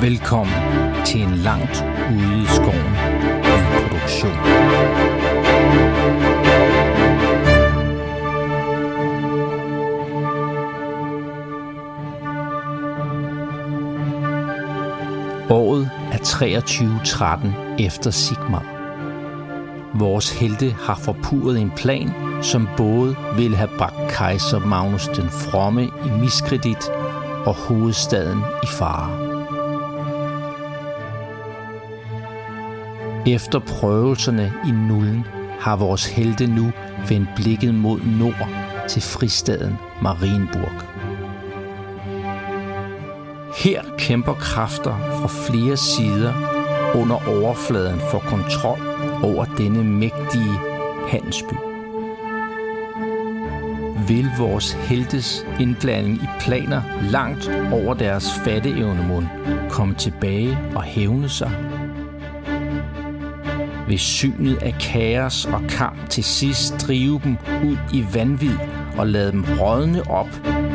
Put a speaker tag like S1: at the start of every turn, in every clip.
S1: Velkommen til en langt ude i skoven ny produktion. Året er 2313 efter Sigmar. Vores helte har forpurret en plan, som både ville have bragt kejser Magnus den Fromme i miskredit og hovedstaden i fare. Efter prøvelserne i nullen har vores helte nu vendt blikket mod nord til fristaden Marienburg. Her kæmper kræfter fra flere sider under overfladen for kontrol over denne mægtige handelsby. Vil vores heltes indblanding i planer langt over deres fatteevnemund komme tilbage og hævne sig? vil synet af kaos og kamp til sidst drive dem ud i vanvid og lade dem rådne op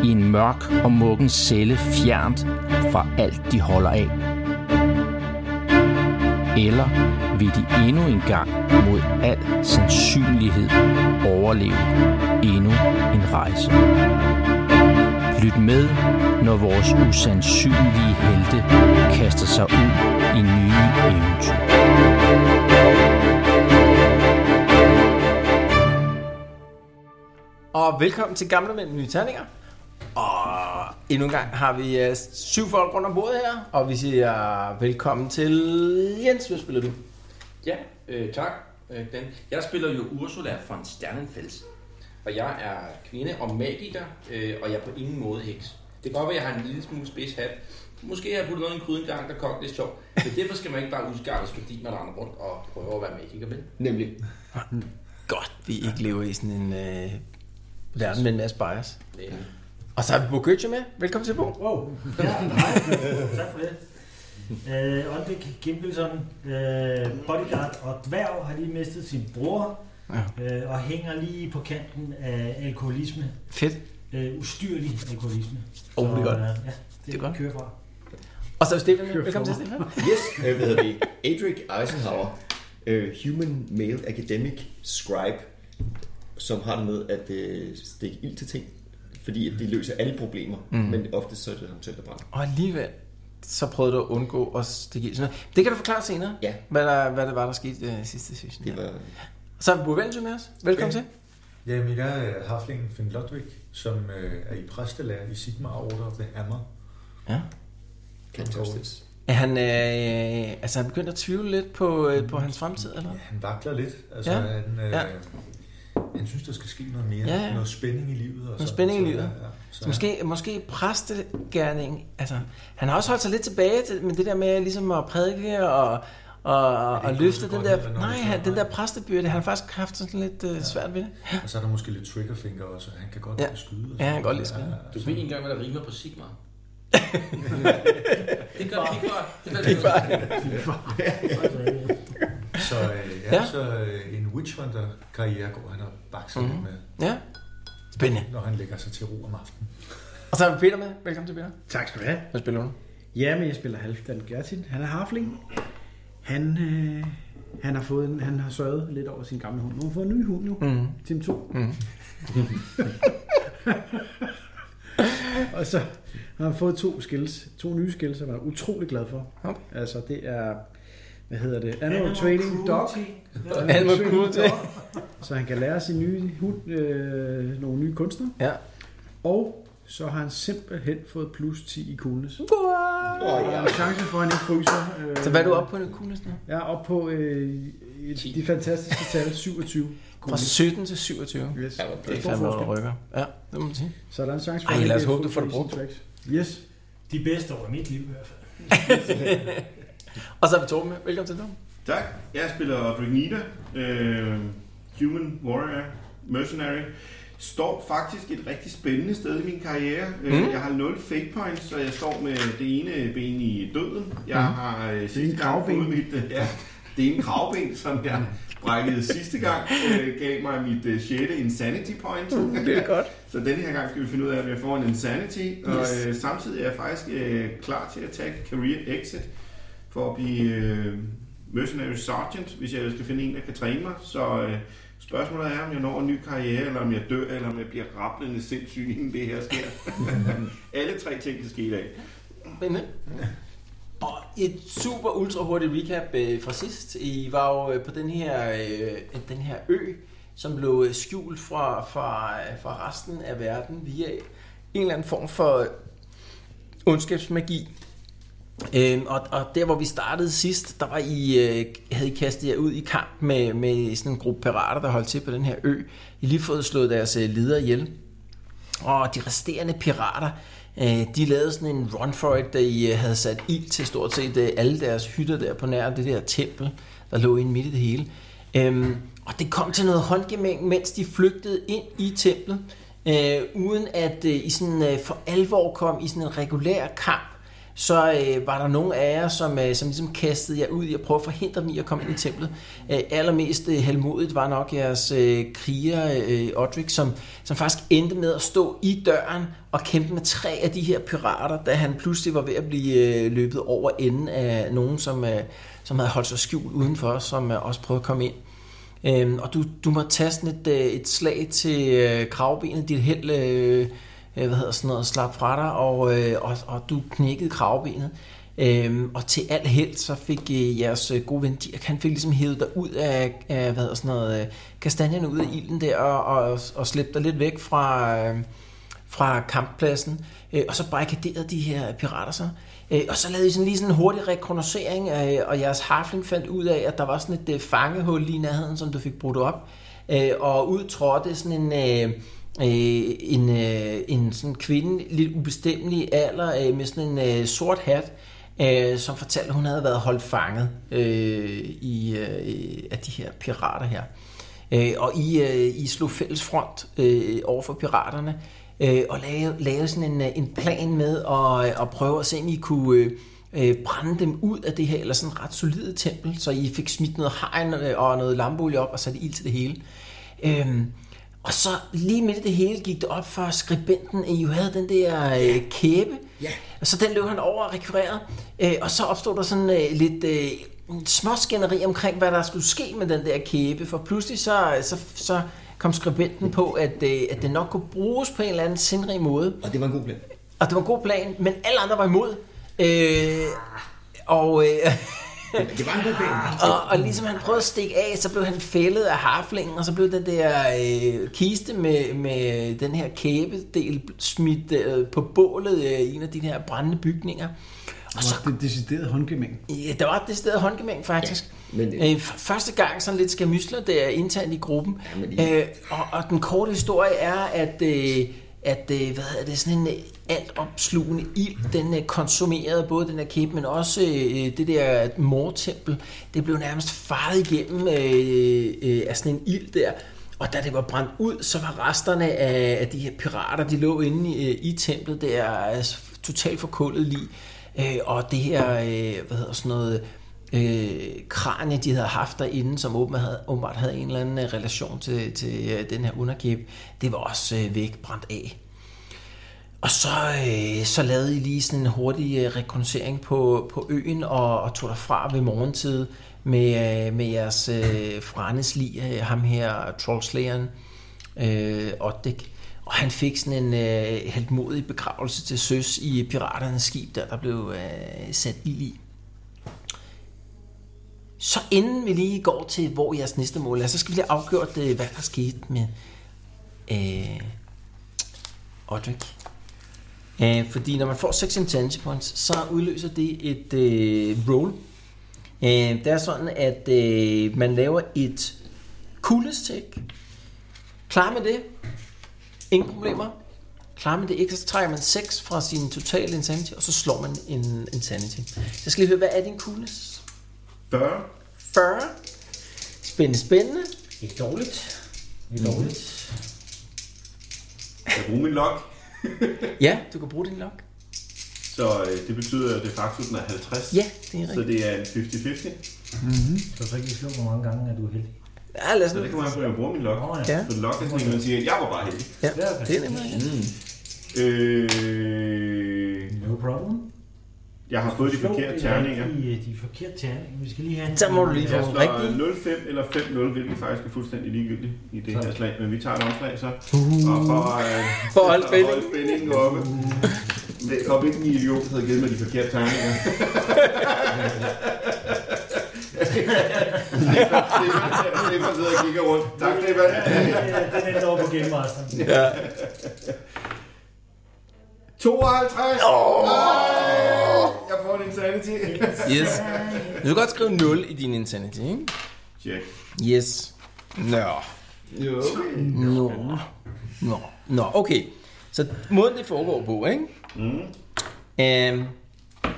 S1: i en mørk og muggen celle fjernt fra alt, de holder af. Eller vil de endnu en gang mod al sandsynlighed overleve endnu en rejse. Lyt med, når vores usandsynlige helte kaster sig ud i nye eventyr.
S2: Og velkommen til Gamle Mænd med Nye Terninger. Og endnu en gang har vi øh, syv folk rundt om bordet her, og vi siger velkommen til Jens, hvad spiller du?
S3: Ja, øh, tak. Øh, den. Jeg spiller jo Ursula von Sternenfels. Og jeg er kvinde og magiker, øh, og jeg er på ingen måde heks. Det kan godt være, at jeg har en lille smule spidshat. Måske har jeg puttet noget i en gryde engang, der kogte lidt sjovt. Men derfor skal man ikke bare udskærmes, fordi man render rundt og prøver at være magiker med.
S4: Nemlig.
S2: Godt, vi ikke lever i sådan en øh, verden med en masse bias.
S3: Ja.
S2: Og så har vi Bo Gøtje med. Velkommen til Bo.
S5: Wow, ja, nej, tak for det. Øh, Olbæk Gimbelsson, øh, bodyguard og dværg, har lige mistet sin bror ja. øh, og hænger lige på kanten af alkoholisme.
S2: Fedt.
S5: Øh, ustyrlig alkoholisme.
S2: Åh, det er godt.
S5: Øh, ja,
S2: er
S5: det, det
S2: godt.
S5: godt. kører fra.
S2: Og så er Stefan. med. Velkommen til Stefan.
S4: Yes, øh, hvad hedder det? Adric Eisenhower, øh, Human Male Academic Scribe, som har det med at øh, stikke ild til ting, fordi at det løser alle problemer, mm. men ofte så er det ham selv, der brænder.
S2: Og alligevel, så prøvede du at undgå at stikke i sådan noget. Det kan du forklare senere,
S4: Ja.
S2: hvad, der, hvad det var, der skete øh, sidste session.
S4: Det
S2: Ja.
S4: var
S2: Så har vi Bo Vendelsen med os. Velkommen
S6: Okay.
S2: til.
S6: Jamen, jeg er haflingen øh, Finn Lodvig, som øh, er i præstelærer i Sigma Order of the Hammer.
S2: Ja.
S4: fantastisk.
S2: Er han, øh, altså, han begyndt at tvivle lidt på, øh, på hans fremtid, eller?
S6: Ja, han vakler lidt. Altså,
S2: Ja.
S6: ja. han, øh,
S2: Ja.
S6: ja. han synes, der skal ske noget mere.
S2: Ja, ja.
S6: Noget spænding i livet. Og sådan.
S2: spænding i
S6: Så,
S2: livet.
S6: Ja, ja. Så,
S2: Så måske, måske præstegærning, altså, han har også holdt sig lidt tilbage til, men det der med ligesom at prædike og, og, og, og
S6: ikke
S2: løfte
S6: gået
S2: den
S6: så godt
S2: der,
S6: heller, når
S2: nej,
S6: det
S2: han,
S6: står
S2: den
S6: mig.
S2: der præstebyrde, han har faktisk haft sådan lidt øh, svært ved det.
S6: Og så er der måske lidt triggerfinger også. Han kan godt
S2: Ja.
S6: lide at skyde. og
S2: Ja, han
S6: sådan
S2: kan godt
S6: noget.
S2: lide at skyde.
S6: Ja, ja.
S3: Du ved ikke engang, hvad der rimer på Sigmar. det gør det bare. Det gør det bare.
S6: Så, øh, ja,
S2: Ja.
S6: ja. så øh, en witchhunter-karriere går han og bakser
S2: Mhm.
S6: mm-hmm. med,
S2: Ja, spændende.
S6: når han lægger sig til ro om aftenen.
S2: Og så har vi Peter med. Velkommen til Peter.
S7: Tak skal du have.
S2: Hvad spiller du?
S7: Ja, men jeg spiller Halfdan Gertin. Han er harfling. Han, øh, han, har fået en, han har sørget lidt over sin gamle hund. Nu har hun fået en ny hund nu. Mm. Tim 2. Mm. og så har han fået to skills. To nye skills, som jeg er utrolig glad for.
S2: Okay.
S7: Altså, det er... Hvad hedder det? Animal Training Dog.
S2: Animal
S7: Training
S2: Cruelty.
S7: Dog. Så han kan lære sin nye hund øh, nogle nye kunstner.
S2: Ja.
S7: Og så har han simpelthen fået plus 10 i coolness. Og der er chance for, at han ikke fryser. Øh,
S2: Så hvad er du oppe på den coolness nu?
S7: Jeg er oppe på øh, et- de fantastiske tal 27.
S2: Fra 17 til 27.
S7: Yes.
S4: Ja, hvor
S2: Det er
S7: Stor
S2: fandme, hvor du
S7: forskel.
S2: rykker. Ja, det må man sige.
S7: Så er der en chance for,
S2: Ej,
S7: at han
S2: lad os
S7: ikke
S2: håbe, du får det
S7: fryser
S2: brugt.
S7: tricks. Yes.
S5: De bedste over mit liv i hvert fald.
S2: Og så har vi Torben med. Velkommen til Torben.
S8: Tak. Jeg spiller Brignita, øh, Human Warrior, Mercenary. Står faktisk et rigtig spændende sted i min karriere. Mm. Jeg har 0 fake points, så jeg står med det ene ben i døden. Jeg mm. har øh, sidste
S7: ene
S8: gang
S7: kravben.
S8: fået mit... Øh, ja, det ene kravben, som jeg brækkede sidste gang, øh, gav mig mit øh, 6. insanity point.
S2: Mm, Det er godt.
S8: Så denne her gang skal vi finde ud af, om jeg får en insanity, yes. og øh, samtidig er jeg faktisk øh, klar til at tage career exit, for at blive øh, Mercenary Sergeant, hvis jeg skal finde en, der kan træne mig. Så øh, spørgsmålet er, om jeg når en ny karriere, eller om jeg dør, eller om jeg bliver rablende sindssyg, inden det her sker. Alle tre ting kan ske i dag.
S2: Spændende. Og et super ultra hurtigt recap øh, fra sidst. I var jo øh, på den her, øh, den her ø, som blev øh, skjult fra, fra, øh, fra resten af verden via en eller anden form for ondskabsmagi. Øhm, og, og der hvor vi startede sidst, der var I, øh, havde I kastet jer ud i kamp med, med sådan en gruppe pirater, der holdt til på den her ø. I lige fået slået deres øh, leder ihjel. Og de resterende pirater, øh, de lavede sådan en run for it, da I øh, havde sat ild til stort set øh, alle deres hytter der på nær det der tempel, der lå inde midt i det hele. Øhm, og det kom til noget håndgemæng, mens de flygtede ind i templet, øh, uden at øh, I sådan, øh, for alvor kom i sådan en regulær kamp så øh, var der nogle af jer, som, øh, som ligesom kastede jer ud i at prøve at forhindre dem i at komme ind i templet. Øh, allermest øh, helmodigt var nok jeres øh, kriger, øh, Odrik, som, som faktisk endte med at stå i døren og kæmpe med tre af de her pirater, da han pludselig var ved at blive øh, løbet over enden af nogen, som, øh, som havde holdt sig skjult udenfor, som øh, også prøvede at komme ind. Øhm, og du, du må tage sådan et, øh, et slag til øh, kravbenet, dit held, øh, øh, hvad hedder sådan noget, slap fra dig, og, øh, og, og du knækkede kravbenet. Øhm, og til alt held, så fik øh, jeres øh, gode ven Dirk, han fik ligesom hævet dig ud af, af hvad hedder sådan noget, øh, kastanjerne ud af ilden der, og, og, og slæbte dig lidt væk fra, øh, fra kamppladsen, øh, og så barrikaderede de her pirater sig. Øh, og så lavede I sådan lige sådan en hurtig rekognoscering, øh, og jeres harfling fandt ud af, at der var sådan et øh, fangehul lige i nærheden, som du fik brudt op. Øh, og ud trådte sådan en... Øh, øh, en, øh, en sådan kvinde, lidt ubestemmelig alder, øh, med sådan en øh, sort hat, øh, som fortalte, at hun havde været holdt fanget øh, i, øh, af de her pirater her. Øh, og I, øh, I slog fælles front øh, over for piraterne, øh, og lavede, lavede sådan en, øh, en plan med at, at prøve at se, om I kunne... Øh, øh, brænde dem ud af det her eller sådan ret solide tempel, så I fik smidt noget hegn øh, og noget lampeolie op og satte ild til det hele. Øhm, og så lige midt i det hele gik det op for skribenten, at I jo havde den der øh, kæbe.
S4: Ja.
S2: Og så den løb han over og rekvirerede. Øh, og så opstod der sådan øh, lidt øh, småskænderi omkring, hvad der skulle ske med den der kæbe. For pludselig så, øh, så, så kom skribenten på, at, øh, at det nok kunne bruges på en eller anden sindrig måde.
S4: Og det var en god plan.
S2: Og det var en god plan, men alle andre var imod. Øh, og... Øh,
S4: Det var en god plan.
S2: og, og ligesom han prøvede at stikke af, så blev han fældet af harflingen, og så blev den der øh, kiste med, med den her kæbedel smidt øh, på bålet øh, i en af de her brændende bygninger. Og så,
S7: Det er decideret håndgemæng.
S2: ja, der var det sted håndgemæng faktisk. Ja,
S4: Ja, men-
S2: men, øh, f- første gang sådan lidt skamysler der internt i gruppen.
S4: Ja, men
S2: Ja,
S4: I-
S2: øh, og, og den korte historie er, at, øh, at øh, hvad hedder det, sådan en øh, altopslugende
S4: Mhm.
S2: ild, den øh, konsumerede både den her kæbe, men også øh, det der mortempel, det blev nærmest faret igennem øh, øh, af sådan en ild der. Og da det var brændt ud, så var resterne af, af de her pirater, de lå inde i, øh, i templet der, altså, totalt forkullet lige. Øh, og det her, øh, hvad hedder sådan noget, øh, kranie, de havde haft derinde, som åbenbart havde, åbenbart havde en eller anden øh, relation til, til øh, den her underkæbe, det var også øh, væk, brændt af. Og så, øh, så lavede I lige sådan en hurtig øh, rekognoscering på, på øen og, og tog derfra ved morgentid med, øh, med jeres øh, Franes lig, øh, ham her trollslægeren øh, Oddik. Og han fik sådan en øh, heldmodig begravelse til søs i piraternes skib, der, der blev øh, sat ild i. Så inden vi lige går til, hvor jeres næste mål er, så skal vi lige afgjort, øh, hvad der skete med øh, Odrik. Øh, fordi når man får 6 intelligence points, så udløser det et øh, roll. Øh, det er sådan, at øh, man laver et kuldestik. Klar med det. Ingen problemer. Klar med det ikke, så trækker man 6 fra sin totale insanity, og så slår man en insanity. Så jeg skal lige høre, hvad er din coolness?
S8: 40.
S2: 40. Spændende, spændende.
S5: Det er dårligt. Det er dårligt.
S8: Jeg bruger min log.
S2: Ja, du kan bruge din log.
S8: Så øh, det betyder, at det faktisk er 50.
S2: Ja, det er
S8: Så
S2: rigtigt.
S8: det er en 50-50.
S5: Du kan ikke slå, hvor mange gange er du heldig.
S2: Ja, lad os
S8: Så
S2: nu.
S8: det kommer an på, at jeg bruger min log.
S5: Nå, ja.
S2: Ja,
S8: Så log er sådan en, man siger, at jeg var bare heldig.
S2: ja. det er nemlig rigtigt.
S8: Øh,
S5: No problem.
S8: Jeg har fået de
S5: Slå
S8: forkerte
S5: det
S8: terninger.
S5: rigtige- De, forkerte terninger. Vi skal lige have en...
S2: Så må du lige få
S8: Jeg
S2: den
S8: slår
S2: rigtige.
S8: 0-5 eller 5-0, hvilket faktisk er fuldstændig ligegyldigt i det her slag. Men vi tager et omslag så. Og for, øh,
S2: Uh-huh. For at holde
S8: at
S2: spænding. Uh-huh.
S8: holde spændingen oppe. Det kom ikke en idiot, der havde givet mig de forkerte tegninger. Stefan, Stefan- Stefan sidder og kigger rundt. Tak, Stefan.
S5: Den endte over på Game Master.
S8: 52!
S2: Åh,
S8: Ej, Jeg får en insanity.
S2: Yes. Du kan godt skrive 0 i din insanity, ikke?
S8: Check.
S2: Yes. Nå.
S8: Jo, okay.
S2: Nå. Nå. Nå, okay. Så måden det foregår på, ikke? Mm. Øhm,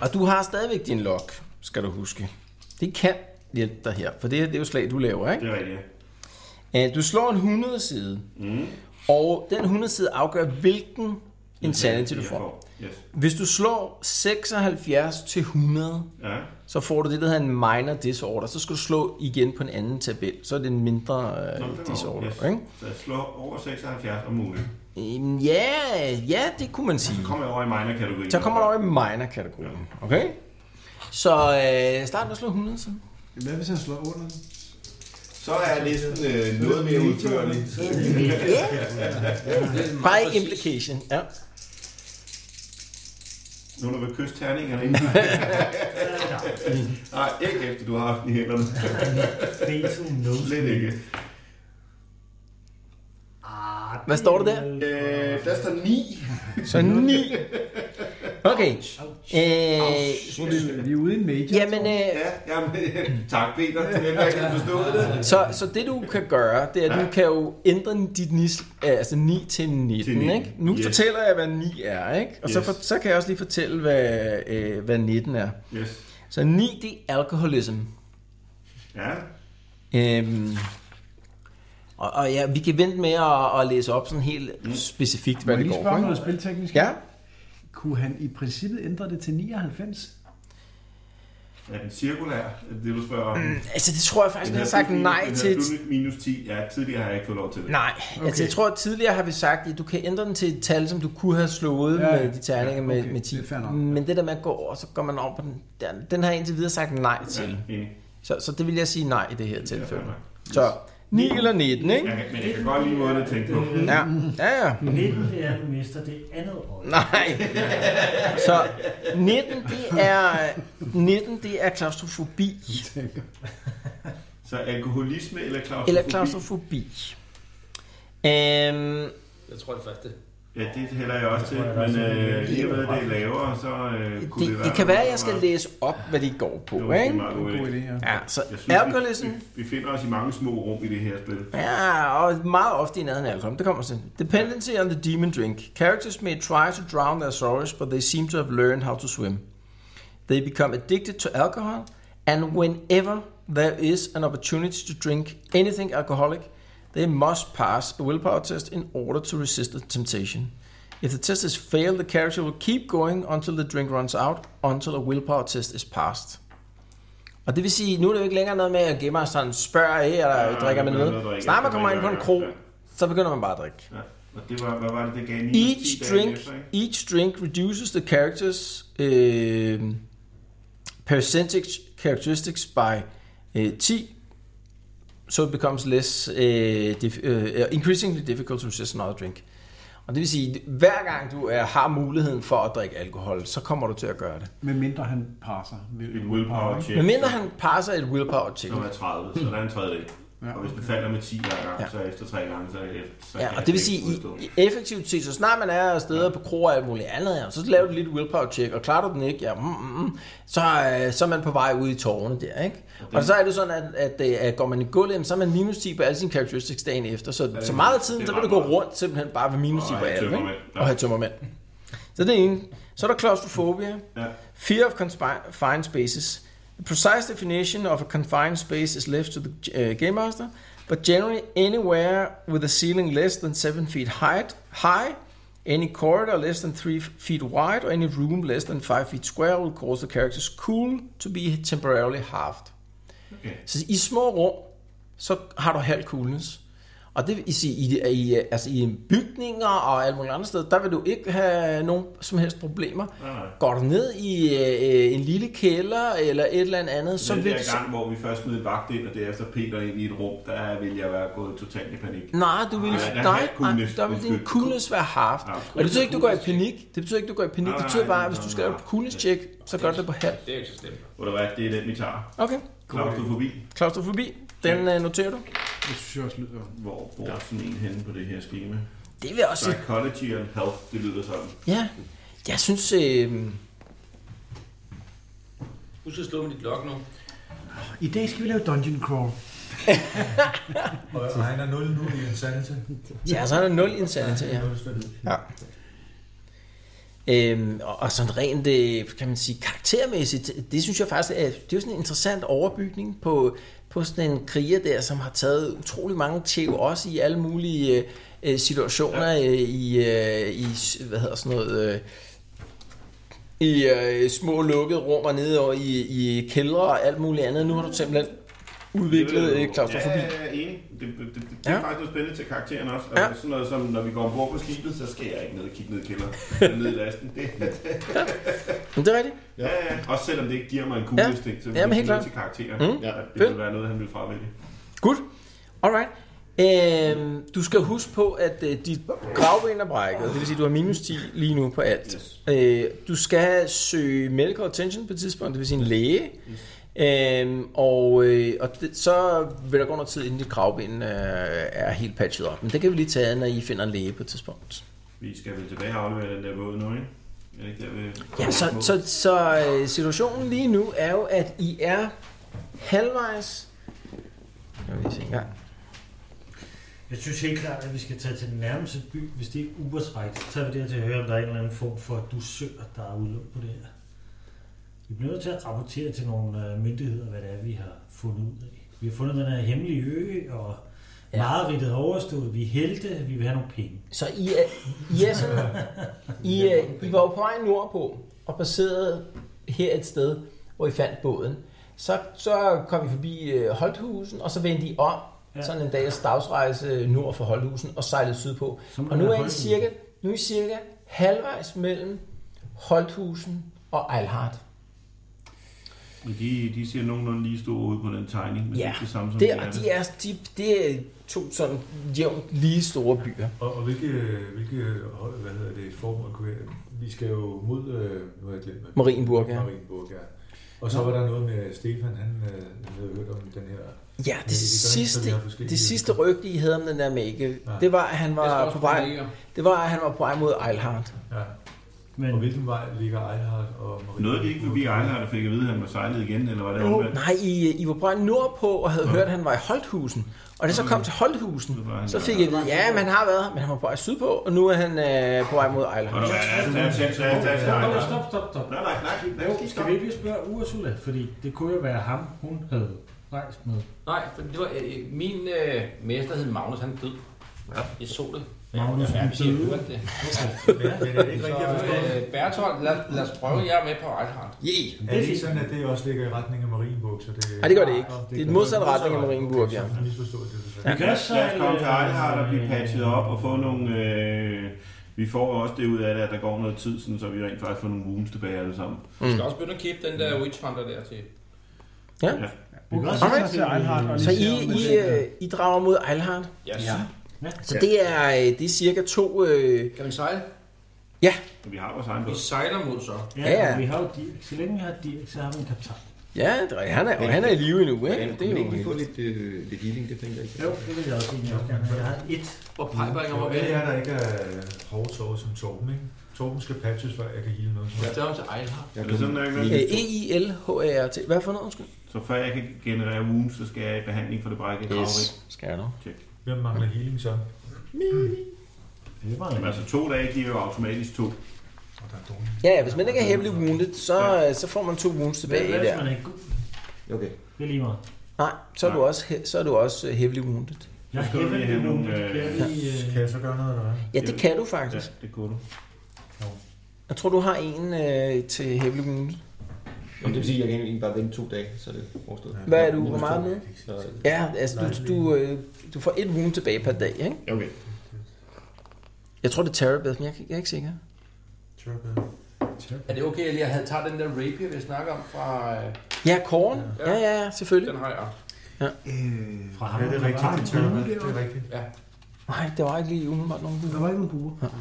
S2: og du har stadigvæk din lok, skal du huske. Det kan hjælpe dig her, for det, her, det er jo slag, du laver, ikke?
S8: Det er rigtigt.
S2: Øh, Du slår en 100 side, mm. og den 100 side afgør, hvilken insanity du
S8: Jeg
S2: får.
S8: Yes.
S2: Hvis du slår 76 til 100,
S8: Ja.
S2: så får du det, der hedder en minor disorder. Så skal du slå igen på en anden tabel. Så er det en mindre øh,
S8: Nå, det var-
S2: disorder.
S8: yes.
S2: Ikke?
S8: Så jeg slår over 76 om muligt.
S2: Øhm, Ja, ja, det kunne man sige.
S8: Så kommer jeg over i minor-kategorien.
S2: Så kommer du over i minor-kategorien. Okay? Så øh, start med at slå 100 så.
S7: Hvad hvis han slår under?
S8: Så er listen øh, noget mere udførlig.
S2: Bare ikke implication. Ja.
S8: Nu når vi kyst terningerne ind. Nej, ikke efter du har haft den i hænderne.
S5: Fatal Nose.
S8: Slet ikke.
S2: Hvad står der der?
S8: Øh, der står 9.
S2: Så 9. Okay. Øh,
S7: Vi er ude i en major.
S2: jamen, øh,
S8: Ja, jamen, tak Peter. Det er ikke har forstået det.
S2: Så, så det du kan gøre, det er, at du kan jo ændre dit nis, altså 9 til 19,
S8: Til 19,
S2: ikke? Nu
S8: yes.
S2: fortæller jeg, hvad 9 er, ikke? Og så,
S8: Yes.
S2: for, så kan jeg også lige fortælle, hvad, øh, hvad 19 er.
S8: Yes.
S2: Så 9, det er alkoholism.
S8: Ja.
S2: Øhm, og, og ja, vi kan vente med at, at læse op sådan helt mm. specifikt,
S7: Må
S2: hvad
S7: jeg
S2: det
S7: lige
S2: går
S7: spørge
S2: på.
S7: om noget
S2: ikke?
S7: spilteknisk?
S2: Ja,
S7: Kunne han i princippet ændre det til 99?
S8: Er den cirkulær, Er det du spørger om? Den
S2: altså det tror jeg faktisk, vi har
S8: her
S2: sagt
S8: slutning-
S2: nej
S8: den her
S2: til...
S8: slutning Minus 10. Ja, tidligere har jeg ikke fået lov til det.
S2: Nej, okay. altså jeg tror, at tidligere har vi sagt, at du kan ændre den til et tal, som du kunne have slået ja,
S7: Ja, ja.
S2: med de terninger ja, okay.
S7: okay,
S2: med, med 10.
S7: det er fair nok.
S2: Men det der med at gå over, så går man over på den. Der, den har jeg indtil videre sagt nej til. Ja.
S8: Enig.
S2: Så, så det vil jeg sige nej i det her tilfælde.
S8: fair nok.
S2: Så 9 eller 19, ikke?
S8: Jeg kan, men jeg kan godt lige måde at tænke på.
S2: Ja, ja, ja.
S5: 19, Mm. det er, at du mister det andet øje.
S2: Nej. Så 19, det er, 19, det er klaustrofobi.
S8: Så alkoholisme eller klaustrofobi?
S2: Eller klaustrofobi. Øhm,
S3: Jeg tror det første.
S8: Ja, det hælder jeg også til,
S5: tror jeg, der er
S8: men
S5: sådan en
S8: øh,
S5: lille
S8: i og med, at det er lavere, så øh, kunne det,
S2: det,
S8: være...
S2: det kan være, at jeg skal læse op, hvad de går på,
S8: Det var en
S2: ikke?
S8: meget
S7: God
S8: god idé.
S7: idé, ja.
S2: Ja, så
S8: Jeg synes,
S2: alkoholism.
S8: vi, vi, vi finder os i mange små rum i det her spil.
S2: Ja, og meget ofte i nærheden af alkohol. Det kommer sådan. Dependency on the demon drink. Characters may try to drown their sorrows, but they seem to have learned how to swim. They become addicted to alcohol, and whenever there is an opportunity to drink anything alcoholic, they must pass a willpower test in order to resist the temptation. If the test is failed, the character will keep going until the drink runs out, until a willpower test is passed. Og det vil sige, nu er det jo ikke længere noget med, at gemmeren spørger, hey, eller
S8: Ja,
S2: ja, drikker man
S8: det er noget, der
S2: noget.
S8: ikke
S2: Snart man
S8: er
S2: kommer ind på en
S8: drikker,
S2: kro,
S8: ja.
S2: så begynder man bare at drikke.
S8: Ja. Og det var, hvad var det, det gav 9
S2: Each drink, each drink reduces the character's uh, percentage characteristics by uh, 10, so it becomes less uh, dif- uh, increasingly difficult to resist another drink. Og det vil sige, hver gang du er, har muligheden for at drikke alkohol, så kommer du til at gøre det.
S7: Med mindre han passer.
S8: Et willpower check,
S2: Men mindre han passer et willpower check.
S8: som er 30, så der er en tredjedel. Og hvis den falder med 10 hver gang, så efter 3 gange, så, er- så kan
S2: Ja, og
S8: jeg
S2: det vil
S8: ikke
S2: sige,
S8: udstå.
S2: i, i effektivt set, så snart man er steder på kroer og alt muligt andet, ja, så laver du lidt willpower check, og klarer du den ikke, ja, mm, mm, mm, så, øh, så er man på vej ud i tårne der, ikke? Og så er det sådan, at, at, øh, at går man i gulvet, jamen, så er man minus 10 på alle sine characteristics dagen efter, så, så meget af tiden,
S8: det
S2: så
S8: er
S2: vil du gå
S8: meget
S2: rundt simpelthen bare ved minus 10
S8: Og
S2: på
S8: have
S2: alle, ikke?
S8: tømmermænd. Ja.
S2: Og have tømmermænd. Så det er en. Så er der claustrophobia.
S8: Ja.
S2: Fear of confined spaces. The precise definition of a confined space is left to the uh, game master, but generally anywhere with a ceiling less than 7 feet height, high, any corridor less than 3 feet wide, or any room less than 5 feet square will cause the character's cool to be temporarily halved.
S8: Okay.
S2: Så i små rum, så har du halv coolness. Og det vil sige, i, i, altså i bygninger og alt muligt andet sted, der vil du ikke have nogen som helst problemer.
S8: Nej, nej.
S2: Går du ned i øh, en lille kælder eller et eller andet, så
S8: Så den
S2: vil du...
S8: der gang, hvor vi først smed vagt ind, og derefter Peter ind i et rum, der ville jeg være gået totalt i panik.
S2: Nej, du vil,
S8: Nej, der er
S2: nej, nej,
S8: coolness.
S2: der vil din
S8: Undskyld.
S2: coolness være haft.
S8: Ja.
S2: Og det betyder ikke, du går i panik. Det betyder ikke, du går i panik.
S8: Nej,
S2: Det betyder
S8: nej,
S2: bare,
S8: nej,
S2: at hvis du
S8: nej,
S2: skal lave
S8: nej.
S2: et coolness check, så gør det på halv.
S3: Det er jo ikke så slemt.
S8: Hvor der var, det er den, vi tager.
S2: Okay.
S8: Klaustrofobi.
S2: Klaustrofobi, den øh, noterer du.
S7: Det synes jeg også lyder.
S8: Hvor bor sådan en henne på det her schema?
S2: Det vil jeg også sige.
S8: Psychology and health, det lyder sådan.
S2: Ja, jeg synes... Øh,
S3: Husk at slå med dit lok nu.
S7: I dag skal vi lave dungeon crawl.
S6: Og, og han er 0 nu i Insanity.
S2: ja, så er der nul insanity, ja. Ja. Øhm, og, og sådan rent, øh, kan man sige, karaktermæssigt, det synes jeg faktisk, er, det er jo sådan en interessant overbygning på, på sådan en kriger der, som har taget utrolig mange tæv, også i alle mulige øh, øh, situationer ja. øh, i, øh, i, s- hvad hedder sådan noget, øh, i øh, små lukkede rum og nede over i, i kældre og alt muligt andet. Nu har du simpelthen udviklet øh, klaustrofobi.
S8: Ja, ja, ja, enig. Det, det, det, det
S2: Ja.
S8: er faktisk noget spændende til karakteren også.
S2: Ja.
S8: Ja. Altså, sådan noget som, når vi går ombord på skibet, så skal jeg ikke ned og kigge ned i kælderen. ned i lasten. Det,
S2: Men det er rigtigt.
S8: ja, ja. Også selvom det ikke giver mig en kugle
S2: Ja.
S8: ja. stik, så
S2: Jamen,
S8: ja,
S2: helt
S8: men
S2: klart.
S8: til karakteren.
S2: Mm.
S8: Mm. Ja, det
S2: Fedt.
S8: ville være noget, han ville fravælge.
S2: Godt. Alright. Øhm, du skal huske på, at øh, dit gravben er brækket. Det vil sige, at du har minus 10 lige nu på alt.
S8: Yes.
S2: Øh, du skal søge medical attention på et tidspunkt, det vil sige en læge. Øhm, og øh, og det, så vil der gå noget tid, inden dit gravben øh, er helt patchet op. Men det kan vi lige tage, når I finder en læge på et tidspunkt.
S8: Vi skal vel tilbage og aflevere den der båd nu, ikke? Er det ikke der, vi...
S2: Ja, så, så, så øh, situationen lige nu er jo, at I er halvvejs... Jeg vil lige se en gang.
S5: Jeg synes helt klart, at vi skal tage til den nærmeste by, hvis det er ubersrækt. Så tager vi det her til at høre, om der er en eller anden form for dusør, der er udelukket på det her. Vi bliver nødt til at rapportere til nogle øh, myndigheder, hvad det er, vi har fundet ud af. Vi har fundet den her hemmelige ø, og
S2: Ja.
S5: ja. mareridtet er overstået. Vi er helte, vi vil have nogle penge.
S2: Så I er, I er sådan, I, er, I var jo på vej nordpå og passerede her et sted, hvor I fandt båden. Så, så kom I forbi øh, Holthusen, og så vendte I om ja.
S5: Ja.
S2: sådan en dags dagsrejse nord for Holthusen og sejlede sydpå.
S5: Som
S2: Og nu
S5: er
S2: er I
S5: Holthusen.
S2: cirka, nu er I cirka halvvejs mellem Holthusen og Eilhardt.
S8: Men de, de ser nogenlunde lige store ud på den tegning, men det er
S2: Ja,
S8: ikke det samme som
S2: det,
S8: vi
S2: og de er, de, det er to sådan jævnt lige store byer.
S6: Og, og hvilke, hvilke hold- hvad hedder det, formål kunne jeg... Vi skal jo mod, øh, nu har jeg glemt det.
S2: Marienburg, ja.
S6: Marienburg, ja. Og så var der noget med Stefan, han øh, havde hørt om den her...
S2: Ja, det
S6: Men vi gør ikke, så
S2: sidste,
S6: vi har forskellige-
S2: det sidste rygte, I havde om den der Mække,
S6: Ja.
S2: det var, at han
S3: Jeg skal
S2: var
S3: også
S2: på vej,
S3: promenere.
S2: det var, at han var på vej mod Eilhardt.
S6: Ja.
S5: Men
S6: Og hvilken vej ligger Eilhardt og Marie?
S8: Nåede de ikke forbi Ejlhardt og fik at vide, at han var sejlet igen, eller var det omvendt?
S2: Nej, I, I var på vej nordpå og havde hørt, at han var i Holthusen. Og da jeg så kom til Holthusen,
S8: Så var han
S2: så
S8: der.
S2: fik jeg at vide, ja, men han har været her, men han var på vej sydpå, og nu er han øh, på vej mod
S8: Og der
S2: Eilhardt.
S8: var en
S5: Stop,
S8: anden
S5: stop, stop, stop.
S8: Nej, nej, nej, nej,
S5: Jo,
S8: stop.
S5: skal vi ikke lige spørge Ursula, fordi det kunne jo være ham, hun havde rejst med.
S3: Nej, for det var, øh, min øh, mester hed Magnus, han er død. Ja. Jeg så det.
S5: Magnus,
S3: ja,
S5: han
S3: vi siger,
S5: døde.
S3: hørte
S6: Men
S3: det.
S6: er det ikke rigtigt, at forstå?
S3: Øh, Bertolt, lad, lad os prøve, jeg er med på Reinhardt.
S4: Yeah!
S6: Er det ikke sådan, at det også ligger i retning af Marienburg? Så det,
S2: Nej, det gør det ikke.
S6: Nå,
S2: Det er
S6: gør-
S2: den modsatte retning af Marienburg, ja.
S6: Så jeg misforstod det, du
S5: Vi
S6: sagde.
S5: kan også
S8: Lad os komme til
S5: sejle-
S8: Ejlhardt og blive patchet op og få nogle... Øh, vi får også det ud af det, at der går noget tid, sådan, så vi rent faktisk får nogle wounds tilbage alle sammen.
S3: Vi skal også begynde at kæbe den der Witch Hunter der til.
S7: Vi kan også
S2: Alright.
S7: tage til Einhardt og lige
S2: Så
S7: se,
S2: I,
S7: om-
S2: I, øh, I drager mod Eilhardt.
S3: Yes.
S7: Ja.
S3: Ja.
S2: Så det er, øh, det er cirka to... Øh,
S3: Kan vi sejle?
S8: Og vi har vores egen båd.
S3: Vi sejler mod så.
S5: Ja,
S2: Ja,
S5: ja,
S2: ja.
S5: vi har jo Dirk. Så længe vi har Dirk, så har vi en kaptajn.
S2: ja, det er rigtigt. han er, og han er i live endnu, ikke? Det
S4: Det er
S2: er jo
S4: ikke lige få
S2: helt-
S4: lidt, øh, lidt healing, det tænker jeg ikke.
S5: Jo, det vil jeg også egentlig også gerne have. Jeg har et.
S3: Og Pejberinger var
S6: Og
S3: med.
S6: alle jer, der ikke er hårdt såret som Torben, ikke? Torben skal patches, før jeg kan hele noget.
S3: Vi tager ham til Ejlhardt.
S4: Jeg
S8: Er det sådan, der er ikke
S2: Øh, E-I-L-H-A-R-T. Hvad for noget, undskyld?
S8: Så før jeg kan generere wounds, så skal jeg i behandling for det brækkede yes.
S2: Yes, skal jeg nok.
S6: Hvem mangler healing så?
S5: Mm. Det var
S8: Men
S5: en.
S8: altså to dage giver jo automatisk to.
S6: Og der er dårlig.
S2: Ja, ja, hvis man ikke er heavily wounded, så, ja. så får man to wounds
S5: Hvad
S2: tilbage
S5: hvis
S2: der.
S5: man er god?
S4: Okay.
S5: Det er lige meget.
S2: Nej, så er, du
S8: Nej.
S2: også, he- så er du også øh, heavily wounded.
S5: Jeg
S8: skal
S5: skal
S8: du
S5: have
S8: lige have
S5: nogle.
S8: nogle,
S5: Kan
S8: øh,
S5: jeg lige... øh,
S6: Kan jeg så gøre noget, eller hvad?
S2: Ja, det kan du
S8: Ja,
S2: faktisk.
S8: det kunne du.
S2: Jeg tror, du har en øh, til heavily wounded.
S4: Jamen, det vil sige, at jeg kan egentlig bare vente to dage, så er det overstået. Ja.
S2: Hvad er du? Hvor meget nu?
S4: Så,
S2: Ja, altså du, du, øh, du får et wound tilbage per dag, ikke?
S4: ja, okay.
S2: Jeg tror, det er Terabeth, men jeg, jeg er ikke sikker.
S3: Er det okay, at jeg havde taget den der rapier, vi snakker om fra... øh,
S2: Ja, Korn. Ja, ja, ja,
S3: Den
S2: selvfølgelig.
S3: har jeg.
S5: Fra ham,
S6: Ja, det er rigtigt. Det er rigtigt. Det er rigtigt.
S2: Nej, det var ikke lige umiddelbart nogen.
S7: Der var ikke nogen buer.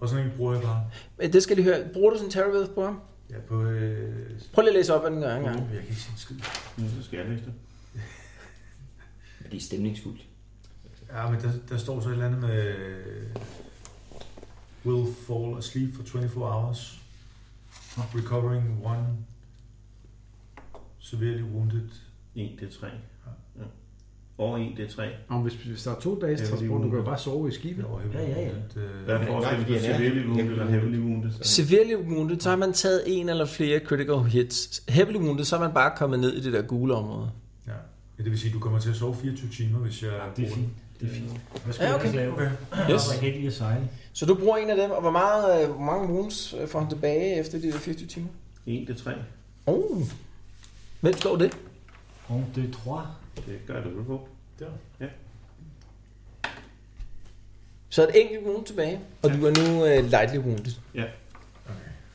S6: Og sådan en bruger jeg bare.
S2: Men Øh, det skal lige høre. Bruger du sådan en Terabeth på ham?
S6: Ja, på... Øh,
S2: Prøv lige at læse op, hvad den gør engang.
S6: jeg kan ikke sige en skid.
S8: Nu så skal jeg læse det.
S4: Men det er stemningsfuldt.
S6: Ja, men der, der står så et eller andet med... øh, Will fall asleep for 24 hours. Recovering one severely wounded.
S8: 1, det er 3. Ja. Over 1, det er 3
S7: Og hvis, hvis der er to dages
S6: Ja, det er
S7: transport, du kan jo
S6: umuligt.
S7: bare sove i skibet.
S6: Ja,
S5: ja, ja.
S6: Øh,
S8: Der er forskellen
S4: fordi
S8: på
S4: han er-
S8: severely wounded og heavily wounded.
S2: Severely wounded, så har man taget en eller flere critical hits. Heavily wounded, så er man bare kommet ned i det der gule område.
S6: Ja. ja, det vil sige, at du kommer til at sove 24 timer, hvis jeg...
S5: Det er fint. Det er fint. Hvad skulle
S2: Ja,
S5: ja,
S2: okay.
S5: okay. jeg lave?
S6: Okay.
S2: Yes.
S5: Jeg kan ikke lide at sejle.
S2: Så du bruger en af dem, og hvor, meget, øh, hvor mange wounds øh, får han tilbage efter de der 24 timer?
S8: 1, det er 3.
S2: Oh. Hvem slår det?
S5: Om det tror
S8: Det gør det vel på.
S2: Så et enkelt wound tilbage, og du er nu øh, lightly wounded.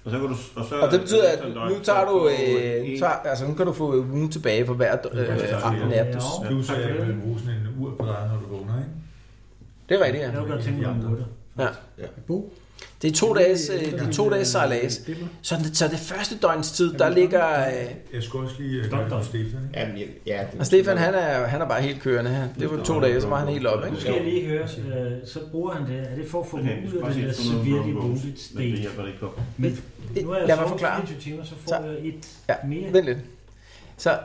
S8: Og så kan du... Og, så,
S2: Og det betyder, at
S8: efter
S2: nu-
S8: en døgn,
S2: nu tager
S8: så
S2: du,
S8: får
S2: øh,
S8: en-
S2: nu tager, altså nu kan du få øh, wound tilbage for hver
S8: Ja,
S2: øh, aften
S8: ja.
S2: af aftes.
S5: Ja.
S6: Plus, at jeg vil bruge sådan en ur på dig, når du vågner, ikke?
S2: Det er rigtigt, ja.
S5: Jeg kunne godt tænke mig om det.
S2: Det er to dages, øh, det er to dages sejlads. Så det, så det første døgns tid, der ligger... Øh,
S6: Jeg skulle også lige øh,
S5: Stop
S6: gøre det
S5: dig.
S6: på Stefan, ikke?
S4: Ja, men, jeg- ja, det,
S2: og Stefan, han er, han er bare helt kørende her. Det var to dage, så var han helt oppe,
S5: Nu
S2: ikke?
S5: skal jeg lige høre, øh, så bruger han det. Er det for at få
S8: Okay,
S5: okay,
S8: vi
S5: ud
S8: skal
S5: af
S8: bare
S5: den
S8: se,
S5: der
S8: at der er
S5: severely
S8: nogle
S5: wounded
S8: bones, men det
S5: state?
S8: hjælper det ikke på.
S5: Men nu er jeg
S2: Lad mig
S5: sovet
S2: forklare.
S5: 24 timer, så får
S2: Så-
S5: jeg et
S2: Ja,
S5: mere.
S2: Vent lidt. Så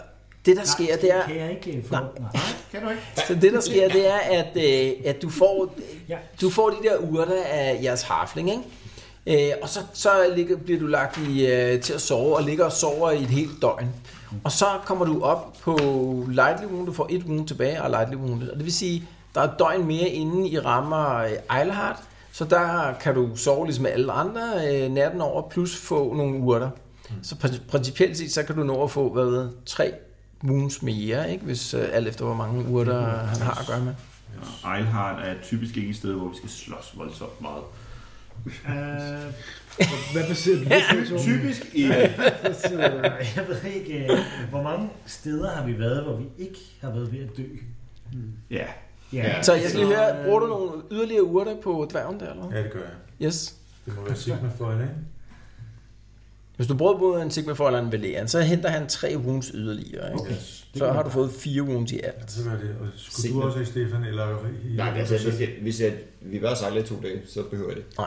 S2: det, der sker, det er,
S5: Kan jeg ikke øh, få?
S2: Nej.
S5: Nej.
S8: Kan du ikke?
S2: så det, der sker, det er at, øh, at du, får,
S5: Ja.
S2: du får de der urter af jeres harfling, ikke? Øh, og så, så ligger, bliver du lagt i, øh, til at sove, og ligger og sover i et helt døgn. Og så kommer du op på lightly wound, du får et wound tilbage, og lightly wound. Og det vil sige, der er et døgn mere inden I rammer øh, Eilhard, så der kan du sove ligesom alle andre øh, natten over, plus få nogle urter. Så pr- principielt set, så kan du nå at få, hvad ved, jeg, tre wounds mere, ikke? hvis øh, alt efter, hvor mange urter han har at gøre med.
S8: Og Eilhard er typisk ikke et sted, hvor vi skal slås voldsomt meget.
S5: Øh,
S7: Hvad baserer du det på? Torben?
S8: Typisk i... øh,
S7: Så,
S5: Nej, jeg ved ikke, øh, hvor mange steder har vi været, hvor vi ikke har været ved at dø?
S8: Ja,
S5: Ja,
S2: Så jeg skal lige høre, bruger du nogle yderligere urter på dværgen der, eller hvad?
S6: Ja, det gør jeg.
S2: Yes.
S6: Det må være Sigma Foil, ikke?
S2: Hvis du bruger både en Sigma for eller en Valerian, så henter han tre wounds yderligere, ikke?
S6: Okay.
S2: Så har du fået fire wounds i alt.
S6: Ja, så var det. Og skulle
S4: Sigma.
S6: du også have Stefan, eller... I,
S4: Nej, men altså, hvis, jeg, hvis jeg, vi bare sejler i to dage, så behøver jeg det.
S2: Nej.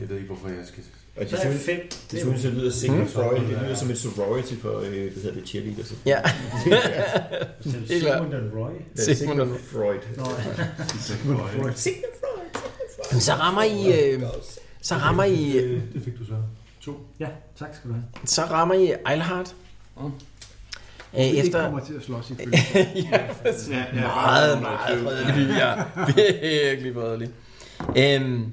S6: Jeg ved ikke, hvorfor jeg skal...
S4: Og
S5: så er jeg
S4: desuden,
S5: fem.
S4: desuden så lyder Sigma
S2: Hmm?
S4: Freud, det lyder som et sorority for, øh, hvad hedder det, cheerleader. Så.
S2: Ja,
S5: Det er
S2: klart.
S5: Sigmund and Roy.
S4: Sigma,
S2: Sigma
S4: Sigma Freud.
S5: Nå,
S2: Men så rammer I, øh,
S4: Øhm,
S2: så rammer I,
S6: Det, det fik du så.
S5: ja, tak skal du have.
S2: så rammer I Eilhard. Øh,
S7: Det ikke
S2: efter
S7: kommer til at slås i følge.
S8: ja, ja
S2: meget, meget fredelig, ja. Virkelig fredelig. Øhm,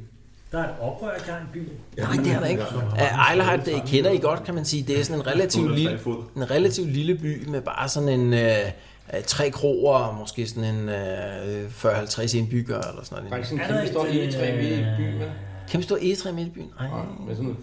S5: Der er et oprør i gang i byen.
S2: nej, det er der ikke. Øh, Eilhard øh, kender I godt, kan man sige. Det er sådan en relativt lille,
S8: Fod.
S2: en relativt lille by med bare sådan en øh, øh, tre kroer og måske sådan en øh, 40-50 indbyggere eller sådan noget.
S3: Faktisk sådan
S5: Er
S3: en
S5: der
S3: kæmpe
S5: ikke,
S3: stor lille træ midt i
S5: øh,
S3: byen, vel?
S2: Kæmpe stor egetræ midt i byen. Ej,
S3: Nej, med sådan noget...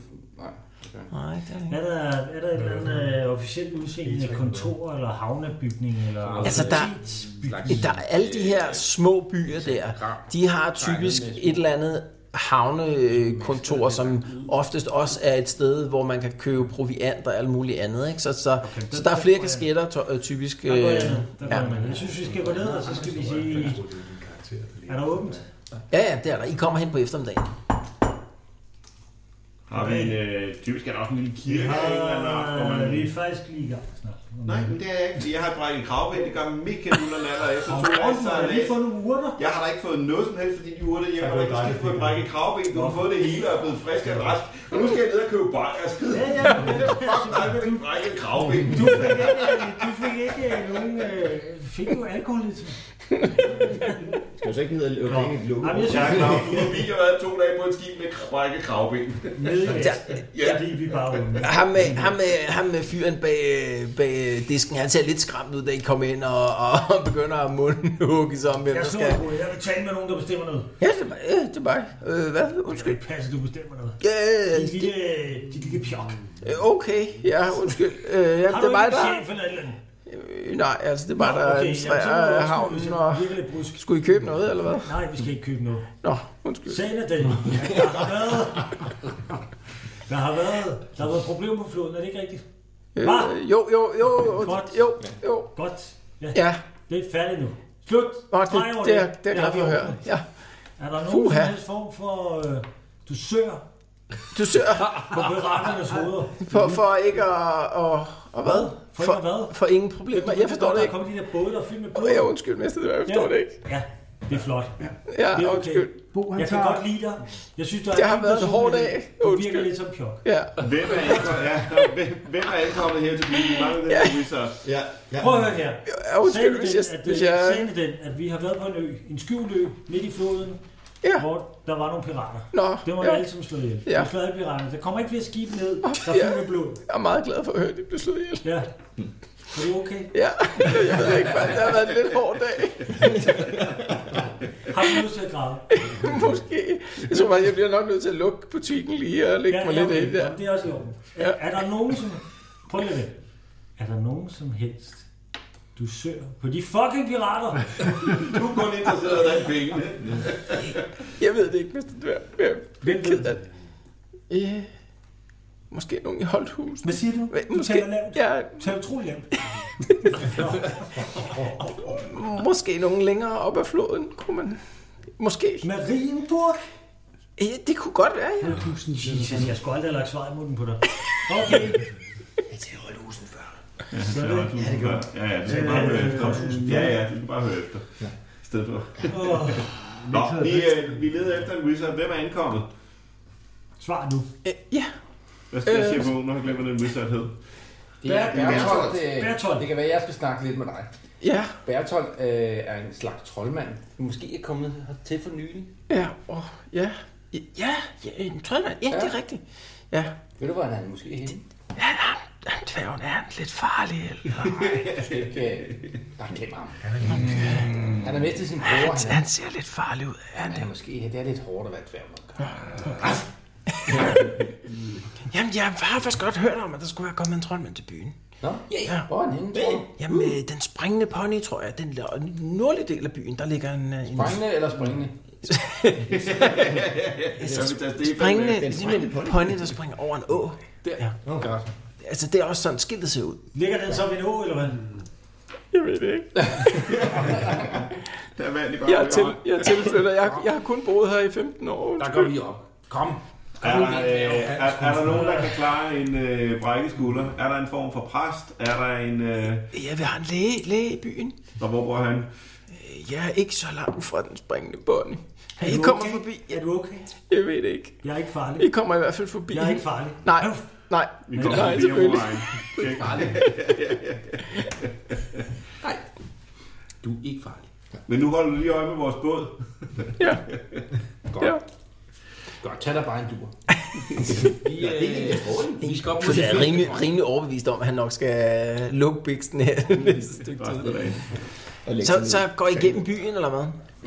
S3: Nej. okay.
S2: nej, det er det ikke.
S5: Er der, er der et eller andet øh, officielt udseende kontor eller havnebygning? Eller
S2: Altså, der-
S5: universitetsbygning?
S2: Der er alle de her små byer der, de har typisk et eller andet havnekontor, som oftest også er et sted, hvor man kan købe proviant og alt muligt andet. Ikke? Så, så, så der er flere kasketter to- øh, typisk. Øh,
S5: Der går
S2: ja,
S5: jeg ned. Der går jeg ned. Jeg synes, vi skal gå ned, og så skal vi sige... Er der åbent?
S2: ja, det er der. I kommer hen på eftermiddagen.
S8: Har vi en... Øh, typisk er der også en lille kirke.
S5: Vi
S8: Ja, eller en eller anden, hvor
S5: har...
S8: man
S5: Vi er
S8: lige...
S5: faktisk lige i gang snart.
S8: Nej, men det er jeg ikke, fordi jeg har brækket en kravben. Det gør mega nuller natter efter
S5: Og
S8: to
S5: Morten, har jeg
S8: rejser.
S5: lige fået nogle urter?
S8: Jeg har da ikke fået noget som helst, fordi de urter hjemme,
S6: Ja,
S8: og
S6: det er
S8: der ikke
S6: dejligt.
S8: skal få et brækket kravben. Du har fået det hele og er blevet frisk og rask. Og nu skal jeg ned og købe altså. bajer.
S5: Ja, ja, men
S8: Fuck dig med din brækket kravben.
S5: du fik ikke, du fik ikke øh, nogen... Øh, fik du alkohol lidt?
S4: Skal du så ikke ned og lukke
S5: Nå.
S4: ind i et lukket
S5: Jamen, jeg
S8: Ja,
S5: synes,
S8: Claus, du har lige været to dage på et skib med brækket kravben.
S5: nede i Vesten,
S8: Ja.
S5: fordi vi bare var unge.
S2: Ham med, ham, med, ham med fyren bag, øh, bag øh, disken, han ser lidt skræmt ud, da I kommer ind og, og begynder at mundhugge sig om, hvem der
S5: Jeg slår
S2: skal...
S5: på, jeg vil tale med nogen, der bestemmer noget.
S2: Ja, det er mig. Ja, det er mig. Øh, hvad?
S5: Jeg kan
S2: Undskyld.
S5: ikke passe, du bestemmer noget.
S2: Ja,
S5: Dit
S2: det,
S5: lille, dit lille pjok.
S2: øh, okay. Ja, undskyld. Øh, ja,
S5: Har
S2: det er
S5: du ikke
S2: mig,
S5: en
S2: der...
S5: chef eller et eller andet?
S2: Øh, nej, altså det er mig, der
S5: okay, jamen, så må du
S2: administrerer
S5: også-
S2: havnen
S5: så
S2: og...
S5: virker lidt brusk.
S2: Skulle I købe noget, eller hvad?
S5: Nej, vi skal ikke købe noget.
S2: Nå, undskyld.
S5: Sagen er den, at der har været... Der har været, der har været problemer på floden, er det ikke rigtigt? Hva?
S2: Øh, jo, jo, jo, jo,
S5: Godt.
S2: jo, jo.
S5: Godt. Ja,
S2: Ja,
S5: det er færdigt nu. Slut.
S2: Nå, det,
S5: Streg over
S2: det, er, det er jeg glad for at
S5: vi
S2: høre.
S5: ordnet.
S2: Ja.
S5: Er der nogen
S2: Puha.
S5: som helst form for... Øh, du sør
S2: Du søger
S5: på piraternes hoveder.
S2: for, for ikke at... Og, og hvad?
S5: For ikke at hvad?
S2: for ingen problemer. Jeg forstår det
S5: Der
S2: ikke.
S5: kommer de der både, der er fyldt med blod.
S2: Åh, Ja, undskyld, mister det, var- jeg forstår det ikke.
S5: Ja, det er flot. Det er
S2: Ja,
S5: okay.
S2: undskyld.
S7: Bo, han
S5: Jeg kan
S7: tager...
S5: godt lide dig. Jeg synes, du er
S2: Det har
S5: en
S2: været en
S5: person,
S2: hård
S5: men
S2: dag.
S5: Du virker
S2: Undskyld.
S5: lidt som pjok.
S2: Ja.
S8: Hvem er ankommet, ja, hvem- hvem er ankommet her til byen? Vi mangler den her research.
S4: Ja, ja.
S5: Prøv at høre her.
S2: ja undskyld,
S5: Sagen
S2: hvis
S5: er
S2: jeg...
S5: den, at,
S2: Hvis
S5: øh,
S2: jeg
S5: sagen er den, at vi har været på en ø, en skjult ø, midt i floden,
S2: Ja.
S5: hvor der var nogle pirater.
S2: nå,
S5: Det var
S2: ja,
S5: ja. alle som slået ihjel.
S2: Ja.
S5: Ja. Vi slog alle pirater. Der kommer ikke flere skib ned. Der er
S2: ja.
S5: fyldt med blod.
S2: jeg er meget glad for at høre, at det blev slået ihjel.
S5: Ja. Er det okay?
S2: Ja, jeg ved ikke, hvad det har været en lidt hård dag.
S5: Har du lyst til at græde?
S2: Måske. Jeg tror bare, jeg bliver nok nødt til at lukke butikken lige og lægge mig lidt
S5: okay.
S2: ind der.
S5: Jamen, Det er også i orden. Er,
S2: Ja.
S5: er der nogen som... Prøv lige at vente. Er der nogen som helst, du søger på de fucking pirater?
S8: Du er kun interesseret i den penge.
S2: Jeg ved det ikke, Mr. Dværg. Jeg
S5: Hvem
S2: bliver
S5: ved
S2: ked af det. Ja. Øh, Måske nogen i Holthus.
S5: Hvad siger du? Du
S2: Måske,
S5: taler lavt.
S2: ja,
S5: Du taler utrolig lavt.
S2: måske nogen længere op ad floden, kunne man... Måske.
S5: Marienburg?
S2: Ja, det kunne godt være, ja.
S5: Jesus, jeg skulle aldrig have lagt svaret i munden på dig. Okay.
S8: Ja, det var du før. Ja, ja, du skal bare høre efter. Ja, ja, du skal bare høre efter. I stedet for.
S5: Åh,
S8: Nå, vi, øh, vi leder efter en wizard. Hvem er ankommet?
S5: Svar nu.
S2: Øh, Ja,
S8: Hvad skal jeg sige på, når jeg glemmer den wizard hed?
S3: Det er Bertolt. øh,
S5: Bertolt.
S3: Det kan være, jeg skal snakke lidt med dig.
S2: ja,
S3: Bertolt øh, er en slags troldmand. Måske er kommet hertil for nylig.
S2: ja, åh, ja. Ja, ja, en troldmand. Ja, det er rigtigt. Ja,
S3: Ved du, hvor han er måske henne?
S2: han dværgen er han lidt farlig, eller?
S3: Du skal ikke øh, bare glemme ham. Mm. Han har mistet sin bror. Han er,
S2: Han ser lidt farlig ud. Er han
S3: han er måske, det er lidt hårdt at være dværg. man gør.
S2: Jamen, jeg har faktisk godt hørt om, at der skulle være kommet en troldmand til byen.
S3: Nå, ja, ja. Hvor er han henne, tror du?
S2: Jamen, øh, den springende pony, tror jeg, den der nordlige del af byen, der ligger en... øh, en
S3: Springende eller springende?
S8: Jeg vil tage det i
S2: springende,
S8: fandme.
S2: den springende pony. der springer over en å.
S3: Der.
S2: Ja.
S3: Nå, godt.
S2: Altså, det er også sådan, skiltet ser ud.
S5: Ligger den så ved en å, eller hvad?
S2: Jeg ved det ikke.
S8: Der vandt de bare.
S2: Jeg er, til, jeg er tilflytter. Jeg, jeg har kun boet her i 15 år.
S3: Der går vi op. Kom.
S8: Er der, øh, er, er der nogen, der kan klare en øh, brækket skulder? Er der en form for præst? Er der en... Øh,
S2: Jeg vil have en læge, læge i byen. Øh,
S8: der, hvor bor han?
S2: Jeg er ikke så langt fra den springende pony. I kommer
S5: okay?
S2: forbi.
S5: Er
S2: Jeg,
S5: du okay?
S2: jeg ved det ikke.
S5: Jeg er ikke farlig.
S2: I kommer i hvert fald forbi.
S5: Jeg er ikke farlig.
S2: Nej,
S5: Øv.
S2: nej.
S8: Vi kommer
S2: Nej,
S8: forbi
S2: selvfølgelig.
S8: omvejen. Tjek.
S3: Nej. Du er ikke farlig.
S8: Men nu holder du lige øje med vores båd.
S2: Ja,
S3: Godt.
S2: ja.
S3: Godt, tag dig bare en dur. vi, øh, vi skal op
S2: For
S3: mod
S2: jeg er rimelig, rimelig overbevist om, at han nok skal lukke biksen her næste stykke tid.
S8: Resten af dagen.
S4: Og lægge
S2: Så,
S4: sådan
S2: så
S4: en-
S2: går I igennem byen, eller hvad?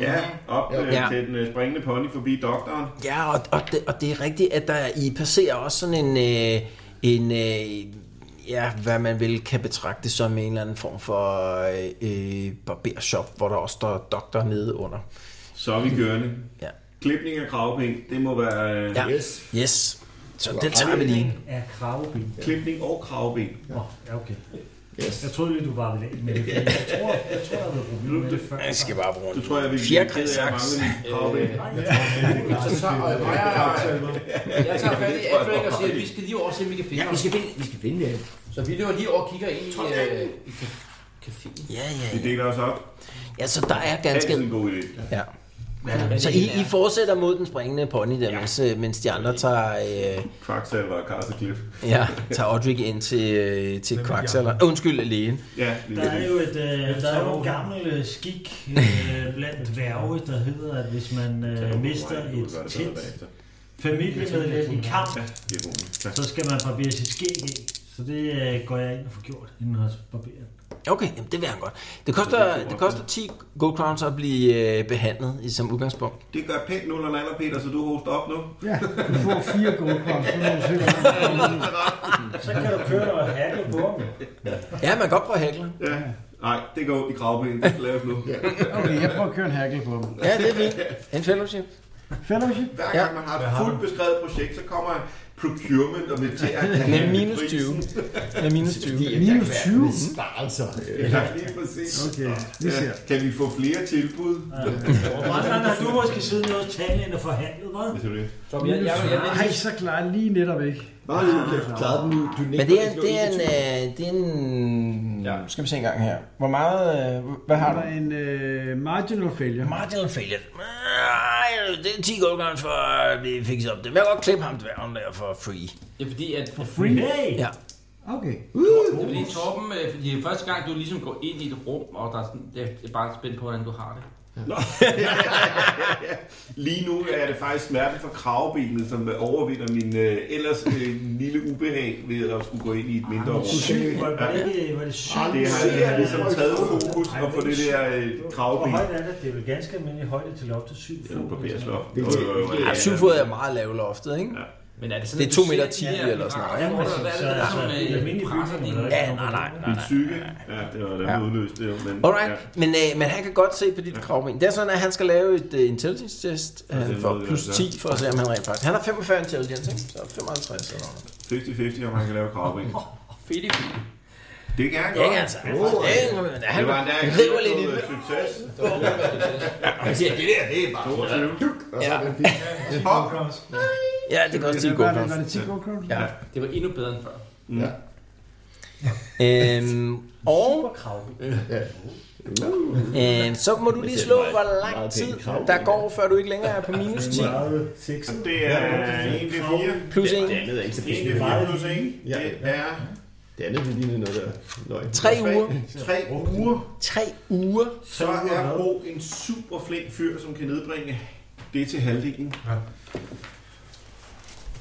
S8: Ja, op øh,
S2: Ja.
S8: til den øh, springende pony forbi doktoren.
S2: Ja, og, og, det, og det er rigtigt, at der I passerer også sådan en, øh, en øh, ja, hvad man vel kan betragte som en eller anden form for øh, øh, barbershop, hvor der også står doktor nede under.
S8: Så er vi kørende.
S2: Ja.
S8: Klipning af kravben, det må være øh,
S2: Ja.
S4: Yes.
S2: Yes. Så den tager vi lige.
S5: Er kravben.
S8: klipning og kravben.
S5: Nå, ja, okay.
S4: Yes.
S5: Jeg troede lige, du var ved det, men jeg tror, jeg tror, der har været problemer med det før.
S2: Jeg skal bare bruge
S8: Du
S2: den.
S8: tror, jeg vil
S2: Fjerkræsaks.
S8: kravben.
S5: Nej,
S2: Øh,
S3: Så, så, og jeg, jeg, jeg tager fat i Adrian og siger, at vi skal lige over og se, om vi kan finde ham.
S4: finde, vi skal finde det.
S3: Så vi løber lige over og kigger ind i, øh, i ca- caféen.
S2: Ja, ja,
S8: Vi
S2: ja.
S8: deler os op.
S2: Ja, så der er
S8: Altid
S2: ganske...
S8: en god idé.
S2: Ja. Ja, så I, I fortsætter mod den springende pony der, ja. mens, øh, mens de andre tager, øh,
S8: Quacksalver og Casacliff.
S2: ja, tager Odrik ind til, øh, til
S6: Hvem er
S2: Quacksalver. Undskyld, lægen.
S8: Ja, lige
S5: Der er
S8: præcis.
S5: jo et, øh, der er jo en gammel øh, skik øh, blandt værve, der hedder, at hvis man øh, mister
S8: Du kan
S5: et
S8: gøre det bedre
S5: tæt
S8: bagefter.
S5: familiemedlem i kamp,
S8: Ja, det er roligt. Ja.
S5: så skal man barbere sit skæg af. Så det øh, går jeg ind og får gjort inden hos barberen.
S2: Okay, jamen, det vil han godt. Det koster, det koster 10 gold crowns at blive øh, behandlet i, som udgangspunkt.
S8: Det gør pænt nul og naller, Peter, så du hoster op nu.
S7: Ja, du får fire gode kort. Så må du se, hvordan-
S5: Så kan du køre og hakke på ham.
S2: Ja, man kan godt prøve at hækle.
S8: Ja. Nej, det går ondt i kravben. Det skal laves nu.
S7: Okay, jeg prøver at køre en hackle på dem.
S2: Ja, det er fint. En fellowship.
S7: Fellowship?
S8: Hver
S2: Ja.
S8: gang man har et fuldt beskrevet projekt, så kommer procurement og militær.
S2: Med minus 20. Med minus 20.
S7: Minus 20?
S4: Sparelser.
S8: Ja, lige præcis.
S7: Okay, vi
S8: Ja.
S7: ser.
S8: Kan vi få flere tilbud?
S5: Brandmand, har du måske siddet nede hos tandlægen og forhandlet, hva'?
S8: Hvis det er det.
S3: Tom, jeg, jeg, jeg, jeg,
S7: Nej, så klarer jeg lige netop ikke.
S4: Bare lige, du kan klare den nu. Du
S2: Men det er, det er en... Øh, det er en ja. Skal vi se en gang her. Hvor meget... Øh, hvad
S7: Er
S2: har du?
S7: der en øh, marginal failure?
S2: Marginal failure. Nej, det er 10 gold crowns for at blive fikset op. Det vil jeg godt klippe ham dværgen der for free.
S3: det er fordi, at
S5: Hey!
S2: Ja.
S7: Okay.
S3: Det er fordi, Torben, øh, fordi det er første gang, du ligesom går ind i et rum, og der er sådan, det er bare spændt på, hvordan du har det.
S8: Lige nu er det faktisk smerten for kravbenet, som overvinder min øh, ellers øh, lille ubehag ved at skulle gå ind i et mindre rum.
S5: Var var det ikke, var det sygt?
S8: Det har, det har ligesom taget fokus og få det der øh,
S5: Hvor
S8: kravben.
S5: højt er det? Det er vel ganske almindelig højde til loftet, syv
S8: Ja, på Berslof.
S2: Ja, syv fod er meget lav loftet, ikke? Ja.
S3: Men er det
S2: Det
S3: sådan,
S2: er to meter ti eller sådan noget,
S3: Ja,
S2: ikke?
S3: men hvad er det,
S5: Så-
S3: der er
S5: så-
S3: sådan, øh,
S5: almindelig
S3: presser
S5: bygning,
S3: din-
S5: eller hvad?
S2: Ja, nej, nej, nej.
S8: Min psyke, ja, det var da udløst det. jo, Men, ja.
S2: Alright, men, øh, men han kan godt se på dit ja. kravben. Det er sådan, at han skal lave et uh, intelligence test.
S8: det
S2: Han
S8: er
S2: får
S8: noget,
S2: plus
S8: ja.
S2: 10 for at se, om han rent faktisk... Han har 45 intelligence, ikke? Så 55 eller noget.
S8: 50-50, om han kan lave kravben.
S3: Fedt, fedt.
S8: Det kan han
S2: Ikke
S8: godt.
S2: altså. Han, får- Ja, men han
S8: Det var endda en
S2: river lidt i
S8: kæmpe
S2: det.
S8: succes.
S2: Han siger, det der, det er bare...
S8: 22.
S6: Hop!
S2: Ja, det kan også 10
S7: Hvad
S2: gold
S7: er det?
S2: crowns.
S7: Var det 10 gold crowns?
S2: Ja.
S3: Det var endnu bedre end før.
S2: Øhm, og øhm, så må du lige slå, hvor lang
S4: meget
S2: tid
S4: pænt krav.
S2: der går, før du ikke længere er på minus 10.
S8: Det er 1-4.
S2: Plus 1.
S4: Det andet er ikke så pænt.
S8: 1-4 plus 1.
S4: Ja.
S8: Det er
S4: Det andet det ligner noget der. Løg.
S2: 3 uger.
S8: 3 uger.
S2: 3 uger.
S8: Så er Bo en super flink fyr, som kan nedbringe det til halvdelen.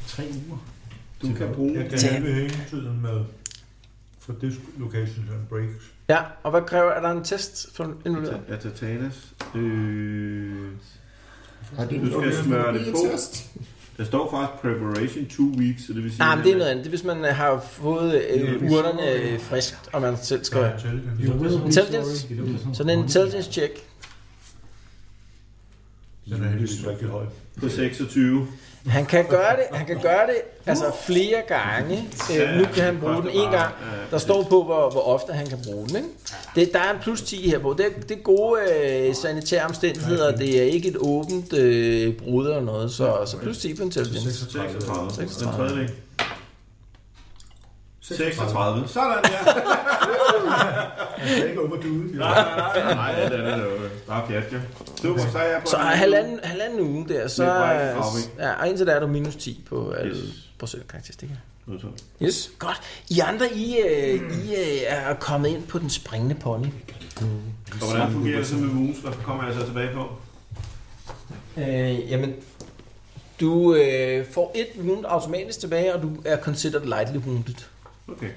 S5: Tre uger.
S8: Du kan bruge
S6: Jeg kan hjælpe hængetiden med for dislocations and breaks.
S2: Ja, og hvad kræver, er der en test for involveret?
S8: Ja, Tatanas. Øh,
S4: Har du
S8: du skal smøre det på. Der står faktisk preparation two weeks, så det vil sige...
S2: Nej, Ah, men det er noget andet. Det er, hvis man øh, har fået øh,
S6: Ja,
S2: urterne øh, friskt, og man selv
S6: Skal jeg
S2: skal...
S6: tælle det?
S5: Jo, det er
S2: Intelligence. Så det er en intelligence check.
S6: Den er heldigvis rigtig høj.
S8: På 26.
S2: Han kan gøre det, han kan gøre det altså flere gange. Øh, nu kan han bruge den en gang. Der står på, hvor, hvor ofte han kan bruge den. Ikke? Det, der er en plus 10 her på. Det, er- det er gode øh, sanitære omstændigheder. Det er ikke et åbent øh, brud eller noget. Så, så plus 10 på intelligence.
S8: 36.
S2: 36.
S8: 36. 36. Sådan, ja.
S4: ikke over du
S8: Nej, nej, nej. Nej, det er det. er jo Bare pjat, ja. Super, så er jeg på...
S2: Så halvanden, halvanden uge der, så,
S8: Det er bare ikke farve,
S2: ja, og indtil der er du minus 10 på alle
S8: Yes.
S2: procentkarakteristikker.
S8: Modtaget.
S2: Yes. Godt. I andre, I, øh, I øh, er kommet ind på den springende pony.
S8: Og hvordan fungerer det så med wounds? Hvad kommer jeg så tilbage på?
S2: Øh, jamen, du øh, får et wound automatisk tilbage, og du er considered lightly wounded.
S8: Okay.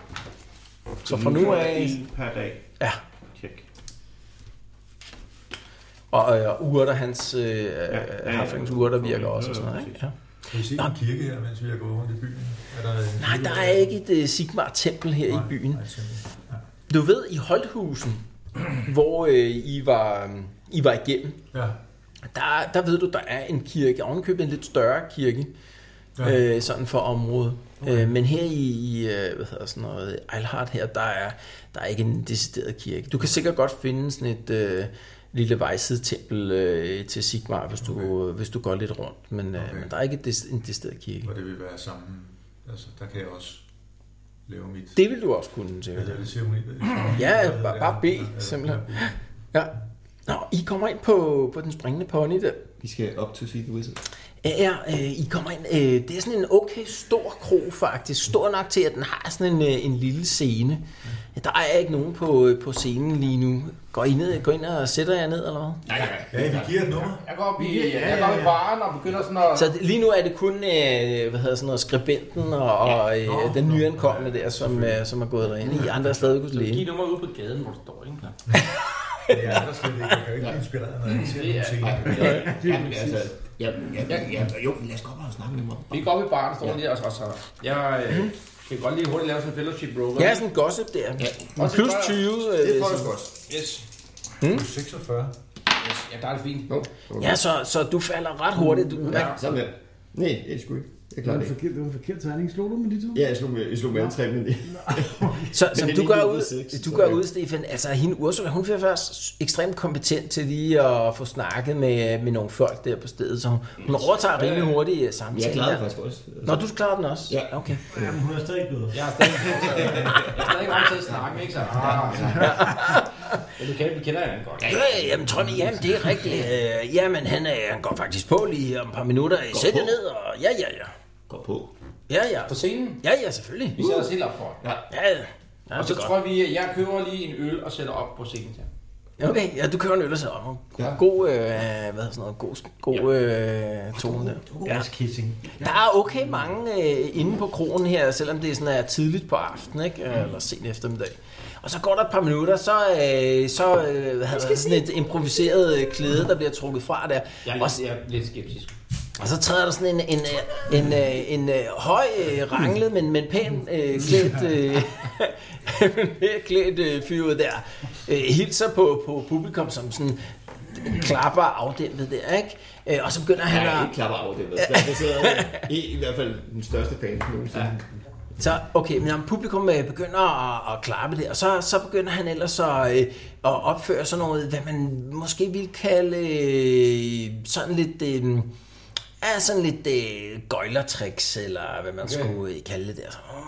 S2: Så fra nu
S8: får jeg
S2: af...
S8: En per dag.
S2: Ja.
S8: Tjek.
S2: Og øh, urter, hans øh, ja,
S8: ja.
S2: ja, urter virker
S8: Okay,
S2: også og
S8: ja,
S2: sådan noget, ikke? Ja.
S6: Kan I se en kirke her, mens vi har gået rundt i byen? Er der en
S2: Nej, der er ikke et øh, Sigmar-tempel her i byen.
S6: Nej, simpelthen.
S2: Du ved, i Holthusen, hvor øh, I, var, øh, I var igennem,
S6: Ja,
S2: der, der ved du, der er en kirke, ovenkøbet en lidt større kirke,
S6: Ja.
S2: ja. øh, sådan for området. Okay. Øh, men her i, i øh, hvad hedder sådan noget, Eilhard her, der er, der er ikke en decideret kirke. Du kan sikkert godt finde sådan et øh, lille vejsidetempel øh, til Sigmar, hvis du, okay. hvis du går lidt rundt, men, øh,
S6: Okay.
S2: men der er ikke en dec- en decideret kirke.
S6: og det vil være sammen. Altså, der kan jeg også lave mit...
S2: Det vil du også kunne,
S6: Ja,
S2: sikkert.
S6: det er det ceremoni.
S2: Ja, bare- bare bed, simpelthen. Ja. Nå, I kommer ind på, på den springende pony der.
S4: Vi skal op to see the wizard.
S2: Ja, ja øh, I kommer ind. Øh, det er sådan en okay stor kro faktisk. Stor nok til, at den har sådan en, øh, en lille scene. Der er ikke nogen på, øh, på scenen lige nu. Går I, ned, går ind og sætter jer ned, eller hvad?
S3: Nej, nej,
S6: Ja, vi giver et nummer.
S3: Jeg går op i, jeg går op i baren og begynder sådan at...
S2: Så det- lige nu er det kun øh, hvad hedder sådan noget, skribenten og, og øh,
S6: Nå,
S2: den
S6: nå,
S2: nyankomne der, som, øh, som er gået derinde. I andre er stadig hos
S3: Giv
S2: lægen.
S3: nummer ude på gaden, hvor du står, ikke?
S6: Ja, jeg er der slet ikke. Jeg kan jo ikke blive inspireret, når jeg ser
S3: Det er-
S6: nogle ting.
S4: Jamen, altså, ja, ja, ja, ja, jo, lad os gå op og snakke med ham.
S3: Vi går op i baren og står lige og og så... Jeg øh, kan godt lige hurtigt lave sådan en fellowship broker.
S2: Ja, sådan en gossip der.
S3: Og så
S2: Plus
S3: bare-
S2: 20.
S4: Det
S2: Øh,
S4: får du
S2: sådan-
S4: godt.
S3: Yes.
S2: Mhm.
S6: Du er 46.
S3: yes. Ja, der er det fint.
S4: Jo,
S2: ja, så, så du falder ret hurtigt. Du,
S4: ja, sammen med. Nej, jeg er sgu ikke. Jeg
S7: Det var
S4: klarer
S7: en
S4: det ikke.
S7: forkert, det var en forkert tegning. Slog du med de to?
S4: Ja, jeg slog med, jeg slog med alle tre, men
S2: Så, som
S4: det
S2: du
S4: er lige
S2: gør,
S4: blevet
S2: ud,
S4: seks,
S2: du
S4: så-
S2: gør ud, Stefan, altså hende Ursula, hun er faktisk ekstremt kompetent til lige at få snakket med, med nogle folk der på stedet, så hun, hun overtager rimelig hurtigt øh,
S4: jeg
S2: samtalen.
S4: klarede det
S2: der.
S4: faktisk også.
S2: Nå, du klarer den også?
S4: Ja.
S2: Okay.
S5: Jamen, hun er stadig død.
S3: Jeg er stadig, jeg er stadig vant til at snakke, ikke så? Ah, så. Men du kender, vi kender hinanden godt.
S2: Ja, ja, Øh, jamen, tror jeg, jamen, det er rigtigt. Øh, jamen, han, er, han går faktisk på lige om et par minutter. Sæt det ned, og ja, ja, ja.
S4: Gå på.
S2: Ja, ja.
S3: På scenen,
S2: Ja, ja, selvfølgelig.
S3: vi sætter os helt op for.
S2: Ja, ja. Ja,
S3: Og
S2: det
S3: så
S2: er
S3: tror vi, at jeg køber lige en øl og sætter op på scenen til.
S2: godt. Okay, ja, du kører en øl og sætter om. God, øh, hvad hedder sådan noget, god, god øh, tone der.
S5: Gas kissing.
S2: Der er okay mange øh, inde på kronen her, selvom det sådan er tidligt på aftenen, ikke?
S3: Mm.
S2: Øh, eller sent eftermiddag. Og så går der et par minutter, så, øh, så øh, hvad hedder det, sådan et improviseret øh, klæde, der bliver trukket fra der.
S3: Jeg
S2: Og,
S3: er, jeg er lidt skeptisk.
S2: og så træder der sådan en, en, øh, en, øh, en, øh, høj, øh, ranglet, men, men pænt øh, klædt, øh, men pænt klædt øh, fyr ud der. Øh, hilser på, på publikum som sådan klapper afdæmpet der, ikke? Øh, og så begynder han
S4: Nej,
S2: at...
S4: ikke klapper af det. ved jeg. Der sidder i, i hvert fald den største fan nogensinde.
S2: Så okay, men jamen, publikum øh, begynder at, at klappe det, og så, så begynder han ellers at, øh, at opføre sådan noget, hvad man måske ville kalde øh, sådan lidt... Øh, er sådan lidt øh, gøjlertricks, eller hvad man okay. skulle øh, kalde det der. Så, åh,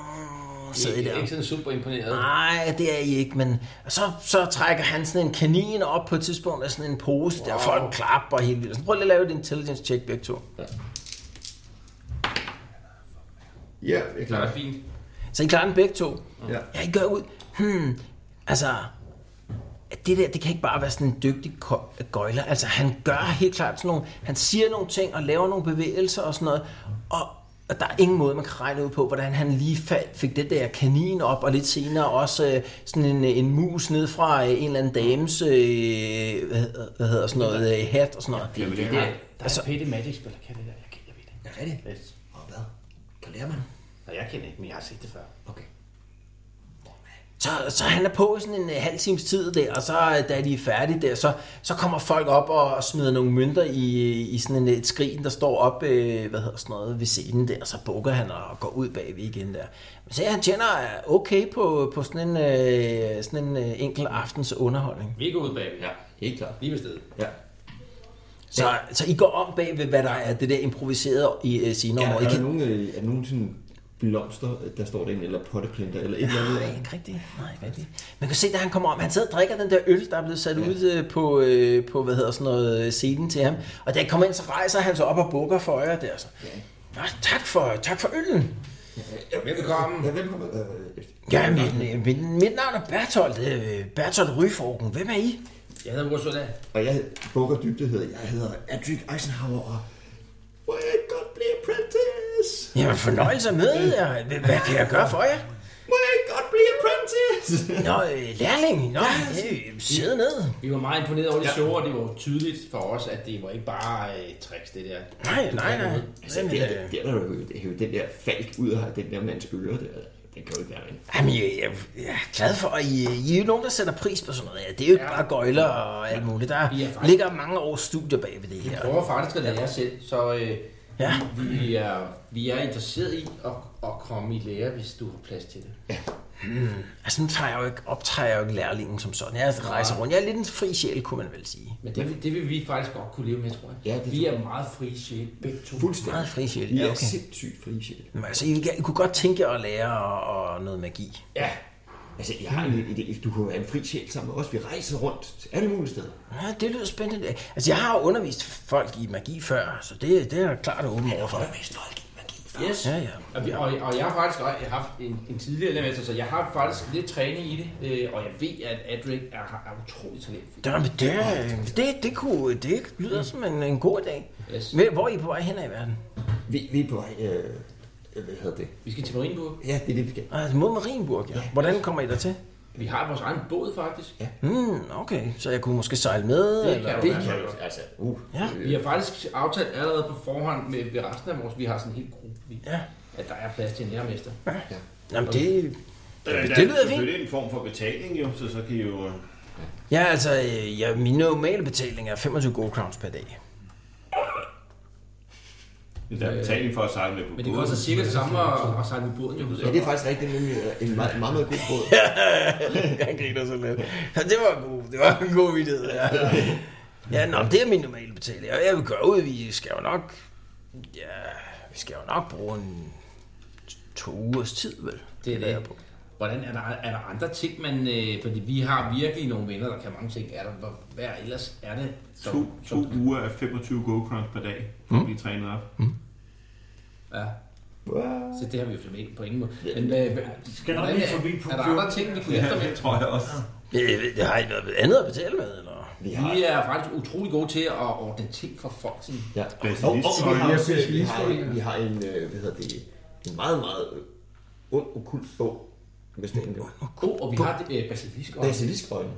S2: sidde
S3: Jeg er
S2: der. Ah.
S3: ikke sådan super imponeret.
S2: Nej, det er I ikke, men og så, så trækker han sådan en kanin op på et tidspunkt af sådan en pose, wow. der folk klapper helt vildt. Så prøv lige at lave et intelligence check begge to.
S4: Ja, jeg
S3: Det
S4: klarer
S3: er
S4: det.
S3: fint.
S2: Så I klarer den begge to.
S4: Ja.
S2: Ja, I gør ud. Hmm, altså, at det der, det kan ikke bare være sådan en dygtig ko- gøjler. Altså, han gør helt klart sådan nogle, han siger nogle ting og laver nogle bevægelser og sådan noget, og, og der er ingen måde, man kan regne ud på, hvordan han lige fa- fik det der kanin op, og lidt senere også øh, sådan en, en mus ned fra øh, en eller anden dames, øh, hvad, hedder- hvad hedder sådan noget, øh, hat og sådan noget.
S3: Det er
S2: der-
S3: det. Der
S2: altså-
S3: er Petty Magic spiller, kan det der. Jeg, kan, jeg ved det. Jeg kan det? Yes.
S4: Og hvad? Kan lære man?
S3: Nej, jeg kender ikke, men jeg har set det før.
S4: Okay.
S2: Så, så han er på i sådan en øh, halv times tid der, og så øh, da de er færdige der, så, så kommer folk op og, og smider nogle mønter i, øh, i sådan en, et skrin, der står op øh, hvad hedder sådan noget, ved scenen der, og så bukker han og går ud bagved igen der. Men så han tjener øh, okay på, på sådan en, øh, sådan en øh, enkelt aftens underholdning.
S3: Vi går ud bag. Ja.
S4: Helt klart.
S3: Lige ved stedet.
S4: Ja.
S2: Så, så I går om bag ved, hvad der er det der improviserede i øh, senere
S4: Er,
S2: ja,
S4: er,
S2: område. I
S4: der
S2: kan,
S4: nogen, øh, er der nogen sådan blomster, der står derinde, eller potteplanter, eller et eller andet?
S2: Nej, ikke rigtigt. Nej, ikke rigtigt. Man kan se, da han kommer om, han sidder og drikker den der øl, der er blevet sat ja. ud øh, på, øh, på, hvad hedder sådan noget, øh, scenen til ham. Og da han kommer ind, så rejser han sig op og bukker for øjet der. Så. Nå, tak for, tak for øllen.
S3: Velkommen.
S4: Ja, velkommen. Øh,
S2: Ja, mit, øh, mit, mit navn er Bertolt, øh, Bertolt Ryforken. Hvem er I?
S3: Jeg hedder Ursula.
S4: Og jeg hed- bukker dybde hedder, jeg hedder Adric Eisenhower, og må jeg ikke godt blive apprentice?
S2: Jamen, fornøjelse med jer. Hvad hvad kan jeg gøre for jer?
S4: Må jeg ikke godt blive apprentice?
S2: Nå, øh, lærling. Nå, øh, sid ned.
S3: Vi var meget imponeret over det ja. show, og det var tydeligt for os, at det var ikke bare øh, tricks, det der.
S2: Nej, nej, nej.
S4: altså, det
S2: Jamen,
S4: er,
S2: øh,
S4: det er der jo det er jo den der falk ud af den der mands ører der. Den kan jo ikke være rent.
S2: Jamen, jeg, jeg, jeg er glad for, at I, I er jo nogen, der sætter pris på sådan noget. Ja, det er jo ikke bare gøjler og alt muligt. Der
S3: Vi er
S2: ja,
S3: faktisk-
S2: ligger mange års studier bag ved det
S3: Jeg
S2: her.
S3: prøver faktisk at lære jer selv, så øh,
S2: Ja.
S3: vi, er, vi er interesseret i at, at komme i lære, hvis du har plads til det.
S2: Altså, nu tager jeg jo ikke, optager jeg jo ikke lærlingen som sådan. Jeg rejser rundt. Jeg er lidt en fri sjæl, kunne man vel sige.
S3: Men det, vil- det vil vi faktisk godt kunne leve med, tror jeg.
S4: Ja, det
S3: vi
S4: tror
S3: er meget frie sjæl, begge to.
S2: Meget fri sjæl.
S4: Vi
S2: Ja,
S4: er
S2: okay.
S4: sindssygt frie sjæl.
S2: Men altså, I, vil gerne- I kunne godt tænke jer at lære og, og noget magi.
S3: Ja,
S4: Altså, jeg har en idé. Du kunne være en fri sjæl sammen med os. Vi rejser rundt til alle mulige steder.
S2: Ja, det lyder spændende. Altså, jeg har jo undervist folk i magi før, så det, det er jeg klart åben over for.
S4: Mest folk i magi.
S3: Yes.
S2: Ja, ja.
S3: Og, vi- og, og jeg har faktisk også haft en, en tidligere elementor, så jeg har faktisk lidt træning i det, øh, og jeg ved, at Adric er, er utrolig talentfuld.
S2: Det, det, det, det, det, kunne, det lyder som en, en god dag.
S3: Yes.
S2: Men Hvor er I på vej hen i verden?
S4: Vi, vi er på vej... Øh, hvad hedder det?
S3: Vi skal til Marienburg.
S4: Ja, det er det, vi skal.
S2: Altså, mod Marienburg, ja. Hvordan kommer I der til?
S3: Vi har vores egen båd, faktisk.
S2: Hmm, okay. Så jeg kunne måske sejle med?
S3: Det
S2: eller?
S3: kan
S4: Det
S3: du
S4: kan jo, altså... Uh.
S2: Ja.
S3: Vi har faktisk aftalt allerede på forhånd med, med resten af vores, vi har sådan en hel gruppe, vi-
S2: Ja.
S3: at der er plads til en lærermester.
S2: Jamen, det...
S8: Der,
S2: det lyder
S8: der er
S2: fint.
S8: selvfølgelig en form for betaling, jo, så så kan I jo... øh,
S2: Ja, altså, øh, ja, min normale betaling er 25 gold crowns per dag.
S8: Der er betaling for at sejle med på
S3: Men det
S8: båden.
S3: koster cirka det samme at, at sejle med båden, jo.
S4: Ja, det er faktisk rigtigt, nemlig øh, en meget, meget, meget god båd.
S2: Jeg griner så lidt. Ja, Det var en god, det var en god vidighed, ja. Ja, nå, men det er min normale betaling. Og jeg vil gøre ud, vi skal jo nok... Ja, vi skal jo nok bruge en to ugers tid, vel?
S3: Det er
S2: gætter jeg
S3: det. Hvordan er der, er der andre ting, man... Øh, fordi vi har virkelig nogle venner, der kan mange ting. Er der, hvor- hvad ellers er det? som-
S8: To, to uger af 25 go crowns per dag,
S2: Mm.
S8: for at blive trænet op.
S3: Ja,
S4: Wow.
S3: så det har vi jo med på ingen måde. Men, øh,
S5: Skal nok
S3: hvordan
S5: lige
S3: er-
S5: forbi
S3: Er der
S5: Pukio.
S3: andre ting, vi kunne efter med?
S8: tror jeg også.
S2: Øh, Det har I noget andet at betale med, eller?
S4: Vi har...
S3: Vi er faktisk utrolig gode til at ordne ting for folk. Sådan.
S4: Ja.
S8: Basilisk.
S4: Og, og, vi har,
S7: Ja,
S4: også, vi
S7: basilisk.
S4: har, en- vi har en, øh, hvad hedder det, en meget, meget øh, ond okult bog med sten. jo.
S3: God, og vi har det, øh, basilisk også.
S4: Basiliskøjne.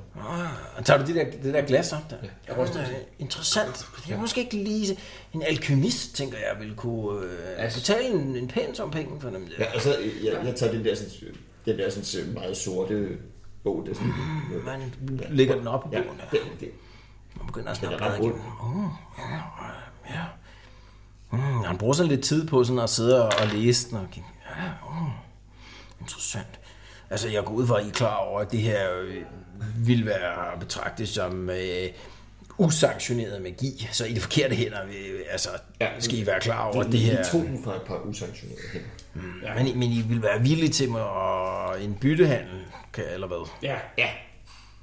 S2: Ah, tager du det der, det der glas op der? Ja, det er interessant. Det er måske ikke lige... så- En alkymist, tænker jeg, ville kunne øh,
S3: Altså-
S2: betale en, en pæn som penge for dem. Der.
S4: Ja, og så, øh, jeg, jeg tager den der, sådan, øh, den der sådan, øh, meget sorte bog, der sådan... øh,
S2: Man lægger den op på
S4: Ja,
S2: bordet.
S4: det, det,
S2: Man begynder at
S4: Den
S2: snakke
S4: er
S2: meget
S4: ret
S2: igen.
S4: rund.
S2: Uh, ja, ja. Mm, han bruger sådan lidt tid på sådan at sidde og, og læse den. Og, kigge. ja, uh, interessant. Altså, jeg går ud fra, at I er klar over, at det her øh, vil være betragtet som øh, usanktioneret magi. Så i de forkerte hænder, øh, altså, ja,
S4: Ja.
S2: skal I være klar over, at
S4: det,
S2: det her...
S4: Vi tog den fra et par usanktionerede hænder.
S2: Ja. Men, I- men I vil være villige til mig og en byttehandel, kan, eller hvad?
S3: Ja, ja.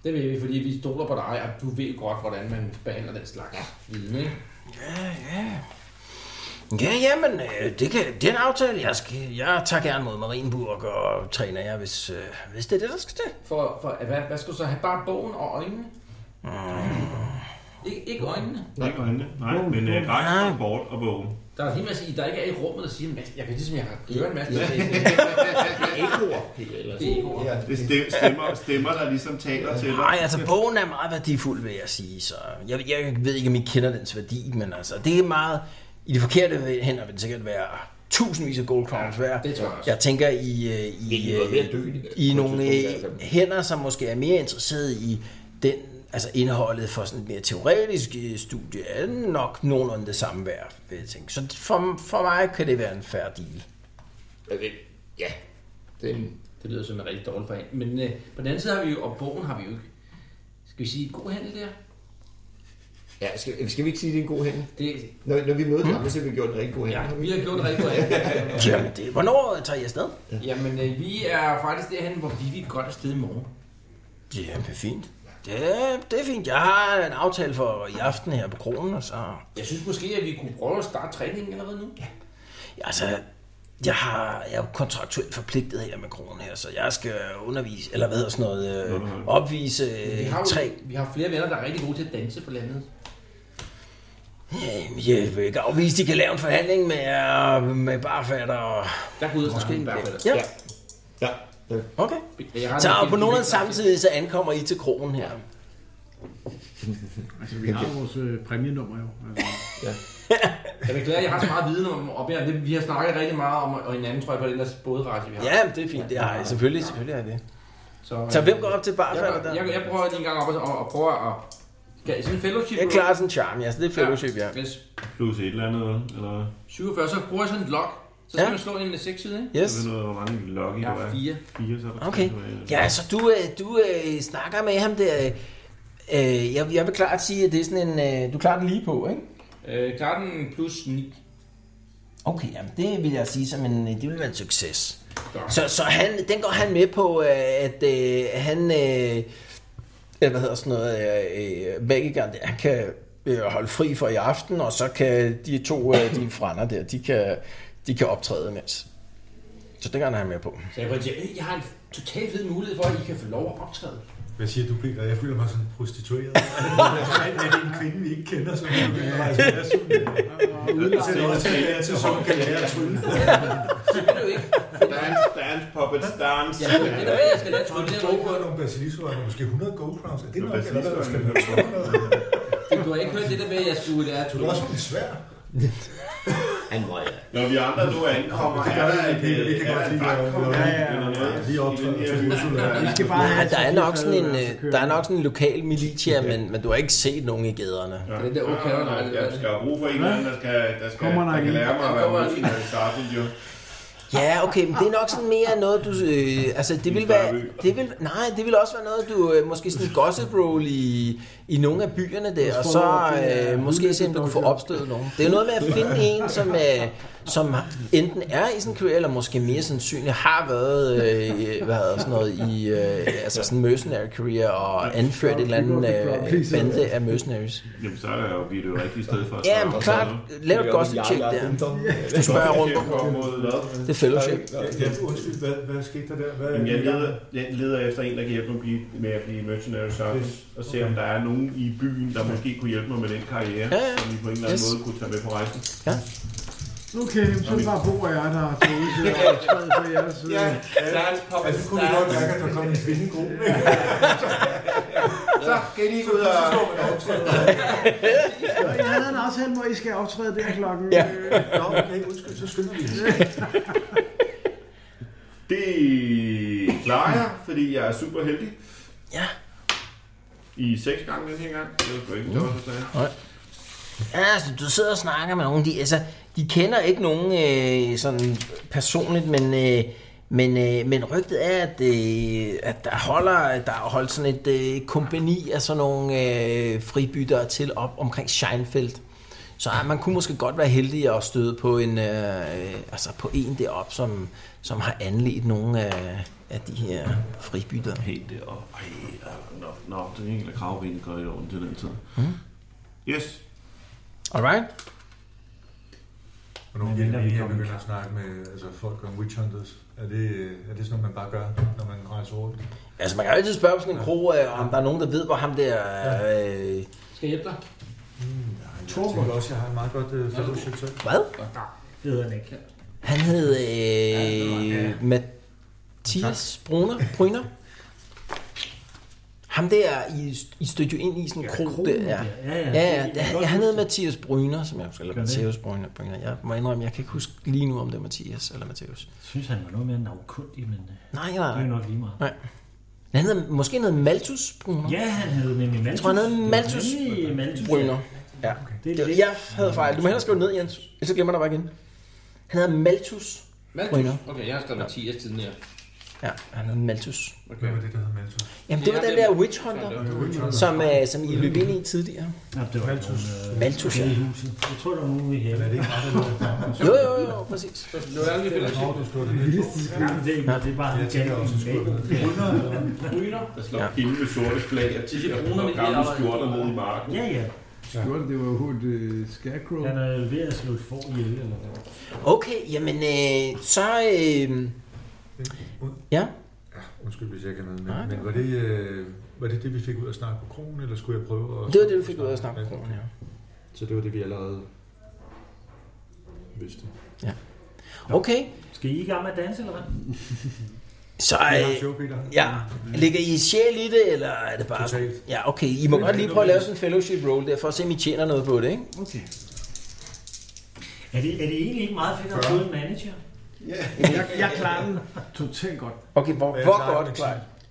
S3: Det ved vi, fordi vi stoler på dig, og du ved godt, hvordan man behandler den slags viden, ikke?
S2: Ja, jamen, øh, det, kan, det er en aftale. Jeg, skal, jeg tager gerne mod Marienburg og træner jer, hvis, øh, hvis det er det, der skal til.
S3: For, for hvad, hvad skal du så have? Bare bogen og øjnene? Ikke, ikke øjnene.
S8: Nej, ikke øjnene. Nej, men øh, gratis og bort og bogen.
S3: Der er en hel masse i, der ikke er i rummet, der siger en masse. Jeg ved ligesom, jeg har hørt en masse. Det
S4: Ekoer, det er ellers.
S3: er ikke ord.
S8: Det er stem- stemmer, stemmer, der ligesom taler til dig.
S2: Nej, altså, bogen er meget værdifuld, vil jeg sige. Så jeg, jeg ved ikke, om I kender dens værdi, men altså, det er meget... I de forkerte hænder vil det sikkert være tusindvis af gold crowns værd.
S3: det tror jeg også.
S2: Jeg tænker i, øh, i,
S4: er noget
S2: øh,
S4: ved at dø i det.
S2: i
S4: På et
S2: nogle øh,
S4: tidspunkt, i hvert fald.
S2: hænder, som måske er mere interesseret i den, altså indholdet for sådan et mere teoretisk øh, studie, er nok nogenlunde det samme værd, vil jeg tænke. Så for, for mig kan det være en fair deal.
S4: Altså, ja, det er en...
S3: Det lyder som en rigtig dårlig forhandling. Men øh, på den anden side har vi jo, og bogen har vi jo ikke. Skal vi sige god handel der?
S4: Ja, skal, skal vi ikke sige, at det er en god handel?
S3: Det,
S4: Når, når vi møder
S2: Hmm?
S4: mm. ham, så har vi gjort en rigtig god handel.
S3: ja,
S4: har
S3: vi
S4: vi
S3: har gjort en rigtig god handel.
S2: Jamen, det, hvornår tager I afsted?
S3: Jamen, øh, vi er faktisk derhen, hvor vi vil godt afsted i morgen.
S2: Ja, det er fint. Det, det er fint. Jeg har en aftale for i aften her på kronen, og så...
S3: Jeg synes måske, at vi kunne prøve at starte træningen allerede nu. Ja.
S2: Ja, Altså, jeg, har, jeg er jo kontraktuelt forpligtet her med kronen her, så jeg skal undervise, eller hvad hedder sådan noget, øh, opvise
S3: Vi har,
S2: øh, tre.
S3: jo, vi har flere venner, der er rigtig gode til at danse på landet.
S2: Jamen, Jeg vil ikke afvise, de kan lave en forhandling med, øh, med barfatter og...
S3: Der kunne ud og snakke i hvert fald.
S2: Ja,
S4: Ja, ja.
S2: okay.
S3: Jeg har
S2: Så
S3: en-
S2: og på nogle af samtidig, så ankommer I til kronen her.
S7: Altså, vi har vores øh, præmienummer jo. Altså,
S3: Jeg beklager, jeg har så meget viden om op her. Det- Vi har snakket rigtig meget om og en anden trøje på den der bådradio, vi har.
S2: Ja, men det er fint. Det har jeg. Selvfølgelig, selvfølgelig har jeg det.
S3: Så,
S2: Så
S3: øh,
S2: hvem går op til barfatter
S3: jeg,
S2: der?
S3: jeg, jeg, prøver lige en gang op og, og, og prøver at... Skal jeg sådan en fellowship?
S2: Jeg klarer sådan en charme, ja, så det er fellowship, ja.
S3: Hvis
S8: Plus et eller andet, eller?
S3: 47, så bruger jeg sådan en log. Så skal
S2: Ja.
S3: man slå en 6 side, ikke?
S8: Jeg
S2: Yes.
S8: ved noget, hvor mange lucky
S3: Jeg
S8: du
S3: har
S8: er.
S3: fire.
S8: Fire, så er der
S2: Okay.
S8: tre, du er-
S2: Ja, så du, øh, du øh, snakker med ham der. øh, Øh, jeg, jeg vil klart sige, at det er sådan en... Øh, du klarer den lige på, ikke?
S3: Øh, klarer den plus 9.
S2: Okay, jamen det vil jeg sige som en... øh, Det vil være en succes. Så, så han, den går han med på, øh, at øh, han, øh, øh, hvad hedder sådan noget, øh, øh, magikeren der, han kan øh, holde fri for i aften, og så kan de to, øh, dine frænder der, de kan, de kan optræde imens. Så det går han med på.
S3: Så jeg går til, "Øh, jeg har en totalt fed mulighed for, at I kan få lov at optræde.
S6: Hvad siger du, Peter? Jeg føler mig sådan prostitueret. er det en kvinde, vi ikke kender, som er ude Jeg sætter også til, at sæsonen kan lære at trylle.
S3: Det kan du ikke.
S8: Dance, dance, puppets, dance.
S3: Jeg ved, det er jeg skal lade trylle.
S6: Du har nogle basilisser og måske 100 GoPros. Er det nok, eller hvad der skal
S8: Basiliserne.
S3: Du har ikke hørt det der med, at jeg skulle lære at
S6: Du
S3: trylle.
S6: er også en svær.
S4: Han røg af.
S8: Når vi andre nu ankommer,
S6: Det
S8: er
S6: gør
S8: der
S6: vi,
S8: et,
S6: vi kan- vi kan
S8: er
S6: godt
S8: der et
S6: lide at-
S8: vagtkommando
S6: Ja,
S5: ja,
S8: eller noget?
S6: Vi optræder
S8: i
S6: til
S8: den her
S6: Ursula.
S7: Vi skal bare
S2: Ja,
S7: have
S2: der er
S7: tre
S2: nok sådan en,
S7: fadøl, og så
S2: øh,
S7: kører
S2: der er
S7: vi.
S2: nok sådan en lokal militia, men, men du har ikke set nogen i gaderne.
S3: Det er der okay,
S8: Ja,
S3: nej, det er
S8: Jeg
S3: det.
S8: skal have brug for en eller anden, der skal, der skal,
S7: Kommer
S8: der
S7: nok
S8: kan
S7: en.
S8: lære mig at være
S3: Kommer nok en.
S8: original starting, jo.
S2: Ja, okay, men det er nok sådan mere noget, du... Øh, altså, det vil være... Det vil, nej, det vil også være noget, du... Øh, måske sådan en gossip roll i, i nogle af byerne der, og så øh, måske se, om du kunne få opstødet nogen. Det er noget med at finde en, som, øh, som enten er i sådan en kø, eller måske mere sandsynligt har været øh, hvad hedder sådan noget i... Øh, altså sådan en mercenary career, og anført et eller andet øh, bande af mercenaries.
S8: Jamen, så er jo- vi er det jo rigtige sted for at
S2: Ja,
S8: starte.
S2: men klart. Lav et gossip check der. Du spørger rundt om
S8: Kom mod hvad?
S2: det er fellowship.
S6: Ja, undskyld, hvad, hvad skete der der? Hvad,
S8: Jamen, Jeg leder, jeg leder efter en, der kan hjælpe mig blive- med at blive mercenary service, og se om der er nogen i byen, der måske kunne hjælpe mig med den karriere,
S2: Ja, ja.
S8: som vi på en eller anden
S2: Yes.
S8: måde kunne tage med på rejsen.
S7: Okay, så er det bare Bo og jeg, der har taget ud til at optræde for jeres... øh,
S6: Altså, kunne vi godt mærke, at der kom en kvindegruppe.
S8: Så kan I gå ud og...
S7: og Jeg havde en aftale, hvor I skal optræde der klokken...
S2: Ja.
S7: øh,
S6: Nå, okay, undskyld, så skynder vi os.
S8: Det klarer jeg, fordi jeg er super heldig.
S2: Ja.
S8: I seks gange den her gang. Det var sgu ikke, det var så svært.
S2: Ja, altså, du sidder og snakker med nogen. De, altså, de kender ikke nogen øh, sådan personligt, men, øh, men, øh, men rygtet er, at, øh, at der, holder, der er holdt sådan et øh, kompani af sådan nogle øh, fribyttere til op omkring Scheinfeldt. Så øh, man kunne måske godt være heldig at støde på en, øh, øh, altså på en deroppe, som, som har anledt nogle af, af de her fribyttere.
S8: Helt deroppe. Ej, ja, nå, nå, det er egentlig kravbenet gør i orden til den tid. Mm. Yes.
S2: Alright?
S6: Hvornår
S5: Men
S6: vi
S5: venter, vi
S6: jeg
S5: kommer.
S6: begynder at snakke med altså, folk om witch hunters? Er det, er det sådan noget, man bare gør, når man rejser rundt?
S2: Altså, man kan jo altid spørge på sådan en kro, øh, om der er nogen, der ved, hvor ham der... Øh,
S3: Skal jeg hjælpe dig?
S6: Tror du også, jeg har en meget godt uh, fellowship selv?
S2: hvad?
S5: Det hedder han ikke.
S2: Han hed øh, Mathias Bruner, Bryner. Ham der, I, I stødte jo ind i sådan en krog der. Ja,
S5: Ja, ja.
S2: ja, ja, ja han hed Mathias Bryner, som jeg husker, eller Mathias Bryner, Bryner. Jeg må indrømme, jeg kan ikke huske lige nu, om det er Mathias eller Mathias.
S5: Jeg synes, han var noget mere navkundig, men øh,
S2: Nej,
S5: det er
S2: nej, nej.
S5: jo nok lige meget.
S2: Men Han hed, måske han hed Malthus Bryner.
S5: Ja, han hed nemlig Malthus. Jeg
S2: tror, han hed Malthus
S5: Malthus.
S2: Bryner. Ja.
S5: Det er
S2: Det,
S5: lidt.
S2: jeg havde fejl. Du må hellere skrive det ned, Jens. Ellers så glemmer jeg dig bare igen. Han hedder Malthus. Bryner.
S3: Malthus. Okay, jeg har skrevet Mathias tidligere.
S2: Ja, han hedder Malthus.
S6: Hvad var det, der hedder Malthus?
S2: Jamen, det var
S3: Ja,
S2: den
S3: det-
S2: der Witch Hunter,
S6: Witch hunter.
S2: som, øh, som I løb ind i tidligere.
S5: Nå, det var
S6: Malthus.
S5: nogen, øh,
S2: Malthus, ja.
S5: i huset. Jeg tror, der var nogen i her.
S6: Er det ikke meget, der hedder
S2: Jo, jo, jo, jo, præcis.
S3: Nu er det, vi finder
S6: Nå, du skriver det lidt.
S5: Ja, det, er ikke- det er bare han
S6: Jeg tænker også, at
S5: gav
S6: skriver
S5: en
S6: det. Bryner, eller hvad?
S3: Bryner.
S8: Der slår ja. kæmpe sorte flag og
S3: Det
S8: tiger
S3: er kroner med
S8: og
S3: de
S8: gamle
S3: der-
S8: skjorter ned i marken.
S5: Ja, ja.
S9: Skjorte, det var jo hovedet
S7: øh,
S9: uh, Scarecrow.
S5: Han er ved at slå et for ihjel, eller hvad.
S2: Okay, jamen, øh, så... Øh, ja,
S6: Undskyld, hvis jeg kan noget med. Men var det, øh, var det det, vi fik ud at snakke på kronen, eller skulle jeg prøve at...
S2: det var det, du fik ud af at snakke med kronen, ja.
S6: Så det var det, vi allerede vidste.
S2: Okay,
S5: Skal I i gang med at danse, eller hvad?
S2: så...
S6: Vi har et
S2: Øh,
S6: show, Peter.
S2: ja, ligger I sjæl i det, eller er det bare... sådan-
S6: Totalt.
S2: Ja, okay, I må godt lige prøve at lave sådan en fellowship roll der, for at se, om I tjener noget på det, ikke?
S9: Okay.
S5: Er det, er det egentlig ikke meget fedt at få en manager?
S7: Jeg, jeg klarer den totalt godt.
S2: Okay, hvor,
S6: Hvad
S2: hvor
S6: så,
S2: godt,
S6: Alex?
S2: Clyde?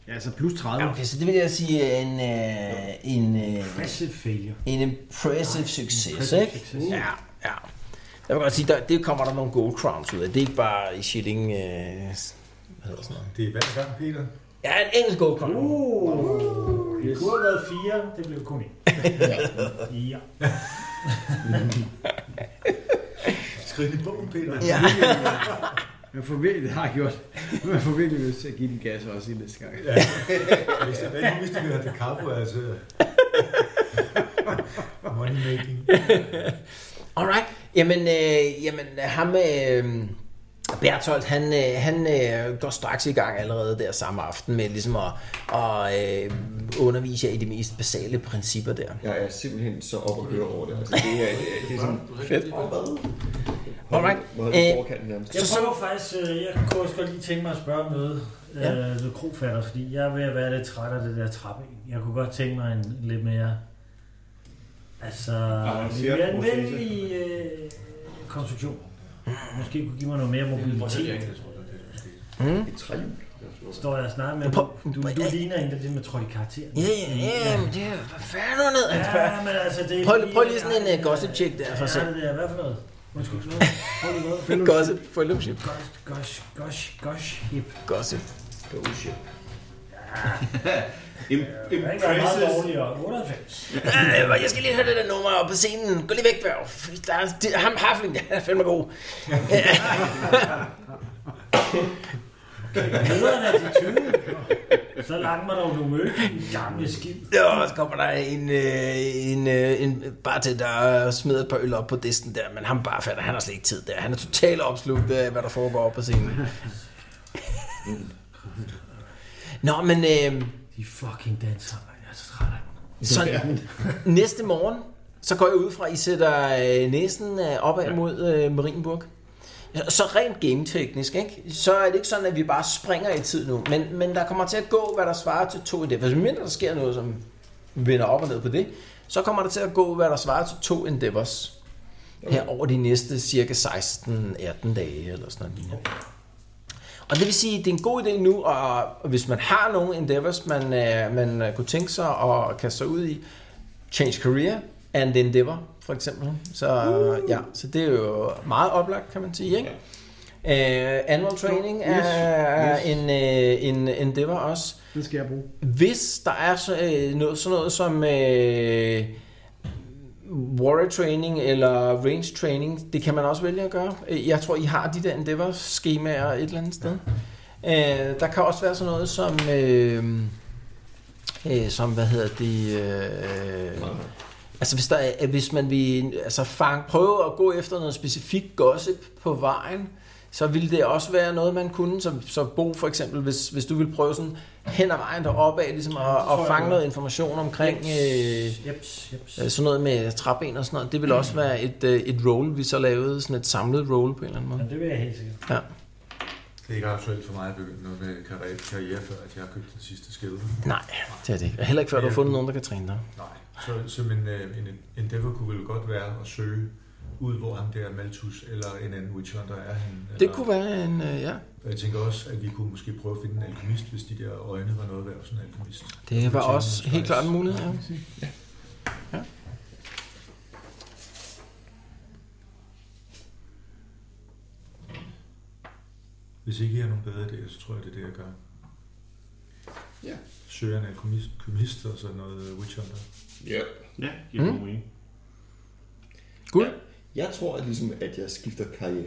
S7: Ja, altså plus 30.
S2: Ja, Okay, så det vil jeg sige en, øh, en, øh,
S5: Massive failure.
S2: en impressive success, ikke? Ja, ja. Jeg vil godt sige, der, det kommer der nogle gold crowns ud af. Det er ikke bare i shitting... Øh, hvad hedder sådan noget?
S6: Det er hver gang, Peter.
S2: Ja, en engelsk gold crown.
S5: Uh, det kunne have været fire, det blev kun en. ja.
S6: Skriv i bogen, Peter.
S2: Ja.
S7: Jeg får virkelig, det har jeg gjort. Men jeg får virkelig lyst til at give den gas også i næste gang.
S6: Ja. Hvis det ikke vidste, at det DiCaprio, altså... Money making.
S2: Alright. Jamen, øh, jamen ham, øh, Bertolt, han, øh, han øh, går straks i gang allerede der samme aften med ligesom at, at øh, undervise jer i de mest basale principper der.
S4: Jeg er simpelthen så op og køre over det. Altså, det, er, det, er, det er sådan... Fedt.
S2: Alright.
S4: Hvor er
S2: Øh,
S4: det overkanten nærmest?
S5: Jeg
S2: Så-
S5: prøver faktisk, øh, jeg kunne også godt lige tænke mig at spørge om noget,
S2: Ja.
S5: ja. øh, noget krofatter, fordi jeg er ved at være lidt træt af det der trappe. Jeg kunne godt tænke mig en lidt mere, altså, lidt
S8: Avanceret
S5: mere
S8: proces,
S5: anvendelig øh, konstruktion. Måske kunne give mig noget mere mobilitet.
S6: Jeg tror, det er det, måske.
S4: Et træhjul.
S5: Står jeg snart med,
S2: Prøv-
S5: du, du ligner en, der lige med trådt i karakter.
S2: Ja, ja, ja, men det er... Hvad fanden er ned? Han spørger.
S5: Ja, men altså, det er
S2: Prøv-
S5: fordi,
S2: prøv lige sådan en,
S5: jeg-
S2: øh, gossip check der for
S5: Ja,
S2: selv.
S5: det er hvad for noget? Undskyld. Prøv lige noget.
S2: Gossip. Fellowship.
S5: Gosh, gosh, gosh, gosh, hip.
S2: Gossip.
S8: Im-
S5: Jeg er ikke været meget
S8: impresses,
S5: dårligere. 98.
S2: Øh, jeg skal lige høre det der nummer op på scenen. Gå lige væk, Børg. Der er, det, ham Hafling, han er fandme god.
S5: Nederen er de 20. Så langt mig dog du mødte din gamle skid.
S2: Og så kommer der en, øh, en, øh, en bartender og smider et par øl op på disken der, men ham bare fatter, han har slet ikke tid der. Han er totalt opslugt af, hvad der foregår op på scenen. Nå, men øh,
S5: De fucking danser, man. Jeg er så træt af dem.
S2: så næste morgen, så går jeg ud fra, at I sætter øh, næsen øh, opad mod øh, Marienburg. Ja, Så rent gameteknisk, ikke? så er det ikke sådan, at vi bare springer i tid nu, men, men der kommer til at gå, hvad der svarer til to endeavors. Hvis mindre der sker noget, som vender op og ned på det, så kommer der til at gå, hvad der svarer til to endeavors her over de næste cirka 16-18 dage eller sådan noget. lignende. Og det vil sige, at det er en god idé nu, og hvis man har nogle endeavors, man, øh, man øh, kunne tænke sig at kaste sig ud i, change career and endeavor, for eksempel. Så, uh. ja, så det er jo meget oplagt, kan man sige. Ikke? Uh, annual training yes. er yes. en, øh, en endeavor også.
S7: Den skal jeg bruge.
S2: Hvis der er så, øh, noget, sådan noget som øh, warrior training eller range training, det kan man også vælge at gøre. Øh, Jeg tror, I har de der endeavor-skemaer et eller andet sted. Øh, der kan også være sådan noget som, øh, øh, som hvad hedder det... Øh, Altså hvis, der er, hvis man vil altså fang, prøve at gå efter noget specifikt gossip på vejen, så ville det også være noget, man kunne, som, som Bo for eksempel, hvis, hvis du ville prøve sådan hen ad vejen deropad, ligesom at, at fange noget information omkring øh,
S5: Jeps, jeps.
S2: øh, sådan noget med træben og sådan noget. Det ville også være et, øh, et roll, vi så lavede, sådan et samlet roll på en eller anden måde.
S5: Jamen, det vil jeg helt sikkert.
S2: Ja.
S6: Det er ikke aktuelt for mig at begynde noget med karriere, karriere før at jeg har købt den sidste skede.
S2: Nej, det er det ikke. Og Heller ikke før du har fundet nogen, der kan træne dig.
S6: Nej. Så, så men, øh, en endeavor kunne vel godt være at søge ud, hvor ham der Malthus eller en anden witch hunter er han. Eller,
S2: Det kunne være en, øh, ja.
S6: Og Jeg tænker også, at vi kunne måske prøve at finde en alkemist, hvis de der øjne var noget værd, sådan en alkemist.
S2: Det var
S6: tænke
S2: også
S6: mig
S2: helt
S6: straks.
S2: klart en mulighed, ja.
S6: Hvis ikke I har nogen bedre idéer, så tror jeg, det er det, jeg gør.
S4: Ja.
S6: Søger en alkemist, alkemist og så noget øh, witch hunter.
S4: Ja.
S8: ja, giver mm. mening.
S4: Jeg tror at ligesom, at jeg skifter karriere.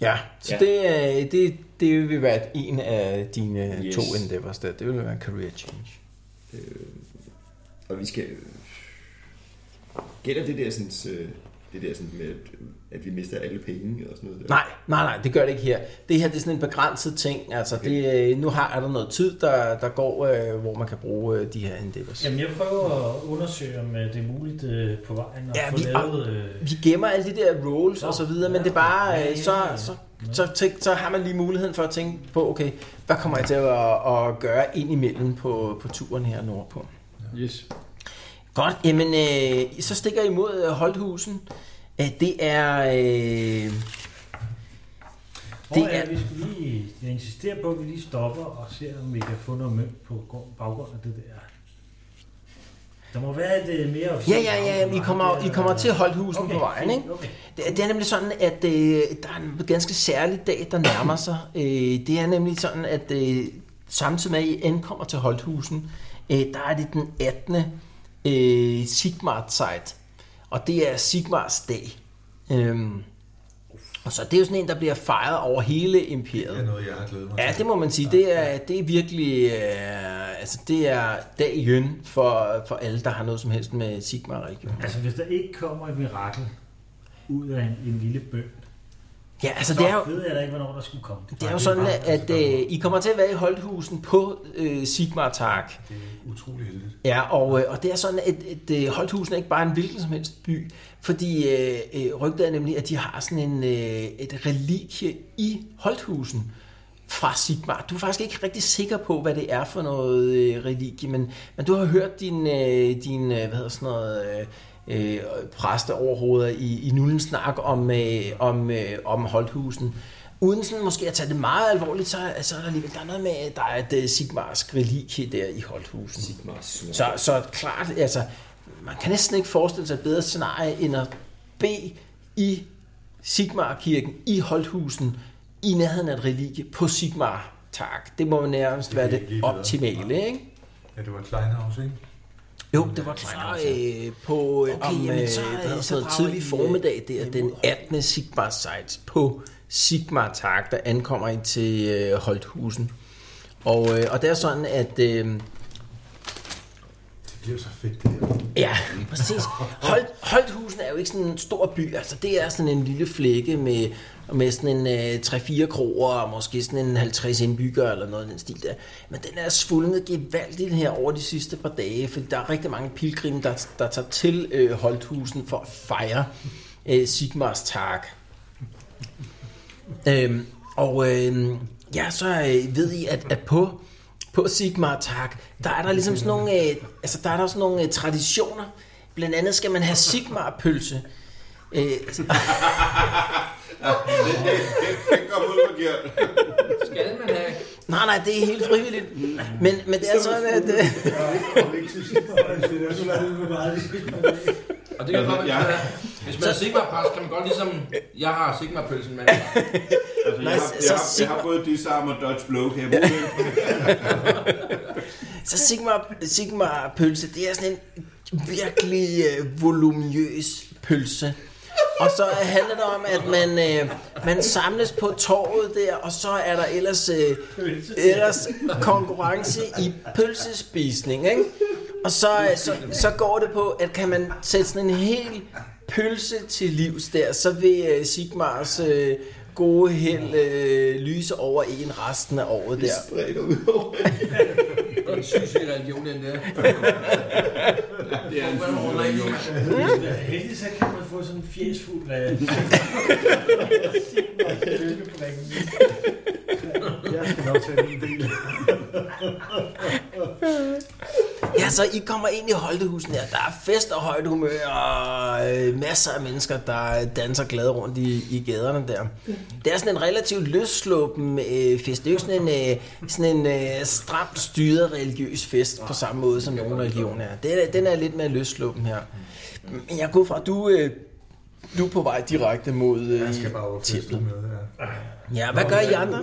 S2: Ja, så ja.
S4: Ja.
S2: Det, øh, det, det vil være en af dine yes.
S4: Yes.
S2: to endeavors der. Det vil være en career change.
S4: Og vi skal... øh, Gælder det der sådan... øh, Det der sådan med, at, at vi mister alle penge og sådan noget. Der.
S2: Nej, nej, nej, det gør det ikke her. Det her det er sådan en begrænset ting. Altså, det, øh, nu har er der noget tid, der, der går, øh, hvor man kan bruge øh, de her endeavors.
S5: Jamen, jeg prøver at undersøge, om øh, det er muligt øh, på vejen at
S2: Ja,
S5: få
S2: vi-
S5: lavet... Øh,
S2: Vi gemmer alle de der rolls og så videre, men det er bare, øh, så, så, så, tænk, så har man lige muligheden for at tænke på, okay, hvad kommer jeg til at, at gøre indimellem på, på turen her nordpå?
S7: Yes.
S2: Godt, jamen øh, så stikker I mod øh, Holthusen. Øh, det er... Øh,
S5: det
S2: det
S5: er...
S2: er-
S5: Jeg, vi skal lige, jeg insisterer på, at vi lige stopper og ser, om vi kan få noget mønt på grund- baggrund af det der. Der må være et øh, mere
S2: ja,
S5: officielt
S2: ja, ja,
S5: navn,
S2: I
S5: nej,
S2: kommer,
S5: det
S2: I
S5: er-
S2: kommer til Holthusen
S5: Okay,
S2: på vejen,
S5: fint,
S2: ikke?
S5: Okay.
S2: Det, det er nemlig sådan, at øh, der er en ganske særlig dag, der nærmer sig. Øh, det er nemlig sådan, at øh, samtidig med, at I ankommer til Holthusen, øh, der er det den 18. Øh, Sigmar-site. Og det er Sigmars dag. Øhm, Og så det er jo sådan en, der bliver fejret over hele imperiet.
S6: Det er noget, jeg har glædet mig
S2: Ja,
S6: til.
S2: det må man sige. Det er, det er virkelig... Øh, altså, det er dag i jøn for, for alle, der har noget som helst med Sigma-religion.
S5: Altså, hvis der ikke kommer et mirakel ud af en, en lille bøn,
S2: Ja, altså,
S5: så
S2: det er jo...
S5: ved jeg da ikke, hvornår der skulle komme.
S2: Det er jo sådan, at øh, I kommer til at være i Holthusen på øh, sigmar -tak.
S6: Det er utrolig heldigt.
S2: Ja, og, øh, og det er sådan, at, at øh, Holthusen er ikke bare en hvilken som helst by, fordi øh, øh, rygtet er nemlig, at de har sådan en, øh, et relikvie i Holthusen fra Sigmar. Du er faktisk ikke rigtig sikker på, hvad det er for noget øh, relikvie, men, men du har hørt din, øh, din øh, hvad hedder sådan noget, øh, øh, præste overhovedet i, i nullen snak om, øh, om, øh, om Holthusen. Uden sådan måske at tage det meget alvorligt, så, så er der alligevel der er noget med, at der er et øh, Sigmarsk relikvie der i Holthusen. Så, så klart, altså, man kan næsten ikke forestille sig et bedre scenarie, end at bede i Sigmar-kirken, i Holthusen, i nærheden af et religie på Sigmar. Tak. Det må nærmest
S6: Det
S2: være
S6: kan ikke
S2: det
S6: blive bedre.
S2: optimale, ikke?
S6: Ja, det var Kleinhaus, ikke?
S2: Jo, det var klart. Øh, på øh, okay, om, jamen, så,
S1: øh,
S2: øh,
S1: så
S2: så noget
S1: drager
S2: tidlig
S1: I, øh,
S2: formiddag der, den 18. Sigmar Sites på Sigmar Tak, der ankommer ind til øh, Holthusen. Og, øh, og det er sådan, at... Øh,
S6: Det bliver så fedt, det her.
S2: Ja, præcis. Holt, Holthusen er jo ikke sådan en stor by, altså det er sådan en lille flække med, med sådan en øh, 3-4 kroger og måske sådan en 50 indbyggere eller noget i den stil der. Men den er svulmet gevaldigt her over de sidste par dage, for der er rigtig mange pilgrim, der, der tager til øh, Holthusen for at fejre øh, Sigmars tak. Øhm, og øhm, ja, så øh, ved I, at, at på, på Sigmar Tak, der er der ligesom sådan nogle, øh, altså, der er der sådan nogle øh, traditioner. Blandt andet skal man have Sigmar-pølse. Øh,
S8: Den kom ud forkert.
S3: Skal man have?
S2: nej, nej, det er helt frivilligt. Men, men det er sådan, at... Øh,
S3: Og det kan
S8: Altså,
S3: godt
S8: jeg-
S3: være, hvis man er Sigmar-præst, kan man godt ligesom... Jeg har Sigmar-pølsen, men...
S8: Altså, jeg, har, jeg, har, jeg har både disarm og dodge blow. Kan jeg bruge det?
S2: Så Sigmar, Sigmar pølse, det er sådan en virkelig øh, volumøs pølse. Og så handler det om, at man, øh, man samles på torvet der, og så er der ellers, øh, ellers konkurrence i pølsespisning, ikke? Og så, øh, så, så går det på, at kan man sætte sådan en hel pølse til livs der, så vil øh, Sigmars øh, gode held øh, lyse over en resten af året der.
S4: Bredt ud over.
S3: Det er en syg religion, den der.
S8: Det er en
S3: Hvordan ruller I det?
S5: Heldig, så kan man få sådan en øh, fjesfuld af...
S7: Jeg skal nok tage min del.
S2: Ja, så I kommer ind i Holtehusen her. Der er fest og højt humør, og øh, masser af mennesker, der danser glade rundt i, i gaderne der. Det er sådan en relativt løssluppen øh, fest. Det er jo sådan en, øh, sådan en øh, stramt styret religiøs fest på samme måde, som nogle religioner er. Den er, den er lidt mere løssluppen her. Men jeg går fra, du, øh, du er på vej direkte mod
S6: Jeg skal
S2: øh,
S6: bare over
S2: templet.
S6: festen med, ja.
S2: Ja, hvad gør I andre?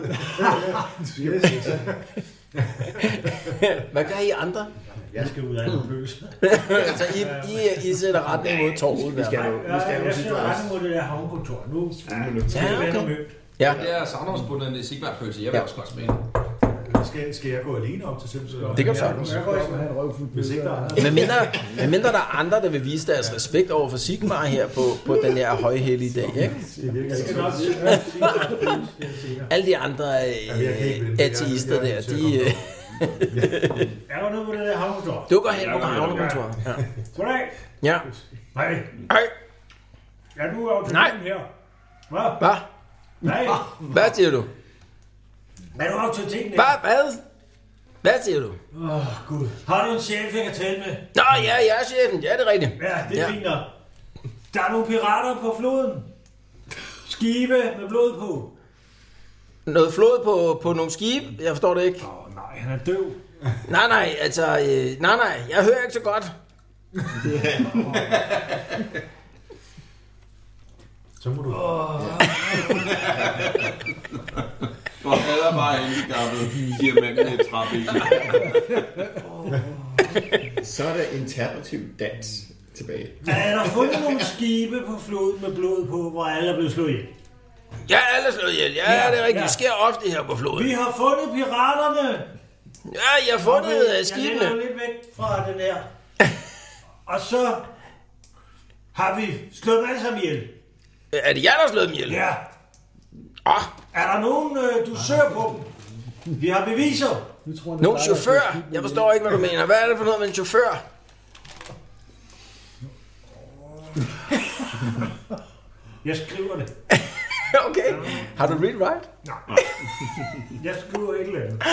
S2: hvad gør I andre?
S5: Jeg skal ud af en pølse.
S2: altså, I, I, I sætter retning mod torvet der.
S5: Ja, jeg skal rette mod det der havnkontor. Nu skal det
S2: Ja,
S5: være noget
S2: okay.
S5: mødt.
S2: Ja.
S3: Det er savnomsbunderne Sigmar-pølse. Jeg vil
S2: Ja.
S3: også godt smage den.
S6: Skal, skal jeg gå alene op til Simpson?
S2: Det kan du sagtens.
S5: Jeg går ikke
S9: Han røv fuld
S6: Hvis ikke der er andre.
S2: Men mindre, men mindre der er andre, der vil vise deres respekt over for Sigmar her på, på den her højhellige dag. Ikke?
S5: Jeg skal nok sige, det er sikkert.
S2: Alle de andre
S6: Jamen, jeg kan ikke
S2: øh,
S6: vente. Jeg-
S2: ateister
S6: jeg er
S2: der,
S6: nødt til at
S2: de
S6: komme
S2: øh,
S5: Er der noget på det der havnkontor?
S2: dukker hen på
S8: Jeg er nødt til at komme.
S2: havnekontoret. Ja.
S5: Goddag.
S2: ja.
S5: Nej,
S2: Hej,
S5: er du jo til
S2: Nej.
S5: den her? Hvad?
S2: hvad?
S5: Nej,
S2: Hvad siger du?
S5: er du autoriteten her?
S2: Hvad? Hvad? Hvad siger du?
S5: Åh, oh, Gud. Har du en chef, jeg kan tale med?
S2: Nå, ja, jeg er chefen. Ja, det er rigtigt.
S5: Ja, det
S2: Ja.
S5: er ja. fint nok. Der er nogle pirater på floden. Skibe med blod på.
S2: Noget flod på, på nogle skibe. Jeg forstår det ikke.
S5: Åh oh, nej, han er død.
S2: Nej, nej, altså... Øh, nej, nej, jeg hører ikke så godt.
S6: Så må du...
S8: Du hader bare handicappet, siger manden i trappen.
S4: Så er der alternativ dans tilbage.
S5: Er der fundet nogle skibe på floden med blod på, hvor alle er blevet slået ihjel?
S2: Ja, alle er slået ihjel. Ja, ja, det er rigtigt.
S5: ja.
S2: Det sker ofte her på floden.
S5: Vi har fundet piraterne!
S2: Ja, jeg har fundet øh,
S5: Jeg lægger dem
S2: skibene.
S5: lidt væk fra den her. Og så har vi slået dem alle sammen ihjel.
S2: Er det jer, der har slået dem ihjel?
S5: Ja.
S2: Åh,
S5: Er der nogen, øh, du søger på dem? Vi har beviser.
S7: Nu tror jeg,
S2: nogen
S7: det er dig, der
S2: chauffør.
S7: har slået
S2: Jeg forstår ikke, hvad du mener. Hvad er det for noget med en chauffør?
S5: Jeg skriver det.
S2: okay. Har du read right?
S5: Jeg skriver et eller andet.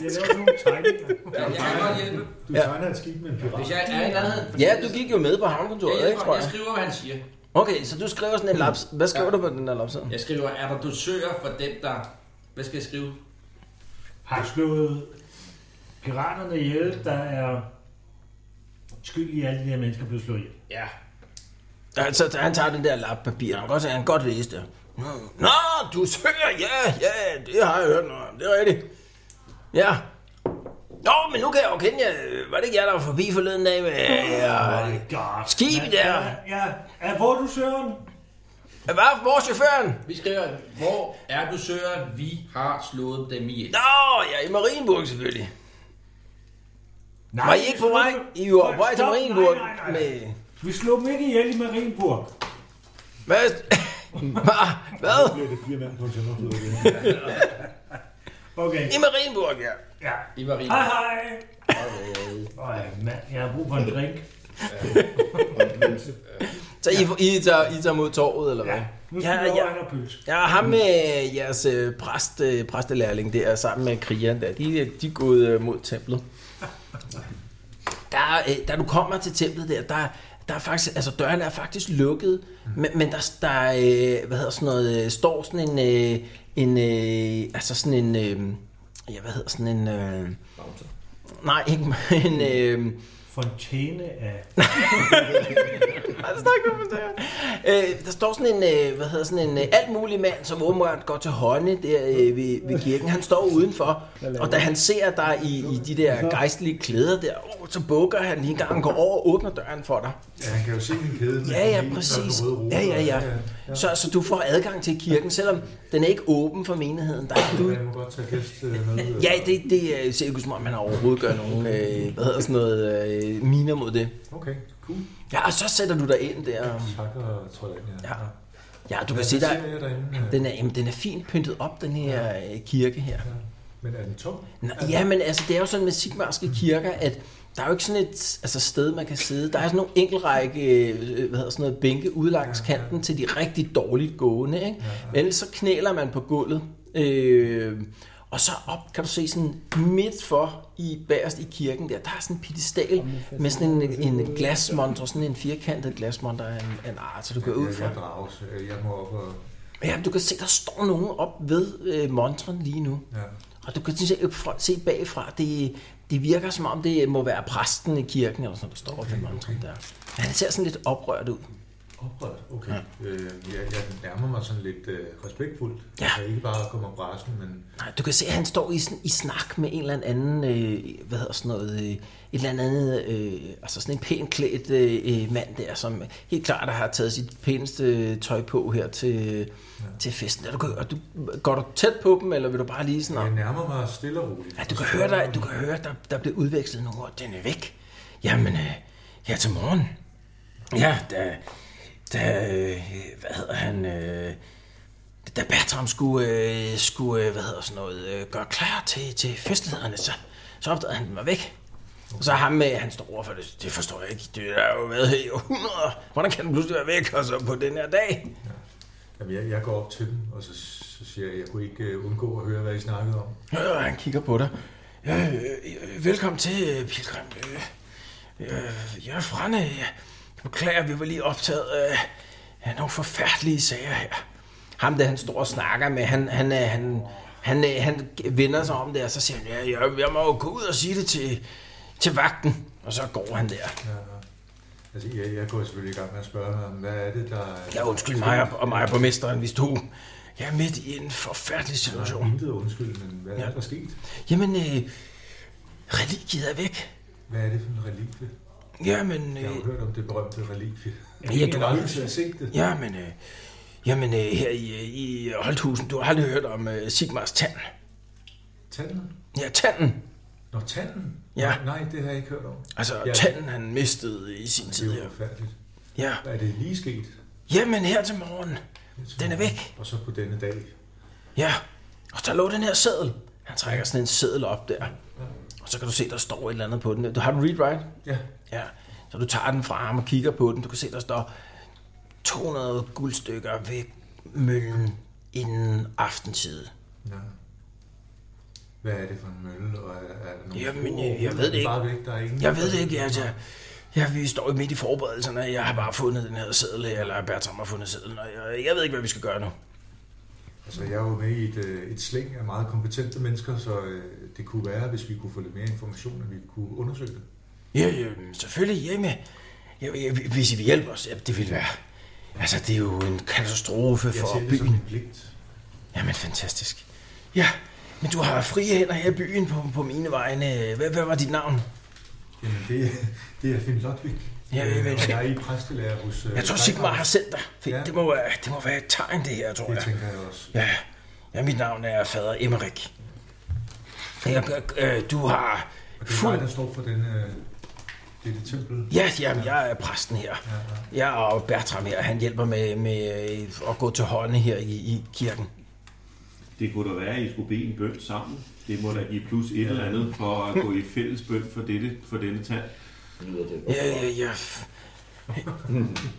S5: Jeg laver nogle tegninger.
S3: Jeg, jeg kan godt hjælpe.
S5: Du tegner et skib med en pirat.
S3: Hvis jeg er i nærheden...
S2: Ja, du gik jo med på
S3: jeg,
S2: havnekontoret, ikke,
S3: hjælper,
S2: tror
S3: jeg
S2: jeg.
S3: skriver, hvad han siger.
S2: Okay, så du skriver sådan en laps. Hvad skriver du på den der lapside?
S3: Jeg skriver, er der dosører for dem, der... Hvad skal jeg skrive?
S5: Har slået piraterne ihjel, der er skyld i at alle de her mennesker blev slået ihjel.
S3: Ja.
S2: Altså, han tager den der lap papir. Han kan godt se, at han godt læse det. Nå, du søger, ja, ja, det har jeg hørt noget om. Det er rigtigt. Ja. Nå, men nu kan jeg jo kende jer. Var det ikke jer, der var forbi forleden dag med... øh, Ja,
S5: Oh My God.
S2: Skib
S5: Men,
S2: der.
S5: Ja, ja. Er, hvor er du søren?
S2: Hvad? Hvor er chaufføren?
S3: Vi skriver, hvor er dosøren? Vi har slået dem ihjel.
S2: Nå, ja, i Marienburg selvfølgelig.
S5: Nej,
S2: Var I ikke på
S5: vi slog
S2: vej?
S5: dem-
S2: I var på vej til
S5: Stop,
S2: Marienburg
S5: Nej, nej, nej.
S2: med...
S5: Vi slog dem ikke ihjel i Marienburg.
S2: Hvad? Hva? Hvad?
S6: Bliver det fire mænd på en tømmerflod igen?
S5: Okay.
S2: I Marienburg, ja.
S5: Ja.
S3: I var rigtig.
S5: Hej, hej. Øj, mand, jeg har brug for en drink.
S2: Så I, I, tager, I tager mod torvet, eller hvad?
S5: Ja,
S2: Ja,
S5: nu skal vi
S2: ja.
S5: over og have noget pølse.
S2: Ja, og ham med jeres øh, præst, øh, præstelærling der, sammen med krigeren der, de, er- de er gået øh, mod templet. Der, er, øh, da du kommer til templet der, der, der er faktisk, altså døren er faktisk lukket, men, men der, der er, øh, hvad hedder sådan noget, øh, står sådan en, øh, en øh, altså sådan en, øh, ja, hvad hedder sådan en, øh, nej, ikke, en, øh,
S5: Fontæne af...
S2: Nej, det står ikke nogen forstår. Øh, der står sådan en, øh, hvad hedder sådan en øh, alt mulig mand, som åbenbart går til hånde der øh, ved, ved kirken. Han står udenfor, og da han ser dig i, i de der gejstlige klæder der, oh, så bukker han lige en gang, går over og åbner døren for dig.
S6: Ja, han kan jo se min kæde. med
S2: Ja,
S6: den
S2: ja,
S6: ene, der er
S2: præcis.
S6: den røde roser.
S2: Ja, ja, ja. Så, så du får adgang til kirken, selvom den er ikke åben for menigheden. Der er du
S6: Jeg må godt tage gæst øh, med. øh,
S2: Ja, det, det øh, ser ikke ud som om, man overhovedet gør nogen øh, hvad hedder sådan noget, øh, miner mod det.
S6: Okay, cool.
S2: Ja, og så sætter du dig ind der.
S6: Tak og tror jeg ind, ja.
S2: Ja, ja du kan
S6: Hvad
S2: se, der,
S6: ser jeg derinde? øh?
S2: Den er, jamen, den er fint pyntet op, den her øh, kirke her.
S6: Men er den tom?
S2: Nå, ja, men altså, det er jo sådan med sigmarske kirker, at der er jo ikke sådan et altså, sted, man kan sidde. Der er sådan nogle enkeltrække øh, hvad hedder sådan noget, bænke ude langs kanten til de rigtig dårligt gående. Ikke? Men ellers så knæler man på gulvet. Øh, og så op, kan du se sådan midt for i bagerst i kirken der, der er sådan en pedestal med sådan en, en glasmontre, sådan en firkantet glasmontre af en, af en art, så du går ud
S6: Jeg,
S2: fra.
S6: jeg drages. Øh, Jeg må op og...
S2: Ja, men du kan se, der står nogen op ved øh, montren lige nu.
S6: Ja.
S2: Og du kan se, op fra, se bagfra, det, det virker som om, det må være præsten i kirken, eller sådan, noget, der står oppe ved montren der. Han ser sådan lidt oprørt ud.
S6: Oprørt, okay. Øh, jeg, jeg nærmer mig sådan lidt øh, respektfuldt.
S2: Ja.
S6: Altså ikke bare at komme og brasen, men
S2: Nej, du kan se, at han står i, sådan, i snak med en eller anden, øh, hvad hedder sådan noget, øh, et eller andet, øh, altså sådan en pænt klædt øh, øh, mand der, som helt klart har taget sit pæneste øh, tøj på her til, ja. til festen. Er du, og du, går du tæt på dem, eller vil du bare lige sådan...
S6: jeg nærmer mig stille og roligt.
S2: Ja, du kan høre, der, du kan høre, der, der bliver udvekslet nogle ord. Den er væk. Jamen, øh, ja, til morgen. Ja, da, da øh, hvad hedder han, øh, da Bertram skulle, øh, skulle øh, hvad hedder sådan noget, øh, gøre klar til, til festlighederne, så, så opdagede han, at den var væk. Og så ham med, han står over for det, det forstår jeg ikke, det er jo været her i århundreder. Hvordan kan den pludselig være væk, og så på den her dag?
S6: Jamen, jeg, jeg går op til dem, og så, så siger jeg, at jeg kunne ikke øh, undgå at høre, hvad I snakkede om.
S2: Øh, han kigger på dig. Ja, øh, øh, velkommen til, øh, Pilgrim. Øh, øh, jeg er Franne. Jeg beklager, vi var lige optaget øh, af nogle forfærdelige sager her. Ham, der han står og snakker med, han, han, øh, han, han, øh, han vender sig om der, og så siger han, ja, jeg, jeg må jo gå ud og sige det til, til vagten. Og så går han der.
S6: Altså, jeg, jeg går selvfølgelig i gang med at spørge ham, hvad er det, der...
S2: Ja, undskyld mig og, og mig på mesteren, hvis du... Jeg er midt i en forfærdelig situation.
S6: Der er intet undskyld, men hvad ja.
S2: Ja.
S6: er der sket?
S2: Jamen, øh, religiet er væk.
S6: Hvad er det for en relikvie?
S2: Jamen,
S6: Jeg har
S2: øh,
S6: jo hørt om det berømte relikvie.
S2: Ja, du-
S6: har aldrig set det.
S2: Ja, men øh, Jamen, øh, her i, øh, i Holthusen, du har aldrig hørt om øh, Sigmars tand.
S6: Tanden?
S2: Ja, tanden.
S6: Nå, tanden?
S2: Ja.
S6: Nå, Nej, det har jeg ikke hørt om.
S2: Altså,
S6: Ja.
S2: ja. tanden han mistede i sin tid
S6: Det er
S2: her.
S6: jo forfærdeligt.
S2: Ja.
S6: Er det lige sket?
S2: Jamen, her til morgen. Den er væk.
S6: Og så på denne dag.
S2: Ja. Og der lå den her seddel. Han trækker sådan en seddel op der. Og så kan du se, der står et eller andet på den. Du har du read right?
S6: Ja.
S2: Ja. Så du tager den fra ham og kigger på den. Du kan se, der står 200 guldstykker ved møllen inden aftentid.
S6: Nå. Hvad er det for en mølle? Og er, er der nogle
S2: Jamen,
S6: spor?
S2: jeg- jeg ved det
S6: Den er
S2: ikke.
S6: Bare væk, der er ingen,
S2: Jeg ved det ikke, altså. Ja, vi står jo midt i forberedelserne. Jeg har bare fundet den her seddel her, eller Bertram har fundet sedlen, og jeg, jeg ved ikke, hvad vi skal gøre nu.
S6: Altså, jeg er jo med i et, øh, et slæng af meget kompetente mennesker, så øh, det kunne være, hvis vi kunne få lidt mere information, at vi kunne undersøge det.
S2: Ja, ja selvfølgelig hjemme. Ja, ja, hvis I vil hjælpe os, ja, det vil være. Altså, det er jo en katastrofe
S6: Jeg
S2: for
S6: ser det som
S2: byen.
S6: en pligt.
S2: Jamen, fantastisk. Ja, men du har frie hænder her i byen på, på mine vegne. Hvad, hvad var dit navn?
S6: Jamen, det, det er Finn Lodvig.
S2: Ja,
S6: Øh,
S2: men-
S6: og jeg er i præstelærer hos... øh,
S2: Jeg tror,
S6: Leikau.
S2: Sigmar har sendt dig. Fint,
S6: Ja.
S2: Det må, være- det må være et tegn, det her, tror
S6: Det
S2: jeg.
S6: tænker jeg også.
S2: Ja, ja mit navn er fader Emmerik. Jeg, øh, du har
S6: Og det er
S2: fuld
S6: mig, der står for den, øh, dette tempel.
S2: Ja, jamen, jeg er præsten her. Jeg og Bertram her, han hjælper med, med øh, at gå til hånden her i, i kirken.
S8: Det kunne da være, at I skulle bede en bøn sammen. Det må da give plus et eller andet for at gå i fælles bøn for, dette, for denne tand.
S3: lyder det.
S2: Ja, ja, ja.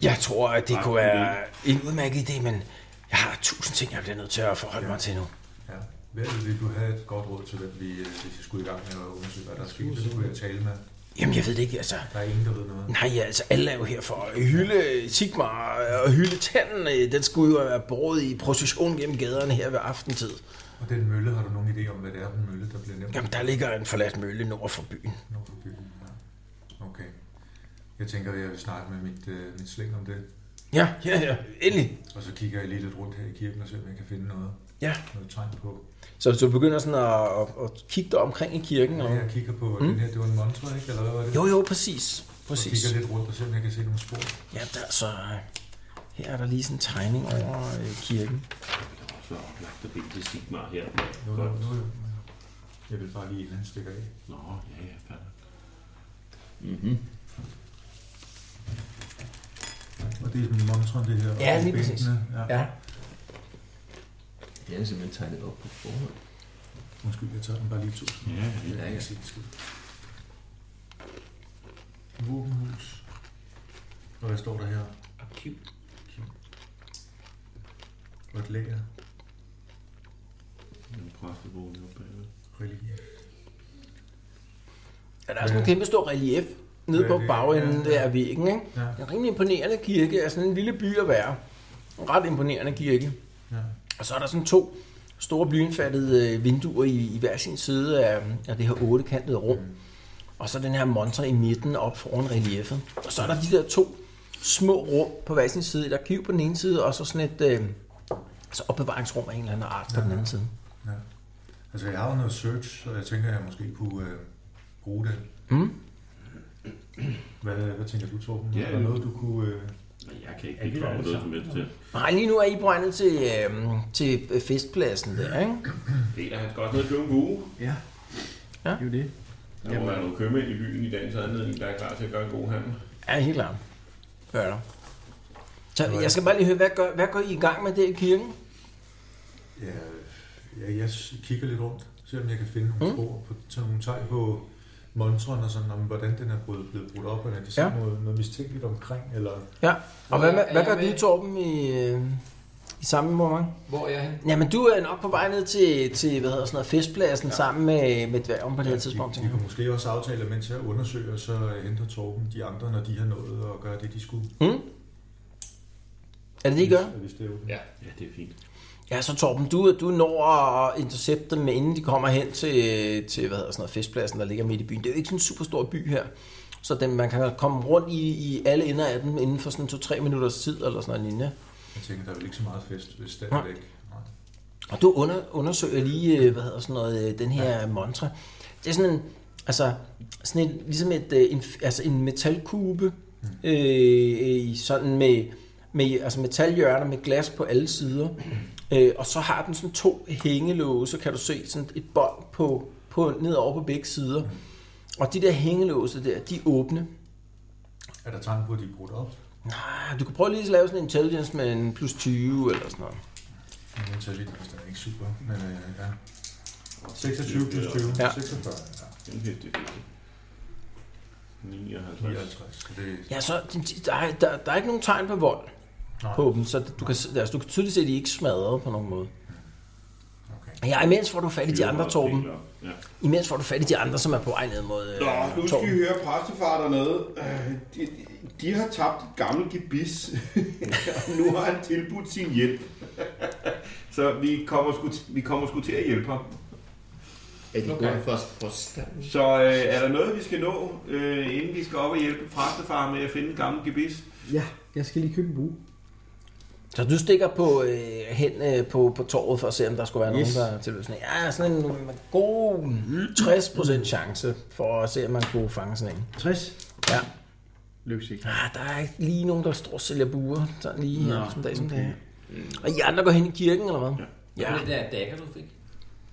S2: Jeg tror, at det kunne være en udmærket idé, men jeg har tusind ting, jeg bliver nødt til at forholde mig til nu.
S6: Ja. Hvad vil du have et godt råd til, hvem vi, øh, hvis vi skulle i gang med at undersøge, hvad der er sket, så skulle jeg tale med.
S2: Jamen, jeg ved det ikke, altså.
S6: Der er ingen, der ved noget.
S2: Nej, ja, altså, alle er jo her for at hylde Sigmar og hylde tanden. øh, Den skulle jo være båret i procession gennem gaderne her ved aftentid.
S6: Og den mølle, har du nogen idé om, hvad det er for en mølle, der bliver nævnt?
S2: Jamen, der ligger en forladt mølle nord for byen.
S6: Nord for byen, ja. Okay. Jeg tænker, at jeg vil snakke med mit, øh, mit slæng om det.
S2: Ja, ja, ja. Endelig.
S6: Og så kigger jeg lige lidt rundt her i kirken og ser, om jeg kan finde noget,
S2: Ja.
S6: noget tegn på.
S2: Så, så du begynder sådan at, at, at kigge dig omkring i kirken? Og...
S6: Ja, jeg kigger på mm. den her, det var en montre, ikke? Eller hvad var det?
S2: Jo, jo, præcis.
S6: Og
S2: Præcis.
S6: kigger lidt rundt og ser, om jeg kan se nogle spor.
S2: Ja, der så... øh, Her er der lige sådan en tegning over øh, kirken.
S8: Så oplagt at bede til Sigmar her.
S6: Jo, jo,
S8: Godt.
S6: jo, jo. Jeg vil bare lige et eller andet stykke af.
S8: Nå, ja, ja, fair nok.
S6: Og det er sådan en montre, det her.
S2: Ja,
S6: og
S2: lige præcis.
S6: bænkene. Ja.
S2: Ja.
S4: Det er simpelthen tegnet op på forhånd.
S6: Undskyld, jeg tager den bare lige to.
S8: Ja, ja.
S6: Ja, jeg ser det sgu. Våbenhus. Og hvad står der her?
S3: Arkiv.
S6: Og et lager.
S8: En præstebolig oppe bagved.
S6: Religion.
S2: ja der er sådan en kæmpe stor relief nede
S6: Ja,
S2: på
S6: det-
S2: bagenden
S6: ja, ja.
S2: der af væggen, ikke?
S6: Ja.
S2: Det er en rimelig imponerende kirke. Er sådan en lille by at være. En ret imponerende kirke.
S6: Ja.
S2: Og så er der sådan to store blyindfattede øh, vinduer i, i hver sin side af, af det her ottekantede rum. Og så den her montre i midten op foran reliefet. Og så er der de der to små rum på hver sin side. Et arkiv på den ene side, og så sådan et øh, altså opbevaringsrum af en eller anden art på den anden side.
S6: ja. Altså, jeg har jo noget search, og jeg tænker, at jeg måske kunne øh, bruge det. Mm. Hvad, hvad tænker du, Torben?
S8: Ja,
S6: er der
S8: ja.
S6: noget, du kunne... Øh,
S8: Men jeg kan ikke
S5: Ja, vi er
S8: bidrage med
S5: alle
S8: noget som helst til.
S2: Nej, lige nu er I på vej ned til, øh, til festpladsen der, ikke?
S8: Peter, han skal også ned og købe en bue.
S7: Ja.
S2: Ja.
S7: Det er jo det.
S8: Der må være nogle købmænd i byen i dagens anledning, der er klar til at gøre en god handel.
S2: Ja, helt klart. Gør der. Så jeg skal bare lige høre, hvad gør, hvad går I i gang med der i kirken?
S6: ja, ja, jeg s- kigger lidt rundt, ser om jeg kan finde
S2: Mm.
S6: nogle spor, på, tage nogle tegn på montren og sådan, om hvordan den er blevet, blevet brudt op, og jeg kan se
S2: Ja.
S6: noget, noget mistænkeligt omkring, eller...
S2: Ja, og hvad,
S3: Er jeg
S2: hvad gør
S3: med?
S2: du, Torben, i, øh, i samme moment?
S3: Hvor er jeg henne?
S2: Jamen, du er nok på vej ned til, til hvad hedder sådan noget, festpladsen ja. sammen med, med dværgen på det her tidspunkt.
S6: Vi,
S2: tænker
S6: vi
S2: jeg.
S6: kunne måske også aftale, at mens jeg undersøger, så henter Torben de andre, når de har nået at gøre det, de skulle.
S2: Er det det, I gør?
S6: Hvis, hvis det er okay.
S3: Ja.
S8: Ja, det er fint.
S2: Ja, så Torben, du, du når at intercepte dem, inden de kommer hen til, til hvad hedder sådan noget, festpladsen, der ligger midt i byen. Det er jo ikke sådan en super stor by her. Så dem, man kan komme rundt i, i alle ender af dem inden for sådan 2-3 minutters tid eller sådan en lignende.
S6: Jeg tænker, der er vel ikke så meget fest, hvis det
S2: Nej.
S6: er væk. Nej.
S2: Og du under, undersøger lige, øh, hvad hedder sådan noget, øh, den her ja. montre. Det er sådan en, altså, sådan en, ligesom et, øh, en, altså en metalkube, mm. øh, i sådan med, med, altså metalhjørner med glas på alle sider. Øh, og så har den sådan to hængelåse, kan du se sådan et bånd på, på, nedover på begge sider. Og de der hængelåse der, de er åbne.
S6: Er der tegn på, at de er brudt op?
S2: Nej, du kan prøve lige at lave sådan en intelligence med en plus 20 eller sådan noget.
S6: Men den tager lidt, det er ikke super, men øh, ja. 26 plus 20,
S2: Ja.
S6: 46. Ja.
S8: Den her, det er 59.
S6: 59. Så det er
S2: Ja, så de- de- der er, der, der er ikke nogen tegn på vold
S6: Nej.
S2: på dem, så du kan, se- altså, du kan tydeligt se, at de ikke er smadret på nogen måde.
S6: Okay.
S2: Ja, imens får du fat i de andre, Torben.
S8: Ja.
S2: Imens får du fat i de andre, som er på vej ned mod øh,
S8: Nå, nu skal I
S2: Torben.
S8: høre præstefar dernede. Øh, De, de har tabt et gammelt gebis, og nu har han tilbudt sin hjælp. Så vi kommer sgu, vi kommer sgu til at hjælpe ham.
S4: Er de
S3: Okay.
S4: okay. for, for standen?
S8: Så øh, er der noget, vi skal nå, øh, inden vi skal op og hjælpe præstefar med at finde et gammelt gebis?
S7: Ja, jeg skal lige købe en bue.
S2: Så du stikker på, øh, hen øh, på, på torvet for at se, om der skulle være yes.
S7: Yes.
S2: nogen, der er tilbøsende. Ja, sådan en god 60% chance for at se, om man kunne fange sådan en.
S7: 60.
S2: Ja.
S7: Lykkes ikke.
S2: Ah, der er ikke lige nogen, der står og sælger buer. Sådan lige Nå, sådan en dag, sådan okay. dag. Og I andre går hen i kirken, eller hvad?
S3: Ja. Det der dagger, du fik.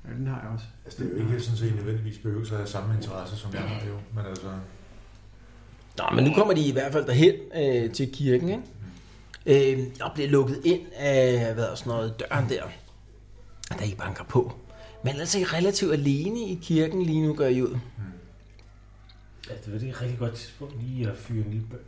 S7: Ja, den har jeg også.
S6: Altså, det er jo ikke sådan set nødvendigvis behøves at have samme interesse, som jeg har jo. Men altså,
S2: Nå, men nu kommer de i hvert fald derhen øh, til kirken, ikke? Øh, og bliver lukket ind af, hvad er sådan noget, døren der, der I banker på. Men ellers er I relativt alene i kirken lige nu, gør I ud.
S5: Ja, det var det er et rigtig godt tidspunkt lige at fyre en lille bøn.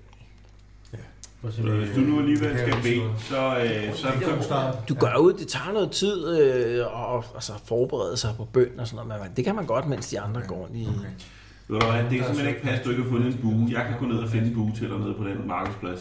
S6: Ja.
S5: Hvor så
S6: Øh,
S8: Hvis du nu alligevel skal
S6: Ja,
S8: bede, så, øh, så,
S6: det er
S8: så,
S6: snart.
S2: Du gør ud, det tager noget tid øh, og, altså, forberede sig på bøn og sådan noget, men det kan man godt, mens de andre går lige. Okay.
S8: Ved du hvad, det kan simpelthen ikke passe, at du ikke har fundet en bue. Jeg kan gå ned og finde en bue til dig nede på den markedsplads.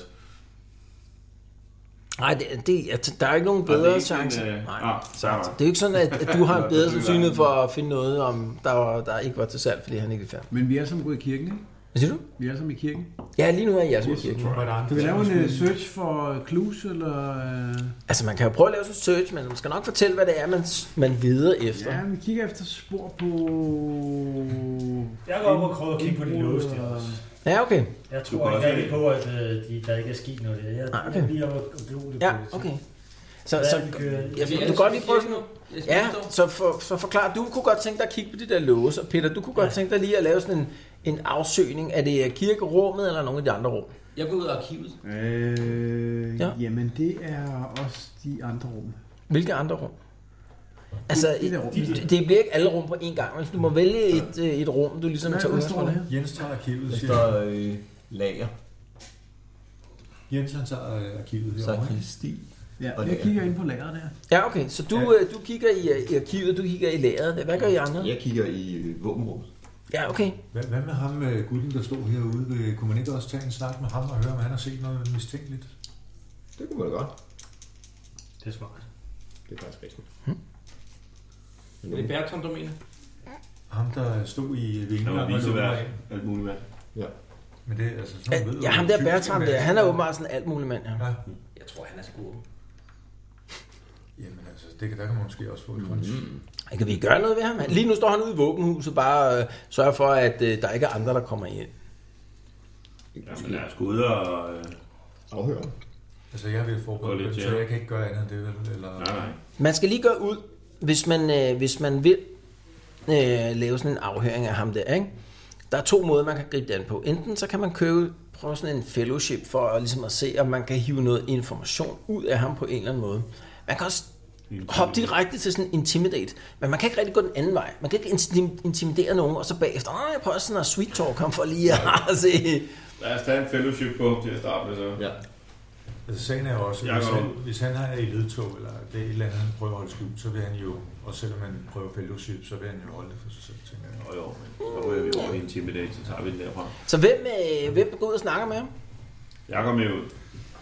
S2: Nej, det, det, er- der er ikke nogen
S8: det er
S2: bedre
S8: ikke
S2: chance.
S8: en, øh,
S2: Nej,
S8: ah,
S2: så,
S8: ah.
S2: det er jo ikke sådan, at, at du har en bedre sandsynlighed for at finde noget, om der, var, der ikke var til salg, fordi han ikke er færdig.
S9: Men vi er alle sammen gået i kirken, ikke?
S2: Hvad siger du?
S9: Vi er alle sammen i kirken.
S2: Ja, lige nu er jeg i Jerslev Kirke.
S6: Var der andre
S9: Kan vi lave en
S6: ting,
S9: øh,
S6: der skulle-
S9: search for øh, clues, eller... øh,
S2: Altså, man kan jo prøve at lave sådan en search, men man skal nok fortælle, hvad det er, man, man leder efter.
S9: Ja, vi kigger efter spor på...
S5: Jeg går op og prøver at kigge på de låse der også.
S2: Ja, ja okay.
S5: Jeg
S8: Du kan
S5: tror ikke
S8: også-
S5: rigtig på, at øh, de, der ikke er sket noget der. Jeg
S2: Nej, okay.
S5: jeg er lige op og glo det
S2: Ja,
S5: på.
S2: okay. Så,
S5: Hvad
S2: så,
S5: er det, vi kører?
S2: ja, du kan godt lige prøve sådan Ja, så, for, så forklar. Du kunne godt tænke dig at kigge på de der låse, og Peter, du kunne godt
S5: Ja.
S2: tænke dig lige at lave sådan en, en afsøgning. Er det kirkerummet eller nogle af de andre rum?
S3: Jeg går ud af arkivet.
S9: Øh,
S2: Ja.
S9: ja. Jamen, det er også de andre rum.
S2: Hvilke andre rum? Altså,
S9: Det- det der rum.
S2: det, det bliver ikke alle rum på én gang, men hvis du må vælge et, øh, et rum, du ligesom
S9: Hvad,
S2: tager
S9: hvad står
S2: udgangspunkt
S9: der
S2: i.
S9: her?
S6: Jens tager arkivet,
S4: Der
S6: siger
S4: står øh, lager,
S6: Jens han tager øh, arkivet
S4: så er
S6: herovre. ikke?
S4: Kristi.
S9: Ja,
S4: Og
S9: jeg
S4: lager.
S9: kigger ind på lager der.
S2: Ja, okay. Så du,
S6: Ja.
S2: øh, du kigger i, øh, i arkivet, du kigger i lageret. Hvad gør I andre?
S4: Jeg kigger i øh, våbenrummet.
S2: Ja, okay.
S6: Hvad, hvad med ham, øh, gutten, der stod herude? Ved, kunne man ikke også tage en snak med ham og høre, om han har set noget mistænkeligt?
S4: Det kunne man da godt.
S5: Det er smart.
S4: Det er faktisk rigtigt.
S3: Er det Bertrand, du mener?
S6: Ham, der stod i
S8: Der
S6: vingen
S8: var
S6: og
S8: visevært,
S6: lukkede ind.
S8: alt muligt mand.
S6: Men det er altså sådan, man ved jo,
S2: Ja, ham
S6: hvor
S2: der
S6: typisk
S2: Bertram
S6: det
S2: der, han er åbenbart sådan alt mulig mand, ja.
S6: Ja.
S3: Jeg tror, han er sgu åben.
S6: Jamen altså, det kan, der kan man måske også få et punch.
S8: Mhm.
S6: Mm.
S2: Ej, Kan vi gøre noget ved ham? Han- Lige nu står han ude i våbenhuset, bare øh, sørger for, at øh, der ikke er andre, der kommer ind.
S8: Jamen, lad os gå ud og... Øh,
S4: Afhører.
S6: Altså, jeg vil
S8: Gå
S6: forberede
S8: lidt
S6: dem,
S8: til.
S6: så jeg kan ikke gøre andet end det, vel? Eller...
S8: nej, nej.
S2: Man skal lige gøre ud, hvis man, øh, hvis man vil øh, lave sådan en afhøring af ham der, ikke? Der er to måder, man kan gribe det an på. Enten så kan man købe, prøve sådan en fellowship for at, ligesom at se, om man kan hive noget information ud af ham på en eller anden måde. Man kan også hoppe direkte til sådan intimidate, men man kan ikke rigtig gå den anden vej. Man kan ikke intim- intimidere nogen, og så bagefter, åh, jeg prøver sådan at sweet talk ham for lige at se.
S8: Lad os tage en fellowship på ham til at starte med, så.
S4: Ja.
S6: Altså, sagen er jo også,
S8: Jeg
S6: hvis
S8: går
S6: han,
S8: ud.
S6: hvis han har i ledtog, eller det er et eller andet, han prøver at holde skjult, så vil han jo, og selvom han prøver fellowship, så vil han jo holde det for sig selv, tænker jeg.
S8: Nå jo, men så ryger vi over i en time i dag, så tager vi den derfra.
S2: Så hvem, øh, hvem går ud og snakker med ham?
S8: Jeg går med ud.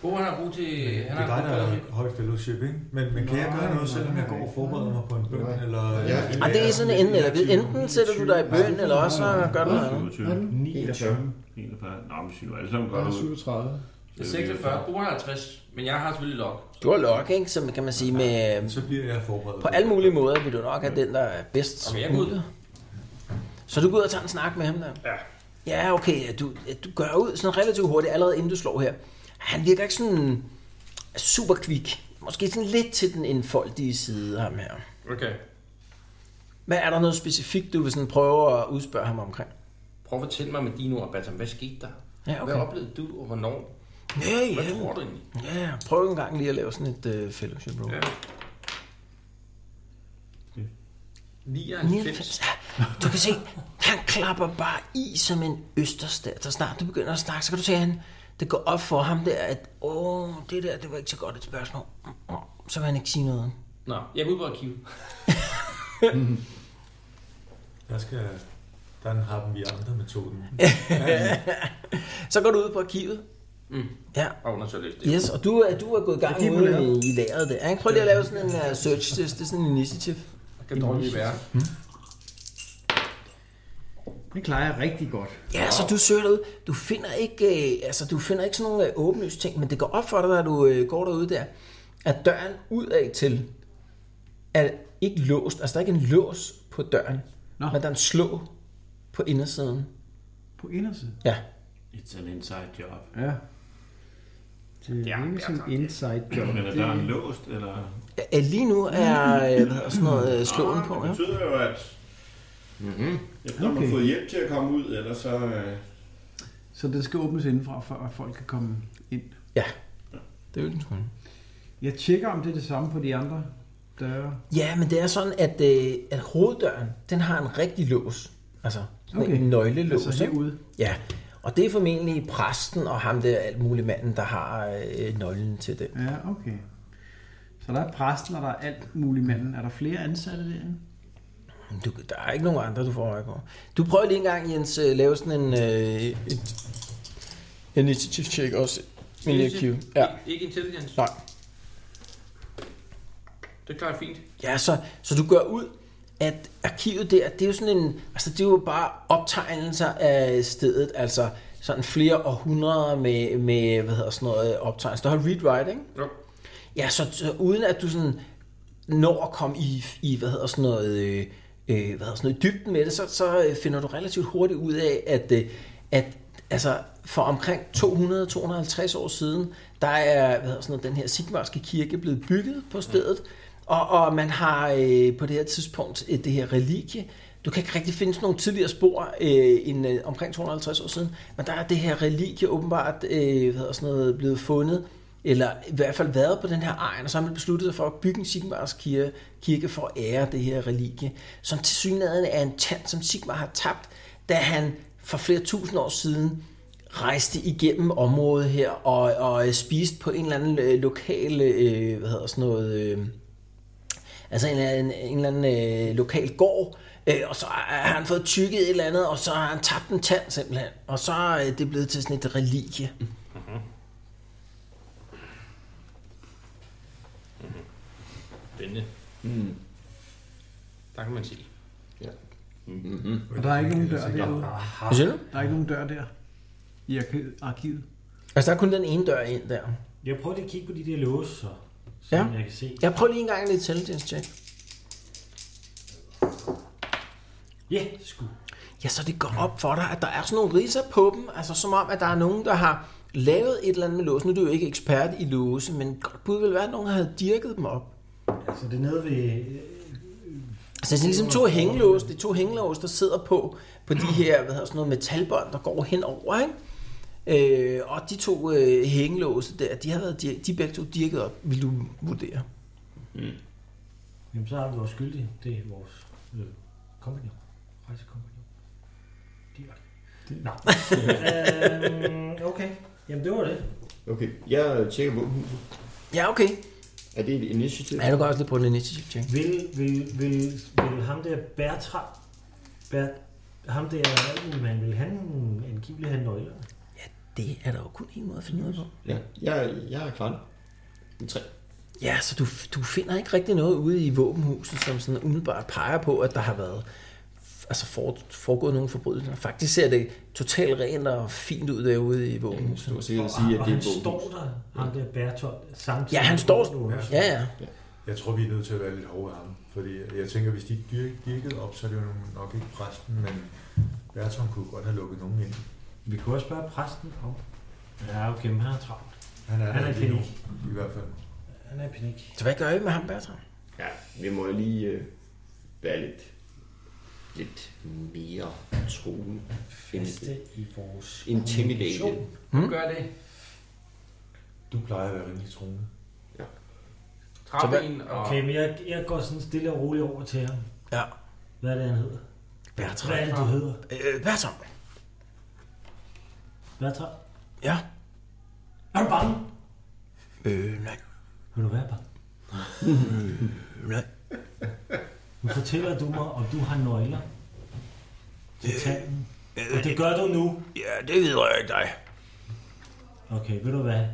S3: Bo, han har brug til...
S6: Det
S3: Han
S6: er
S3: har
S6: dig, der
S3: brug
S6: er højt fellowship, ikke? Men, men kan jeg gøre noget, selvom jeg går og forbereder mig på en bøn? Eller,
S4: Ja.
S2: Ah, det er sådan en enten eller. Enten sætter du dig i bøn, eller også så gør du noget andet.
S8: 27,
S4: 41.
S8: 41. Nå, men vi synes jo alle sammen godt ud.
S9: 37.
S3: til 46. Bo, han har 50. Men jeg har selvfølgelig lok.
S2: Du har lok, ikke? Som kan man sige med...
S6: Så bliver jeg forberedt.
S2: På alle mulige måder vil du nok have den, der er bedst.
S3: Jamen, jeg går ud.
S2: ud. Så du går ud og tager en snak med ham der?
S3: Ja.
S2: Ja, okay. Du, du gør ud sådan relativt hurtigt, allerede inden du slår her. Han virker ikke sådan er super kvik. Måske sådan lidt til den enfoldige side, ham her.
S3: Okay.
S2: Men er der noget specifikt, du vil sådan prøve at udspørge ham omkring?
S3: Prøv at fortælle mig med dine ord, Batam. Hvad skete der?
S2: Ja,
S3: Hvad oplevede du, og hvornår?
S2: Ja,
S3: Hvad
S2: ja.
S3: tror du egentlig?
S2: Ja, prøv en gang lige at lave sådan et øh, fellowship roll.
S3: Ja.
S2: Ja.
S3: 99.
S2: Du kan se, han klapper bare i som en østerstat. Så snart du begynder at snakke, så kan du se, at han, det går op for ham der, at åh, det der, det var ikke så godt et spørgsmål. Så vil han ikke sige noget.
S3: Nå, jeg går ud på arkivet.
S6: Der skal... Der har den vi andre metoden.
S2: Så går du ud på arkivet. Mm. Ja,
S3: Og undersøg lidt. Det.
S2: yes, og du, er- du er gået i gang
S7: det,
S2: ja,
S7: vi
S2: ude
S7: laver.
S2: i lageret der. ikke? Prøv lige at lave sådan en uh, search test, det er sådan en initiative.
S3: Kan dårligt være.
S7: Det klarer jeg rigtig godt.
S2: Ja, så du søger derud. Du finder ikke, øh, altså, du finder ikke sådan nogle øh, åbenlyse ting, men det går op for dig, når du øh, går derude der, at døren udad til er ikke låst. Altså, der er ikke en lås på døren, Nå.
S7: Nå.
S2: men der er en slå på indersiden.
S7: På indersiden.
S2: Ja.
S10: It's an inside job.
S7: Ja. Det er ikke sådan en inside job.
S8: Men er der en låst, eller?
S2: Øh, Lige nu er øh, hvad hedder sådan noget øh, slåen på,
S8: Det
S2: ja.
S8: betyder jo, at mm-hmm. når man har
S7: Okay.
S8: fået hjælp til at komme ud, eller så... Øh,
S7: Så den skal åbnes indenfra, før folk kan komme ind.
S2: Ja. Det er jo den skønne.
S7: Jeg tjekker, om det er det samme på de andre døre.
S2: Ja, men det er sådan, at, øh, at hoveddøren, den har en rigtig lås. Altså, sådan okay.
S7: Okay.
S2: en nøglelås.
S7: Altså
S2: ikke?
S7: herude.
S2: Ja, og det er formentlig præsten og ham der alt muligt manden, der har øh, nøglen til det.
S7: Ja, okay. Så der er præsten, og der er alt muligt manden. Er der flere ansatte derinde?
S2: Men Du, der er ikke nogen andre, du får øje på. Du prøver lige en gang, Jens, at lave sådan en øh, et, initiative check også. Min IQ. Ja.
S3: Ikke intelligence.
S2: Nej.
S3: Det klarer jeg fint.
S2: Ja, så, så du gør ud, at arkivet der, det er jo sådan en, altså det er jo bare optegnelser af stedet, altså sådan flere århundreder med, med hvad hedder sådan noget, optegnelser. Der har read-write, ikke?
S3: Jo.
S2: Ja, så, så uden at du sådan når at komme i, i hvad hedder sådan noget, øh, øh, hvad hedder sådan noget, i dybden med det, så, så øh, finder du relativt hurtigt ud af, at, øh, at altså, for omkring 200-250 år siden, der er hvad hedder sådan noget, den her Sigmarske kirke blevet bygget på stedet, og, og man har øh, på det her tidspunkt øh, det her religie. Du kan ikke rigtig finde sådan nogle tidligere spor øh, end, øh, omkring 250 år siden, men der er det her religie åbenbart øh, hvad hedder sådan noget, blevet fundet, eller i hvert fald været på den her egen, og så har man besluttet sig for at bygge en Sigmars kirke, kirke for at ære det her religie, som til synligheden er en tand, som Sigmar har tabt, da han for flere tusind år siden rejste igennem området her og, og øh, spiste på en eller anden øh, lokal, øh, hvad hedder sådan noget, øh, altså en, eller anden- en eller anden øh, lokal gård, øh, og så har han fået tykket et eller andet, og så har han tabt en tand simpelthen, og så er øh, det blevet til sådan et religie.
S3: Spændende. Mm. Der kan man se.
S7: Og der er ikke nogen dør derude.
S2: Hvad siger du?
S7: Der er ikke nogen dør der i arki- arkivet.
S2: Altså, der er kun den ene dør ind der.
S5: Jeg prøver lige at kigge på de der låse, så, så
S2: Ja.
S5: jeg kan se.
S2: Jeg prøver lige en gang lidt intelligence check.
S5: Ja, sgu.
S2: Ja, så det går op for dig, at der er sådan nogle riser på dem, altså som om, at der er nogen, der har lavet et eller andet med låsen. Nu er du jo ikke ekspert i låse, men et godt bud ville være, at nogen havde dirket dem op.
S5: Altså det er nede ved...
S2: Altså, det er ligesom to hængelås, det er to hængelås, der sidder på, på de her, hvad hedder sådan noget, metalbånd, der går henover, ikke? Øh, og de to øh, hængelåse der, de har været, dir- de er begge to dirket op, vil du vurdere.
S5: Jamen så har vi vores skyldige. Det er vores øh, kompagnon. Rejsekompagnon. Dirk. Nå. øhm, okay. Jamen det var det.
S4: Okay, jeg tjekker våbenhuset.
S2: Ja, okay.
S4: Er det et initiativ?
S2: Ja, du går også lidt på en initiative check.
S5: Vil, vil, vil, vil ham der Bertram... Bert, ham der man vil han angiveligt have nøglerne?
S2: Det er der jo kun en måde at finde ud af på.
S4: Ja, jeg, jeg er klar. nu. En tre.
S2: Ja, så du, du finder ikke rigtig noget ude i våbenhuset, som sådan umiddelbart peger på, at der har været altså for, foregået nogle forbrydelser. Faktisk ser det totalt rent og fint ud derude i våbenhuset.
S4: Du sikkert sige, at det
S5: Og
S4: er
S5: han
S4: et
S5: står
S4: våbenhus.
S5: der, ham der Bertolt, samtidig.
S2: Ja, han står- Ja, ja.
S6: Jeg tror, vi er nødt til at være lidt hårde ved ham. Fordi jeg tænker, hvis de dirk- dirkede op, så er det jo nok ikke præsten, men Bertram kunne godt have lukket nogen ind.
S5: Vi kunne også spørge præsten om. Ja, okay, men han har travlt.
S6: Han er,
S5: Han er
S6: der
S5: i
S6: lige nu,
S5: panik.
S6: i hvert fald.
S5: Han er i panik.
S2: Så hvad gør I med ham, Bertram?
S4: Ja, vi må jo lige øh, være lidt, lidt mere troende.
S5: Faste i vores
S4: Intimidating.
S2: Hmm?
S3: Du gør det.
S6: Du plejer at være rimelig troende.
S2: Så hvad-
S3: Trappen og...
S5: Okay, men jeg, jeg går sådan stille og roligt over til ham.
S2: Ja.
S5: Hvad er det, han hedder?
S2: Bertram.
S5: Hvad er det, du hedder?
S2: Øh, Bertram.
S5: Bertram?
S2: Ja.
S5: Er du bange?
S2: Øh, nej.
S5: Vil du være bange?
S2: Nej.
S5: Nu fortæller du mig, om du har nøgler til
S2: Øh,
S5: tanden. Og det gør du nu.
S2: Ja, det ved jeg ikke dig.
S5: Okay, ved du hvad?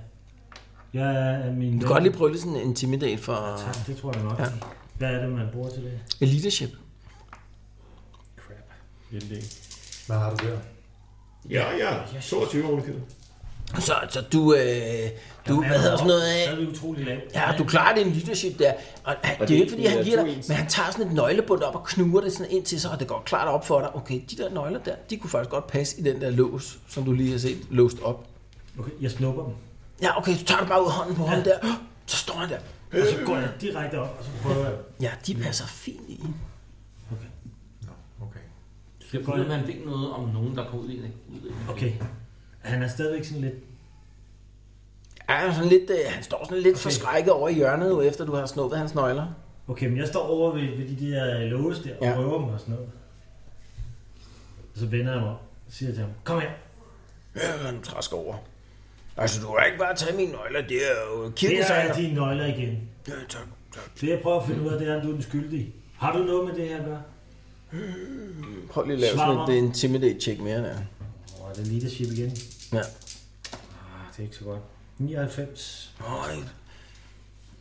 S5: Jeg er min...
S2: Du kan godt lige prøve lidt sådan en intimidate for
S5: Tak, det tror jeg nok. Ja. Hvad er det, man bruger til det?
S2: leadership.
S6: Hvad har du der?
S4: Ja, ja. 22 år i
S2: Så, så du, øh, du hvad hedder sådan noget
S5: Så er
S2: af...
S5: vi utrolig lavt.
S2: Ja, du klarer det en leadership der. Og han, det er jo ikke, fordi
S4: det
S2: han
S4: er
S2: giver
S4: to
S2: dig,
S4: ens.
S2: men han tager sådan et nøglebund op og knuger det sådan ind til sig, og det går klart op for dig. Okay, de der nøgler der, de kunne faktisk godt passe i den der lås, som du lige har set låst op.
S5: Okay, jeg snupper dem.
S2: Ja, okay, så tager du bare ud af hånden på ja. ham der. Så står han der.
S5: Og så går jeg direkte op, og så prøver jeg...
S2: Ja, de passer fint i.
S6: Nå, okay.
S3: Jeg kunne man fik noget om nogen, der kom ud i en ud i en-
S5: Okay. Han er stadigvæk sådan lidt...
S2: Ja, han, er sådan lidt, øh, han står sådan lidt okay. forskrækket over i hjørnet, jo, efter du har snuppet hans nøgler.
S5: Okay, men jeg står over ved, ved de der øh, låse der og
S2: Ja.
S5: ja. prøver dem og sådan noget. Og så vender jeg mig om og siger til ham, kom her.
S2: Ja, han træsker over. Altså, du kan ikke bare tage mine nøgler, det er jo
S5: Her er
S2: kirkesejler.
S5: dine nøgler igen.
S2: Ja, tak, tak.
S5: Det jeg prøver at finde ud af, det er, om du er den skyldige. Har du noget med det her at gøre?
S2: Prøv lige at lave
S5: Svarer.
S2: sådan et intimidate check mere der.
S5: Åh, det er leadership igen.
S2: Ja.
S5: Ah, det er ikke så godt. 99.
S2: Øj,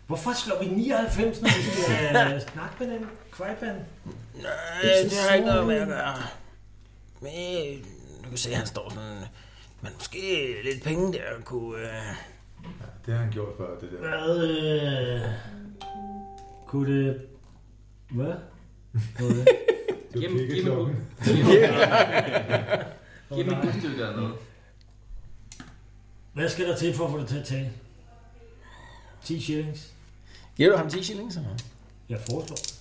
S5: Hvorfor slår vi 99, når vi skal øh, snakke med den kvejband?
S2: nej, Øh, det har ikke noget med at gøre. Men du kan se, at han står sådan... Men måske lidt penge der kunne... Øh...
S6: Det har han gjort før, det der.
S5: Hvad? Øh, kunne det... Hvad? Okay.
S6: Det
S3: Giv mig- giv mig ud.
S6: kirkeklokken.
S3: Giv mig et udstykke eller noget.
S5: Hvad skal der til for at få det til at tale? 10 shillings?
S2: Giver du ham 10 shillings eller hvad?
S5: Jeg foreslår det.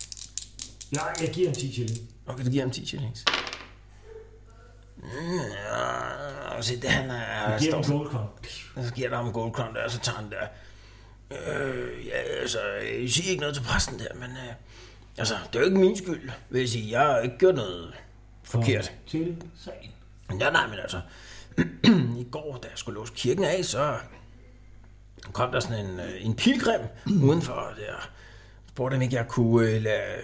S5: Ja, jeg giver ham 10 shillings.
S2: Okay, du giver ham 10 shillings. Mm, ja, se, det han er...
S5: Jeg giver
S2: står
S5: ham
S2: sådan-
S5: goldcon.
S2: Og Så giver der ham en gold crown der, og så tager han der. Øh, ja, altså, jeg siger ikke noget til præsten der, men øh, altså, det er jo ikke min skyld, vil jeg sige. Jeg har ikke gjort noget forkert.
S5: Til sagen.
S2: Ja, nej, men altså, i går, da jeg skulle låse kirken af, så kom der sådan en, øh, en pilgrim udenfor der. Jeg spurgte, om ikke jeg kunne øh, lade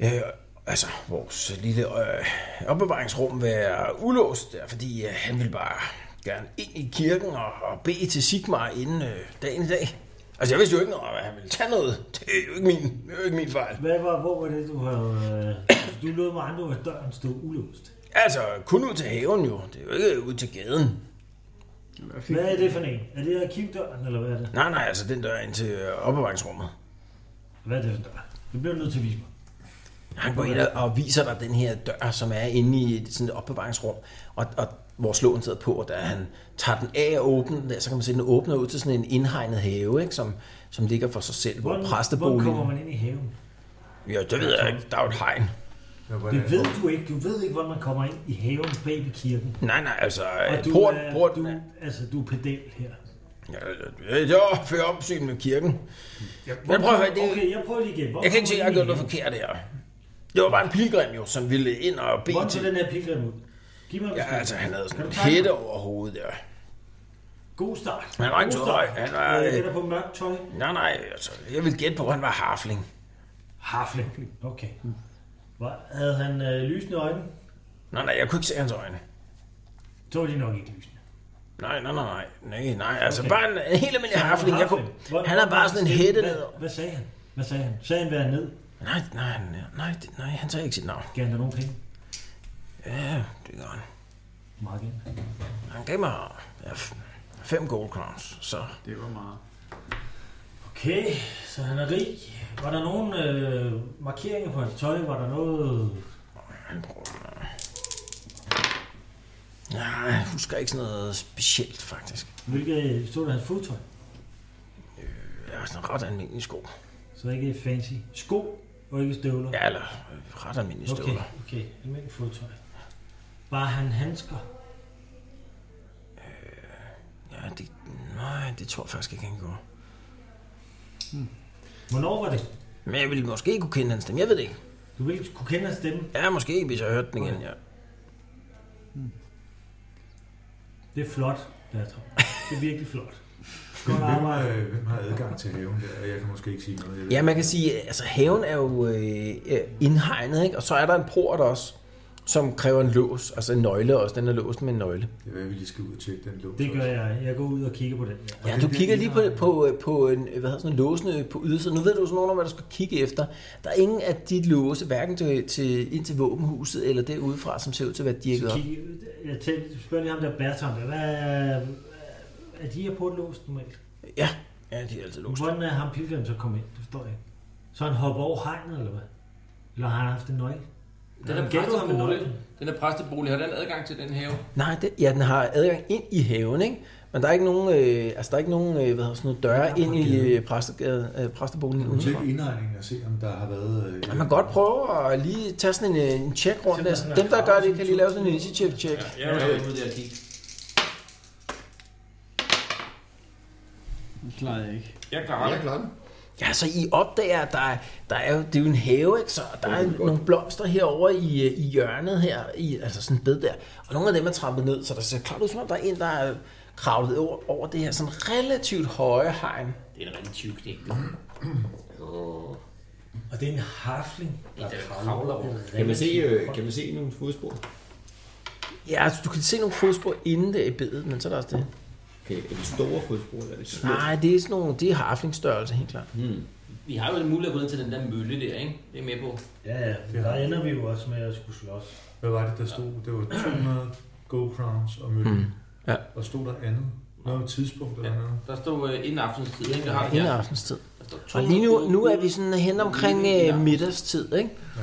S2: øh, altså, vores lille øh, opbevaringsrum være ulåst der, fordi øh, han ville bare gerne ind i kirken og, og bede til Sigmar inden øh, dagen i dag. Altså, jeg vidste jo ikke noget, om, at han ville tage noget. Det er jo ikke min, det er jo ikke min fejl.
S5: Hvad var, hvor var det, du havde... Øh, du lod mig andre, at døren stod ulåst.
S2: Altså, kun ud til haven jo. Det er jo ikke ud til gaden.
S5: Hvad er det for en? Er det arkivdøren, eller hvad er det?
S2: Nej, nej, altså den dør ind til øh, opbevaringsrummet.
S5: Hvad er det for en dør? Det bliver du nødt til at vise mig.
S2: Han går ind og- og viser dig den her dør, som er inde i et, sådan et opbevaringsrum, og, og hvor slåen sidder på, og da han tager den af og åbner den der, så kan man se, at den åbner ud til sådan en indhegnet have, ikke, som, som ligger for sig selv, hvor
S5: hvor kommer
S2: præsteboligen...
S5: man ind i haven?
S2: Ja, det ved jeg ikke. Der er jo et hegn.
S6: Ja, hvordan-
S5: Det ved du ikke. Du ved ikke, hvordan man kommer ind i haven bag ved kirken.
S2: Nej, nej, altså...
S5: Og du,
S2: Port,
S5: er,
S2: port,
S5: du, altså, du er pedel her.
S2: Ja, det det var før opsyn med kirken. Men prøv at høre, det,
S5: Okay, jeg prøver lige igen. Hvor
S2: jeg kan ikke se, at jeg har gjort
S5: det
S2: noget forkert her. Det var bare en pilgrim jo, som ville ind og bede
S5: Hvordan ser
S2: til...
S5: den her pilgrim ud? Giv mig en
S2: Ja,
S5: besked.
S2: altså, han havde sådan en
S5: Kan du tegne
S2: hætte over hovedet der.
S5: mig? God start.
S2: Han var ikke
S5: God
S2: tøj,
S5: start.
S2: han var,
S5: Øh, Jeg
S2: øh,
S5: gætter på mørkt tøj.
S2: Nej, nej, altså, jeg vil gætte på, at han var harfling.
S5: Harfling. Okay. Hvor, havde han øh, lysende øjne?
S2: Nej, nej, jeg kunne ikke se hans øjne.
S5: Så var de nok ikke lysende.
S2: Nej, nej, nej, nej, nej, nej. Altså okay.
S5: Okay.
S2: bare en, en helt almindelig harfling. Jeg kunne,
S5: Hvor-
S2: han har
S5: hvor-
S2: bare sådan en
S5: hvad-
S2: hætte
S5: hvad-
S2: ned.
S5: Hvad sagde han? Hvad sagde han? Sagde han, hvad han ned?
S2: Nej, nej, nej, nej, det- nej, han tager ikke sit navn.
S5: Gav han dig nogle penge?
S2: Ja, det gør han.
S5: Meget gerne.
S2: Han gav mig ja, f- fem gold crowns, så...
S10: Det var meget.
S5: Okay, så han er rig. Var der nogen øh, markeringer på hans tøj? Var der noget...
S2: Han bruger... Nej, jeg husker ikke sådan noget specielt, faktisk.
S5: Hvilket stod der hans fodtøj?
S2: Jeg har sådan ret almindelige sko.
S5: Så ikke fancy sko og ikke støvler?
S2: Ja, eller øh, ret almindelige
S5: okay,
S2: støvler.
S5: Okay, almindelig fodtøj. Var han handsker?
S2: Ja, det, nej, det tror jeg faktisk ikke, han gjorde.
S5: Hvornår var det?
S2: Men jeg ville måske kunne kende hans stemme, jeg ved det ikke.
S5: Du ville kunne kende hans stemme.
S2: Ja, måske, hvis jeg hørte den igen, ja.
S5: Det er flot, Bertram. Det er virkelig flot.
S6: Hvem,
S5: Godt
S6: hvem,
S5: arbejde.
S6: har, hvem har adgang til haven der? Jeg kan måske ikke sige noget. Jeg ved
S2: Ja,
S6: ikke.
S2: man kan sige, altså haven er jo øh, øh, indhegnet, ikke? Og så er der en port også, som kræver en lås, altså en nøgle også. Den er låst med en nøgle.
S6: Det er hvad, vi lige skal ud og tjekke den lås.
S5: Det gør
S6: også.
S5: jeg. Jeg går ud og kigger på den. der.
S2: Ja, du kigger lige på, på, øh, på en, hvad hedder sådan en låsene på ydersiden. Nu ved du sådan nogen, hvad du skal kigge efter. Der er ingen af de låse, hverken til, til, ind til våbenhuset eller derudefra, som ser ud til at være dirket
S5: Så
S2: op.
S5: kigger, jeg tæl, spørger lige ham der Bertram. der. Hvad er, er de her portlåst normalt?
S2: Ja, ja, de er altid låst.
S5: Hvordan er ham pilgrim så kommet ind? Det forstår jeg ikke. Så han hopper over hegnet, eller hvad? Eller har han haft en nøgle?
S3: Den er
S5: Jamen, gæt du ham med
S3: præstebolig.
S5: nøglen?
S3: Den er præstebolig. Har den adgang til den have?
S2: Nej, det, ja, den har adgang ind i haven, ikke? Men der er ikke nogen, øh, altså, der er ikke nogen øh, hvad hedder sådan noget, døre ind i øh, præstegade, øh, præsteboligen
S6: Kan du
S2: udefra.
S6: tjekke indregningen og se, om der har været... Øh,
S2: Ja, man kan godt prøve at lige tage sådan en, øh, en check rundt.
S5: Simpelthen
S2: Altså, dem, der
S5: være
S2: gør
S5: klar.
S2: det, kan lige lave sådan en initiative check.
S3: Jeg er jo ude der og kigge.
S7: Det klarer jeg ikke.
S3: Jeg klarer
S4: Jeg
S3: det.
S4: klarer den.
S2: Ja, så I opdager, at der, er- der er jo, det er jo en have, ikke? Så der er nogle blomster herovre i, øh, i hjørnet her, i, altså sådan et bed der. Og nogle af dem er trampet ned, så der ser klart ud, som om der er en, der er kravlet over, over det her sådan relativt høje hegn.
S3: Det er en rigtig tyk knæk.
S5: Og det er en harfling, der
S3: der
S5: kravler over.
S4: Kan man se, øh, kan man se nogle fodspor?
S2: Ja, altså, du kan se nogle fodspor inden der i bedet, men så er der også det.
S4: Okay, er det store fodspor, eller er det små?
S2: Nej, det er sådan nogle, det er harflingsstørrelse, helt klart.
S3: Vi har jo en mulighed at gå ned til den der mølle der, ikke? Det er med på.
S5: Ja, ja. men Der ender vi jo også med at skulle slås.
S6: Hvad var det, der stod? Det var 200 gold crowns og mølle.
S2: Mm. Ja.
S6: Og stod der andet? Noget om tidspunkt eller
S3: Ja.
S6: noget?
S3: Der stod øh, inden aftenstid, ikke? Det har vi
S2: Inden
S3: her.
S2: aftenstid.
S3: Altså, Der står
S2: Og lige nu,
S3: 200
S2: nu er vi sådan hen omkring øh, middagstid, ikke?
S6: Ja.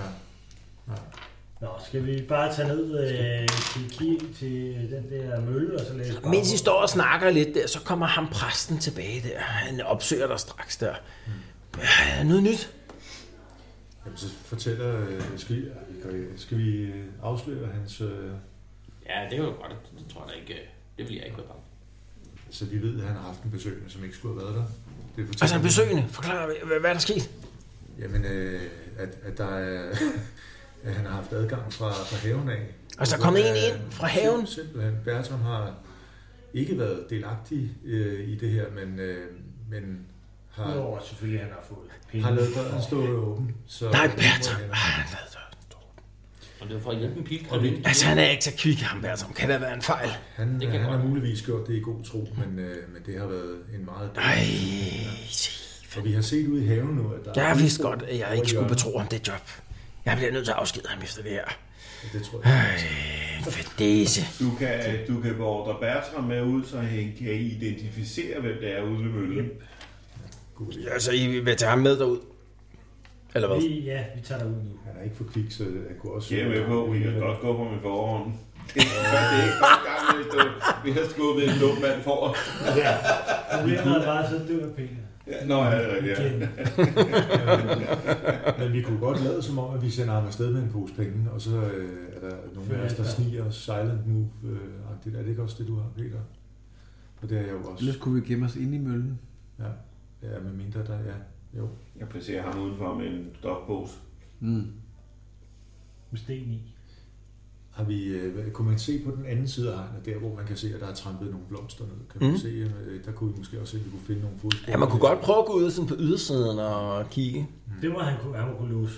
S5: Nå, skal vi bare tage ned øh, til, Kiel, til øh, den der mølle, og så læse
S2: Og Mens I står og snakker lidt der, så kommer ham præsten tilbage der. Han opsøger dig straks der. Ja, noget nyt.
S6: Jamen, så fortæller... Øh, skal, vi, ja, vi kan- skal vi øh, afsløre hans... Øh,
S3: Ja, det er jo godt. Det tror jeg da ikke. øh, Det vil jeg ikke være bange. for.
S6: så vi ved, at han har haft en besøgende, som ikke skulle have været der. Det fortæller
S2: Altså en
S6: vi.
S2: besøgende. Forklar, hvad, hvad er der sket?
S6: Jamen, øh, at, at, der er, at han har haft adgang fra, fra haven af.
S2: Altså, der er
S6: Og
S2: kommet
S6: så
S2: en
S6: er-
S2: ind fra haven?
S6: Sim- Simpelthen. Bertram har ikke været delagtig øh, i det her, men, øh, men har,
S5: Udover selvfølgelig, han har fået penge.
S6: har lavet døren stå åben. Så
S2: Nej, Bertram. Ah, han lavede døren.
S3: Og det var for at hjælpe en pilgrim ind.
S2: Altså han er ikke så kvik, ham Bertram. Kan der være en fejl?
S6: Han,
S3: Det
S6: det
S3: kan
S6: han
S3: godt
S6: har
S3: være.
S6: muligvis gjort det i god tro, men, øh, men det har været en meget...
S2: Nej.
S6: For vi har set ud i haven nu, at der
S2: Jeg
S6: er
S2: vidste
S6: udbrud
S2: godt, at
S6: over
S2: jeg ikke skulle
S6: hjørnet.
S2: betro ham det job. Jeg bliver nødt til at afskede ham efter det her.
S6: Det tror jeg.
S2: Fadese.
S8: Du kan, øh, du kan beordre Bertram med ud, så han kan identificere, hvem det er ude ved møllen.
S2: Altså, I vil tage ham med derud? Eller hvad?
S5: Vi, ja, vi tager dig ud nu.
S6: Han er ikke for kvik, så han kunne også...
S8: Jeg er med på, vi kan godt gå på min forhånd. Det er ikke første gang, vi stod- vi har skubbet en dum mand for.
S5: Problemet er bare, så dør penge.
S8: Ja, Nå, ja, det er rigtigt, ja.
S6: Men vi kunne godt lade som om, at vi sender ham afsted med en pose penge, og så øh, er der nogle af os, der sniger os silent move. Øh, agtigt. er det ikke også det, du har, Peter? Og det er jeg jo
S7: Ellers
S6: også.
S7: kunne vi gemme os inde i møllen.
S6: Ja, ja med mindre der, ja. Jo.
S8: Jeg placerer ham udenfor med en stofpose.
S7: Mm.
S5: Med sten i.
S6: Har vi, øh, hvad- kunne man se på den anden side af hegnet, der hvor man kan se, at der er trampet nogle blomster ned? Kan man
S2: Mm.
S6: se, øh, der kunne vi måske også se, at vi kunne finde nogle fodspor.
S2: Ja, man kunne godt prøve at gå ud sådan på ydersiden og kigge.
S5: Det må han kunne, han må kunne låse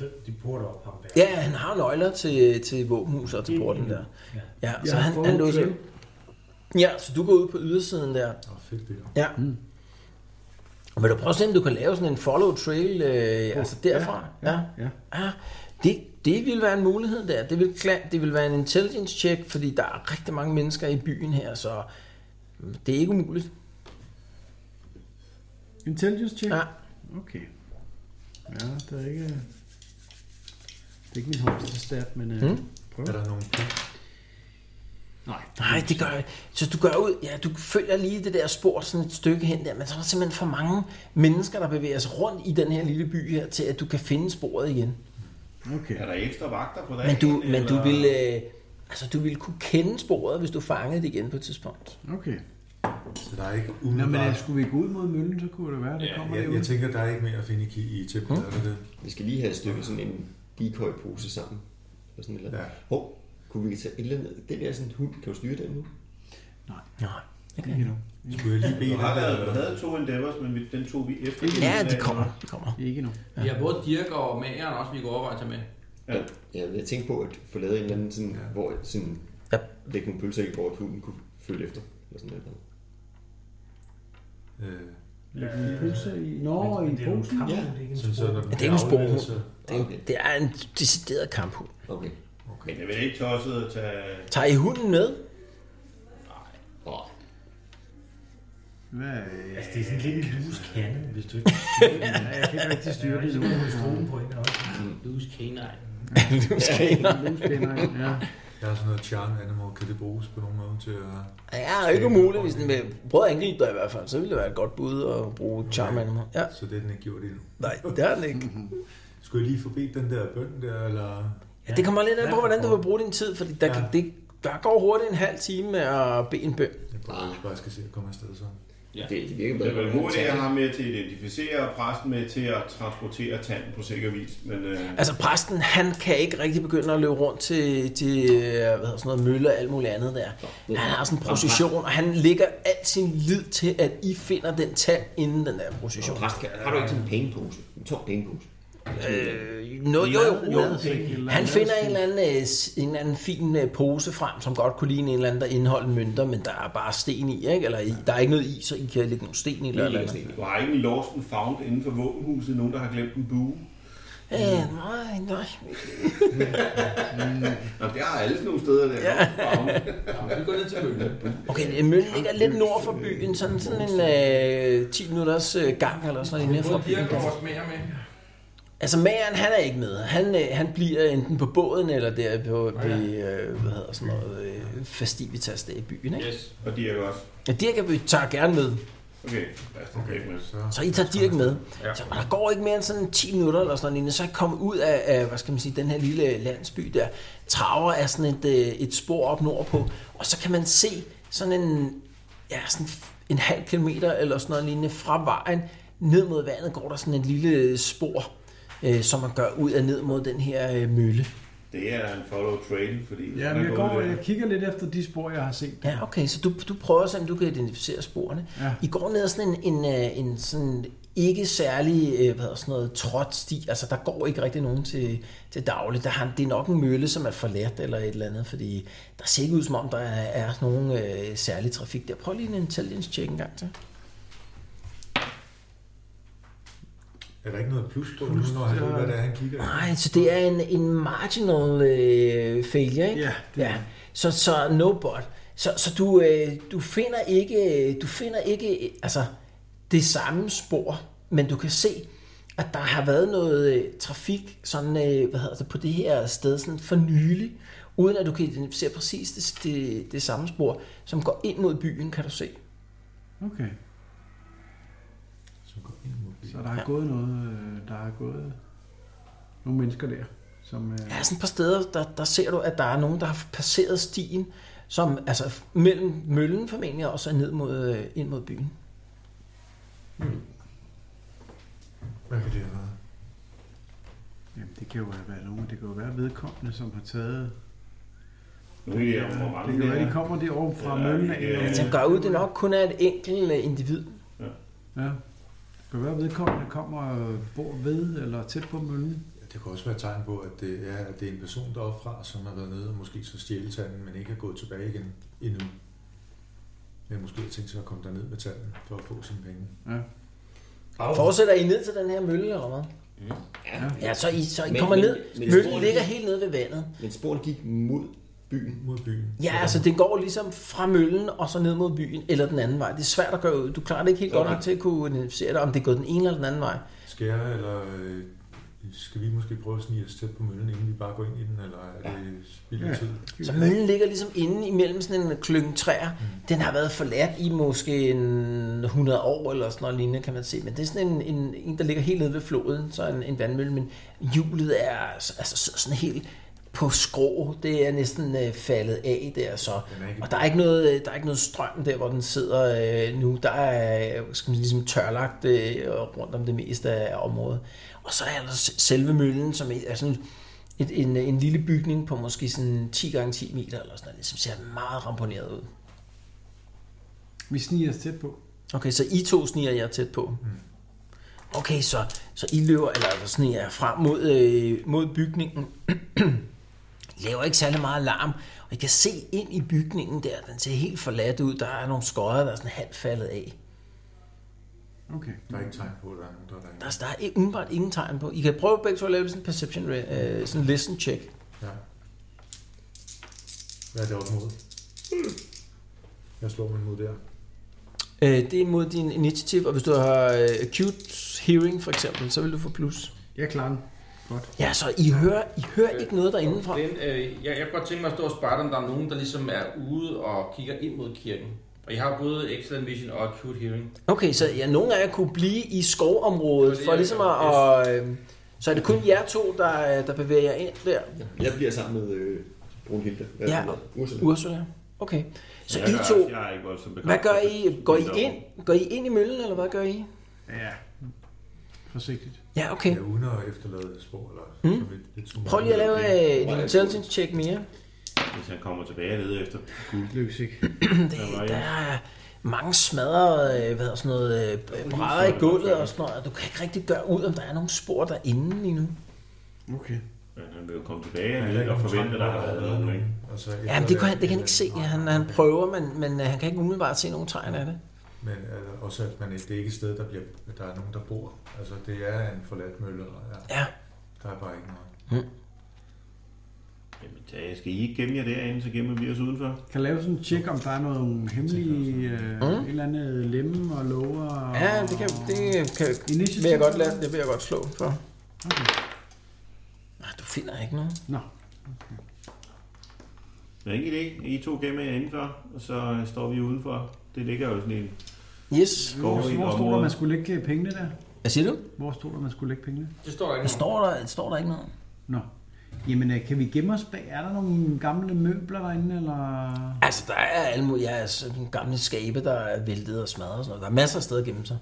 S5: de- de porter op, ham der.
S2: Ja, han har nøgler til, til våbenhuset og til porten der.
S5: Ja.
S2: Ja, så
S7: Jeg
S2: han,
S7: får
S2: han låser.
S7: en
S2: Ja, så du går ud på ydersiden der.
S6: Åh, fedt, Peter.
S2: Ja. Mm. Vil du prøve at se, om du kan lave sådan en follow trail, øh, altså derfra? Ja, ja.
S7: Ja.
S2: ja. Ah, Det, det ville være en mulighed der. Det ville, kla- det ville være en intelligence check, fordi der er rigtig mange mennesker i byen her, så mm, det er ikke umuligt.
S7: Intelligence check?
S2: Ja.
S7: Okay. Ja, det er ikke... Det er ikke min højeste stat, men... Øh,
S2: Mm.
S7: prøv.
S6: Er der nogle penge?
S2: Nej. Nej, det gør jeg. Så du gør ud, ja, du følger lige det der spor sådan et stykke hen der, men så er der simpelthen for mange mennesker, der bevæger sig rundt i den her lille by her, til at du kan finde sporet igen.
S8: Er der ekstra vagter på dagen?
S2: Men du, men
S8: eller-
S2: du vil, øh, altså du vil kunne kende sporet, hvis du fangede det igen på et tidspunkt.
S7: Okay.
S6: Så der er ikke
S7: Nå, men øh,
S6: umiddelbart...
S7: skulle vi gå ud mod møllen, så kunne det være, at det
S3: Ja,
S7: kommer
S6: Jeg,
S7: derude.
S6: jeg tænker, der er ikke mere at finde i, ki- i tæppen, er der det?
S4: Vi skal lige have et stykke sådan en decoy-pose sammen. Eller sådan et eller andet.
S6: Ja.
S4: Hov, kunne vi tage et eller andet? Den der sådan hund, kan du styre den nu?
S2: Nej. Hm?
S6: Skulle jeg lige bede
S8: Du har
S6: dig,
S8: været,
S6: eller
S8: du
S6: hvad?
S8: havde to Endeavors, men vi- den tog vi efter.
S2: Ja, de kommer. De kommer.
S7: Ikke nu.
S3: Vi har både Dirk og Mageren også, vi kan overveje at tage med.
S8: Ja.
S4: Ja, jeg tænkte på at få lavet en eller anden, sådan, ja. hvor sådan,
S2: Ja.
S4: ja. lægge nogle pølser i, hvor at hunden kunne følge efter. Eller sådan noget.
S6: Øh,
S7: Lægge en pølse i... Nå, i
S5: Men det er jo
S7: posen.
S5: kamp,
S4: Ja.
S5: det er ikke en
S6: sådan så, når den
S2: det er
S6: bliver
S2: en spore.
S6: afleveret, så-
S2: Det, er en-
S4: Okay.
S2: det er en decideret kamphund.
S4: Okay.
S8: Men det er vel ikke tosset at tage...
S2: Tager I hunden med?
S4: Åh,
S7: Hvad? øh,
S5: Altså, det er sådan lidt en loose cannon, hvis du ikke
S7: Ja, jeg kan ikke rigtig styre det nu.
S5: kan skrue på en af os.
S3: Loose canine.
S7: Ja.
S6: Jeg har sådan noget charm animal. Kan det bruges på nogen måde til
S2: Ja,
S6: at...
S2: det er ikke umuligt. Hvis den vil prøve at angribe dig i hvert fald, så ville det være et godt bud at bruge charm animal. Ja,
S6: Så det, den ikke gjort endnu.
S2: nej, det er den ikke.
S6: Skulle jeg lige forbi den der bøn der, eller...
S2: Ja, det kommer lidt an på, hvordan du vil bruge din tid, fordi der, kan, det, der går hurtigt en halv time med at bede en bøn.
S6: Jeg bare, bare skal se at komme afsted så.
S4: det, det virker
S8: Det er
S4: bedre.
S8: vel hurtigt at have med til at identificere, og præsten med til at transportere tanden på sikker vis. Men øh,
S2: Altså præsten, han kan ikke rigtig begynde at løbe rundt til, til øh, hvad hedder sådan noget, mølle og alt muligt andet der. Han har sådan en procession, og han lægger al sin lid til, at I finder den tand inden den der procession.
S4: Præst, kan- har du ikke sådan en pengepose? En tom pengepose?
S2: Øh, no, jo, jo, jo.
S7: Madpenge eller
S2: Han
S7: andet.
S2: finder en eller, anden, øh, s- en eller anden fin øh, pose frem, som godt kunne ligne en eller anden, der indeholder mønter, men der er bare sten i, ikke? Eller i, der er ikke noget i, så I kan lægge nogle sten i. Eller, eller, andet.
S8: du har ikke en lost and found inden for våbenhuset, nogen der har glemt en bue.
S2: Øh, nej, nej.
S8: Nå, det har alle sådan nogle steder der. Ja.
S3: Ja, vi går ned til møllen.
S2: Okay, møllen ligger lidt nord for byen, sådan, sådan en øh, 10 minutters øh, gang eller sådan noget mere fra
S3: Både
S2: byen.
S3: Dirk og vores mager med.
S2: Altså mageren, han er ikke med. Han, øh, han bliver enten på båden eller der på, på øh, hvad hedder sådan noget, øh, festivitas der i byen. Ikke?
S3: Yes.
S8: Og de er også.
S2: Ja, Dirk er- vi tager gerne med.
S8: Okay, lad os okay. med.
S6: Så,
S2: Så I tager Dirk med. Så og der går ikke mere end sådan 10 minutter eller sådan noget, så er I kommet ud af, af, hvad skal man sige, den her lille landsby der. Traver er sådan et, øh, et spor op nordpå, og så kan man se sådan en, ja, sådan en halv kilometer eller sådan noget lignende fra vejen ned mod vandet går der sådan et lille spor, øh, som man gør ud af ned mod den her øh, mølle.
S8: Det er en follow trail, fordi...
S7: Ja, men jeg, går, jeg kigger lidt efter de spor, jeg har set.
S2: Ja, okay, så du, du prøver at se, om du kan identificere sporene. Ja.
S7: Ja.
S2: I går ned ad sådan en, en, øh, en sådan ikke særlig øh, hvad hedder sådan noget, trådt sti, altså der går ikke rigtig nogen til, til daglig. Der har, det er nok en mølle, som er forladt eller et eller andet, fordi der ser ikke ud som om, der er, er nogen øh, særlig trafik der. Prøv lige en intelligence check en gang til.
S6: er der ikke noget plus på, nu, når han ved, hvad det er, han kigger efter?
S2: Nej, så det er en, en marginal øh, failure, ikke?
S7: Ja,
S2: det ja. Så, så no bot. Så, så du, øh, du finder ikke, du finder ikke øh, altså, det samme spor, men du kan se, at der har været noget øh, trafik sådan, øh, hvad hedder det, på det her sted sådan for nylig, uden at du kan identificere præcis det, det, det samme spor, som går ind mod byen, kan du se.
S7: Okay,
S6: Så går ind mod det.
S7: så der er gået noget, øh, der er gået nogle mennesker der, som... øh,
S2: Ja, sådan et par steder, der, der ser du, at der er nogen, der har passeret stien, som altså f- mellem møllen formentlig, og så ned mod, øh, ind mod byen.
S6: Hvad kan det have været?
S7: Jamen, det kan jo have været nogen. Det kan jo være vedkommende, som har taget...
S8: Nu er det, hvor mange
S7: Det
S8: det
S7: kan jo være, de
S8: er.
S7: kommer derovre fra
S8: Eller
S7: møllen af.
S8: ikke, øh,
S2: Altså, gør ud, det nok kun er et enkelt øh, individ.
S7: Ja. Det kan jo være, at vedkommende kommer og bor ved eller tæt på møllen.
S6: Ja, det kan også være et tegn på, at det er, at det er en person deroppe fra, som har været nede og måske så stjæle tanden, men ikke er gået tilbage igen endnu. Men måske har tænkt sig at komme derned med tanden for at få sine penge.
S2: Fortsætter I ned til den her mølle, eller hvad?
S4: Ja.
S2: Ja, så I, så I
S4: Men-
S2: kommer
S4: men-
S2: ned.
S4: men-
S2: Møllen ligger helt nede ved vandet.
S4: Men sporene gik mod byen.
S6: Mod byen.
S2: Ja, altså det går ligesom fra møllen og så ned mod byen, eller den anden vej. Det er svært at gøre ud. Du klarer det ikke helt godt
S4: Okay.
S2: nok til at kunne identificere dig, om det er gået den ene eller den anden vej.
S6: Skære eller øh, Skal vi måske prøve at snige os tæt på møllen, inden vi bare går ind i den, eller er det spild af tid?
S2: Så møllen ligger ligesom inde imellem sådan en klynge træer. Den har været forladt i måske en 100 år eller sådan noget lignende, kan man se. Men det er sådan en, en, en der ligger helt nede ved floden, så en, en vandmølle. Men hjulet er altså, sådan helt på skrå. Det er næsten øh, faldet af der så. Og der er, ikke noget, øh, der er ikke noget strøm der, hvor den sidder øh, nu. Der er øh, skal man sige, ligesom tørlagt øh, rundt om det meste af området. Og så er der s- selve møllen, som er sådan et, en, en lille bygning på måske sådan 10 gange 10 meter eller sådan noget, som ser meget ramponeret ud.
S9: Vi sniger os tæt på.
S2: Okay, så I to sniger jer tæt på. Okay, så, så I løber, eller altså, sniger jer frem mod, øh, mod bygningen. I laver ikke særlig meget larm, og I kan se ind i bygningen der. Den ser helt forladt ud. Der er nogle skodder, der er sådan halvt faldet af.
S9: Okay.
S6: Der er ikke tegn på, at der er nogen, der er
S2: Der
S6: derinde.
S2: er, der er ikke- umiddelbart ingen tegn på. I kan prøve begge to at lave sådan en perception, ra- øh, sådan en listen check.
S6: Ja. Hvad er det op mod? Jeg slår mig mod der.
S2: Øh, det er mod din initiativ, og hvis du har øh, acute hearing for eksempel, så vil du få plus.
S9: Jeg klarer den.
S2: Ja, så I hører, I hører ikke noget derindefra.
S3: Den, øh, jeg, jeg kunne godt tænke mig at stå og spørge dig, om der er nogen, der ligesom er ude og kigger ind mod kirken. Og jeg har både excellent vision og acute hearing.
S2: Okay, så ja, nogle af jer kunne blive i skovområdet,
S3: Det
S2: for
S3: er-
S2: ligesom at... Og, øh, så er det kun jer to, der, øh, der bevæger jer ind der,
S4: Jeg bliver sammen med øh, Brunhilde. Hvad
S2: Ja.
S4: er det, hun hedder? Ursula.
S2: Ursula. Okay, så I
S8: jeg,
S2: to...
S8: Jeg er ikke voldsomt begejstret.
S2: Hvad gør I? Går I
S8: Men dog.
S2: ind, går I ind i møllen, eller hvad gør I?
S9: Ja. Forsigtigt.
S2: Ja, okay.
S6: Ja, uden at efterlade spor, eller mm. så vidt. Det tog
S2: Hmm? Prøv lige at lave
S6: meget.
S2: øh, en intelligence-check mere.
S8: Hvis han kommer tilbage og leder efter guld.
S9: Lykkes ikke.
S2: Det, der er mange smadrede, øh, hvad hedder sådan noget, øh, brædder i gulvet og sådan noget, og du kan ikke rigtig gøre ud, om der er nogle spor derinde lige nu.
S9: Okay.
S8: Men han vil jo komme tilbage, han
S6: Der er ikke
S8: vil ikke
S6: nogen altså,
S8: forvente,
S6: tegn
S8: at
S6: på,
S8: der har været noget nu, ikke?
S6: Og så
S2: Ja, men øh, det kan, han- det kan han ikke se. Han, han prøver, men, men øh, han kan ikke umiddelbart se nogen tegn af det.
S6: Men altså, også at man, det er ikke et sted, der, bliver, der er nogen, der bor. Altså, det er en forladt mølle, og ja,
S2: Ja,
S6: der er bare ikke noget.
S8: Jamen, tag, skal I ikke gemme jer derinde, så gemmer vi os udenfor?
S9: Kan lave sådan en tjek, om der er nogle hemmelige, øh, mm. et eller andet lemme og lover. og-
S2: ja det, kan, det kan,
S9: Initiativ.
S2: vil jeg godt lade, det vil jeg godt slå for.
S9: Okay.
S2: Nej, Ah, du finder ikke noget.
S9: Nå,
S8: Men ingen idé. I to gemmer jer indenfor, og så står vi udenfor. Det ligger jo sådan en
S2: Yes.
S8: skov i et
S9: hvor stod der,
S8: område.
S9: man skulle lægge øh, pengene der?
S2: Hvad siger du?
S9: Hvor stod der, man skulle lægge pengene?
S3: Det står der ikke.
S2: Der står der, står der ikke noget.
S9: Nå. Jamen, øh, kan vi gemme os bag? Er der nogle gamle møbler derinde, eller...
S2: Altså, der er alle mulige, ja, sådan gamle skabe, der er væltet og smadret og sådan noget. Der er masser af steder at gemme sig.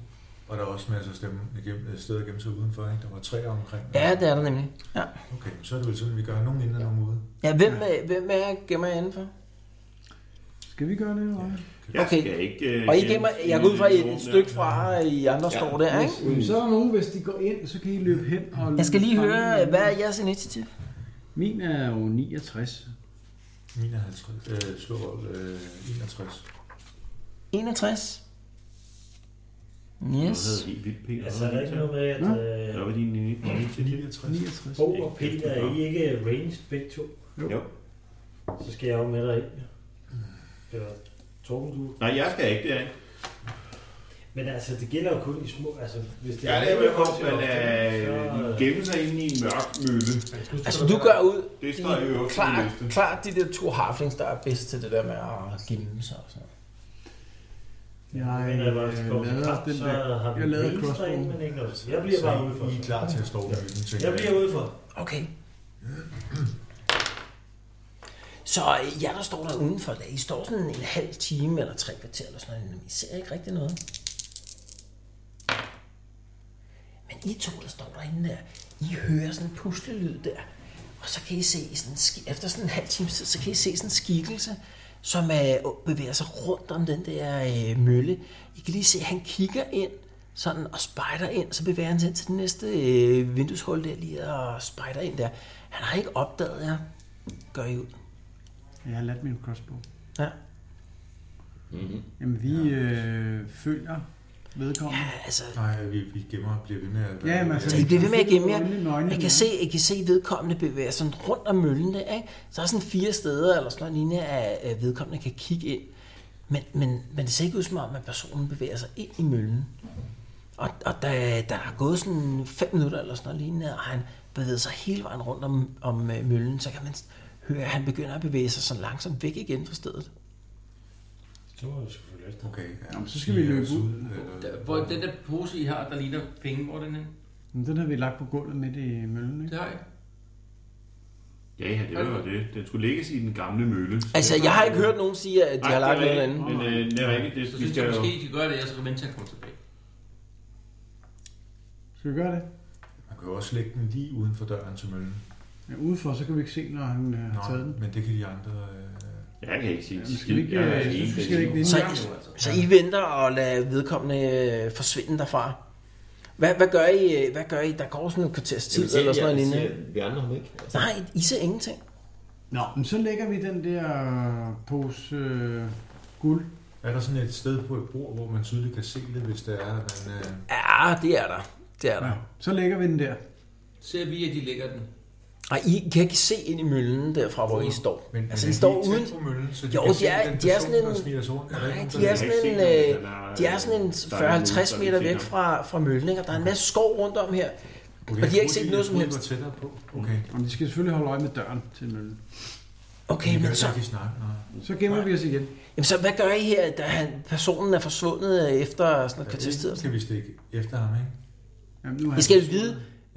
S6: Og der er også masser af stemme, igennem, øh, steder at gemme sig udenfor, ikke? Der var træer omkring.
S2: Ja, det er der nemlig. Ja.
S6: Okay, så er det vel sådan, at vi gør nogen inden og nogen ude.
S2: Ja, hvem, er, hvem er jeg gemmer jeg indenfor?
S9: Skal vi gøre det, eller hvad?
S8: Jeg
S2: Okay.
S8: skal ikke... øh,
S2: Og I
S8: gemmes
S2: gemmer, jeg går ud fra et, et stykke fra, at I andre står der, ikke?
S9: Jamen, Så er der nogen, hvis de går ind, så kan I løbe hen og...
S2: Jeg skal lige
S9: fange
S2: høre,
S9: dem.
S2: hvad er jeres initiativ?
S9: Min er jo 69.
S6: 59, øh, slår øh, 61.
S2: 61?
S8: Noget
S2: Yes.
S8: hedder helt vildt, Peter.
S5: Altså, er der ikke noget med, at...
S9: Nå.
S8: Hvad
S5: Øh,
S8: var din linje?
S6: 69.
S9: 69.
S5: Bo og Peter, er I ikke range begge to?
S8: Jo.
S5: Så skal jeg jo med dig ind. Eller Torben, du...
S8: Nej, jeg skal ikke derind.
S5: Men altså, det gælder jo kun i små... Altså, hvis det
S8: Ja, det er jo godt, men
S5: så-
S8: øh, gemme sig inde i en mørk mølle.
S2: Altså, du gør ud,
S8: Det
S2: de,
S8: står jo også på min
S2: klart,
S8: liste.
S2: klart de der to harflings, der er bedst til det der med at gemme sig og sådan noget.
S9: Jeg
S5: Men
S9: øh,
S5: jeg var
S9: lader den der...
S5: har vi
S9: jeg lavede
S5: en
S9: crossbow.
S5: streng, men ikke noget. Jeg bliver bare udenfor.
S6: Så I er klar til at stå ved den ting.
S5: Jeg bliver udenfor.
S2: Okay. Så øh, jer, der står der udenfor, der, I står sådan en halv time eller tre kvarter eller sådan noget, men I ser ikke rigtig noget. Men I to, der står derinde der, I hører sådan en puslelyd der, og så kan I se, sådan, en ski- efter sådan en halv time tid, så kan I se sådan en skikkelse, som øh, bevæger sig rundt om den der øh, mølle. I kan lige se, at han kigger ind sådan, og spejder ind, så bevæger han sig ind til den næste øh, vindueshul der lige og spejder ind der. Han har ikke opdaget jer, gør I ud.
S9: Jeg har ladt min crossbow.
S2: Ja.
S9: Jamen, vi øh, følger vedkommende.
S2: Ja, altså,
S6: Nej, øh, vi, vi gemmer og bliver ved med at...
S9: Ja, men altså-
S2: Så I bliver ved med at gemme
S9: Øjnene med
S2: jer.
S9: øjnene,
S2: Jeg
S9: ja.
S2: kan se, I kan se vedkommende bevæge sig sådan rundt om møllen der, ikke? Så er sådan fire steder eller sådan noget lignende, at at vedkommende kan kigge ind. Men, men, men det ser ikke ud som om, at personen bevæger sig ind i møllen. Og, og da, der er gået sådan 5 minutter eller sådan noget lignende, og han bevæger sig hele vejen rundt om, om øh, møllen, så kan man høre, at han begynder at bevæge sig sådan langsomt væk igen fra stedet.
S5: Så må vi selvfølgelig efter.
S6: Okay, ja.
S7: Jamen, så skal vi løbe ud.
S6: øh,
S3: Der, hvor den der pose, I har, der ligner penge, hvor er den er?
S7: Men den har vi lagt på gulvet midt i møllen, ikke?
S3: Det har jeg.
S8: Ja, ja, det var jo det. Den skulle lægges i den gamle mølle. Så-
S2: Altså, jeg har ikke hørt nogen sige, at de
S8: Nej,
S2: har lagt
S8: det er
S2: noget
S8: rigtigt.
S2: andet.
S8: Men øh, det er rigtigt. Det,
S3: Så
S8: vi
S3: synes
S8: skal
S3: jeg
S8: jo...
S3: måske, I skal gøre det, og så kan vente til at komme tilbage.
S7: Skal vi gøre det?
S6: Man kan jo også lægge den lige uden for døren til møllen.
S7: Ja, udenfor, så kan vi ikke se, når han øh, har taget den.
S6: men det kan de andre... Øh,
S8: Jeg kan ikke sige
S7: Jamen, skal vi ikke, øh, jeg synes, vi skal ikke vinde.
S2: Så, så I venter og lader vedkommende øh, forsvinde derfra. Hvad, hvad, gør I, øh, hvad gør I? Der går sådan et kvarters tid eller sådan noget lignende.
S4: Vi andre ham ikke. Altså,
S2: Nej, I ser ingenting.
S7: Nå, men så lægger vi den der pose øh, guld.
S6: er der sådan et sted på et bord, hvor man tydeligt kan se det, hvis det er, at man... Øh,
S2: Ja, det er der. Det er der.
S7: Ja. Så lægger vi den der.
S3: Ser vi, at de lægger den.
S2: Og I kan ikke se ind i møllen derfra, hvor I står.
S6: men,
S2: Altså,
S6: men
S2: den står
S6: lige tæt
S2: uden...
S6: på møllen, så de
S2: Jo,
S6: kan
S2: de
S6: se
S2: er-
S6: den
S2: de er
S6: person,
S2: sådan en-
S6: der sniger sig rundt. Er der ikke
S2: Nej,
S6: nogen,
S2: de
S6: der-
S2: er sådan en, øh, de er sådan en 40-50 meter væk fra, fra møllen, ikke? og der er en masse skov rundt om her.
S6: Okay,
S2: Og de har ikke
S6: jeg
S2: set
S6: troede,
S2: noget som
S6: troede,
S2: helst.
S6: var tættere på. Okay,
S7: Og vi skal selvfølgelig holde øje med døren til møllen.
S2: Okay, men så,
S6: kan ikke snakke. Nej.
S7: Så gemmer vi os igen.
S2: jamen så hvad gør I her, da han, personen er forsvundet øh, efter sådan et kvarters tid?
S6: Ja, skal vi stikke efter ham, ikke?
S7: Jamen, nu er
S2: I
S7: han-
S2: skal vide,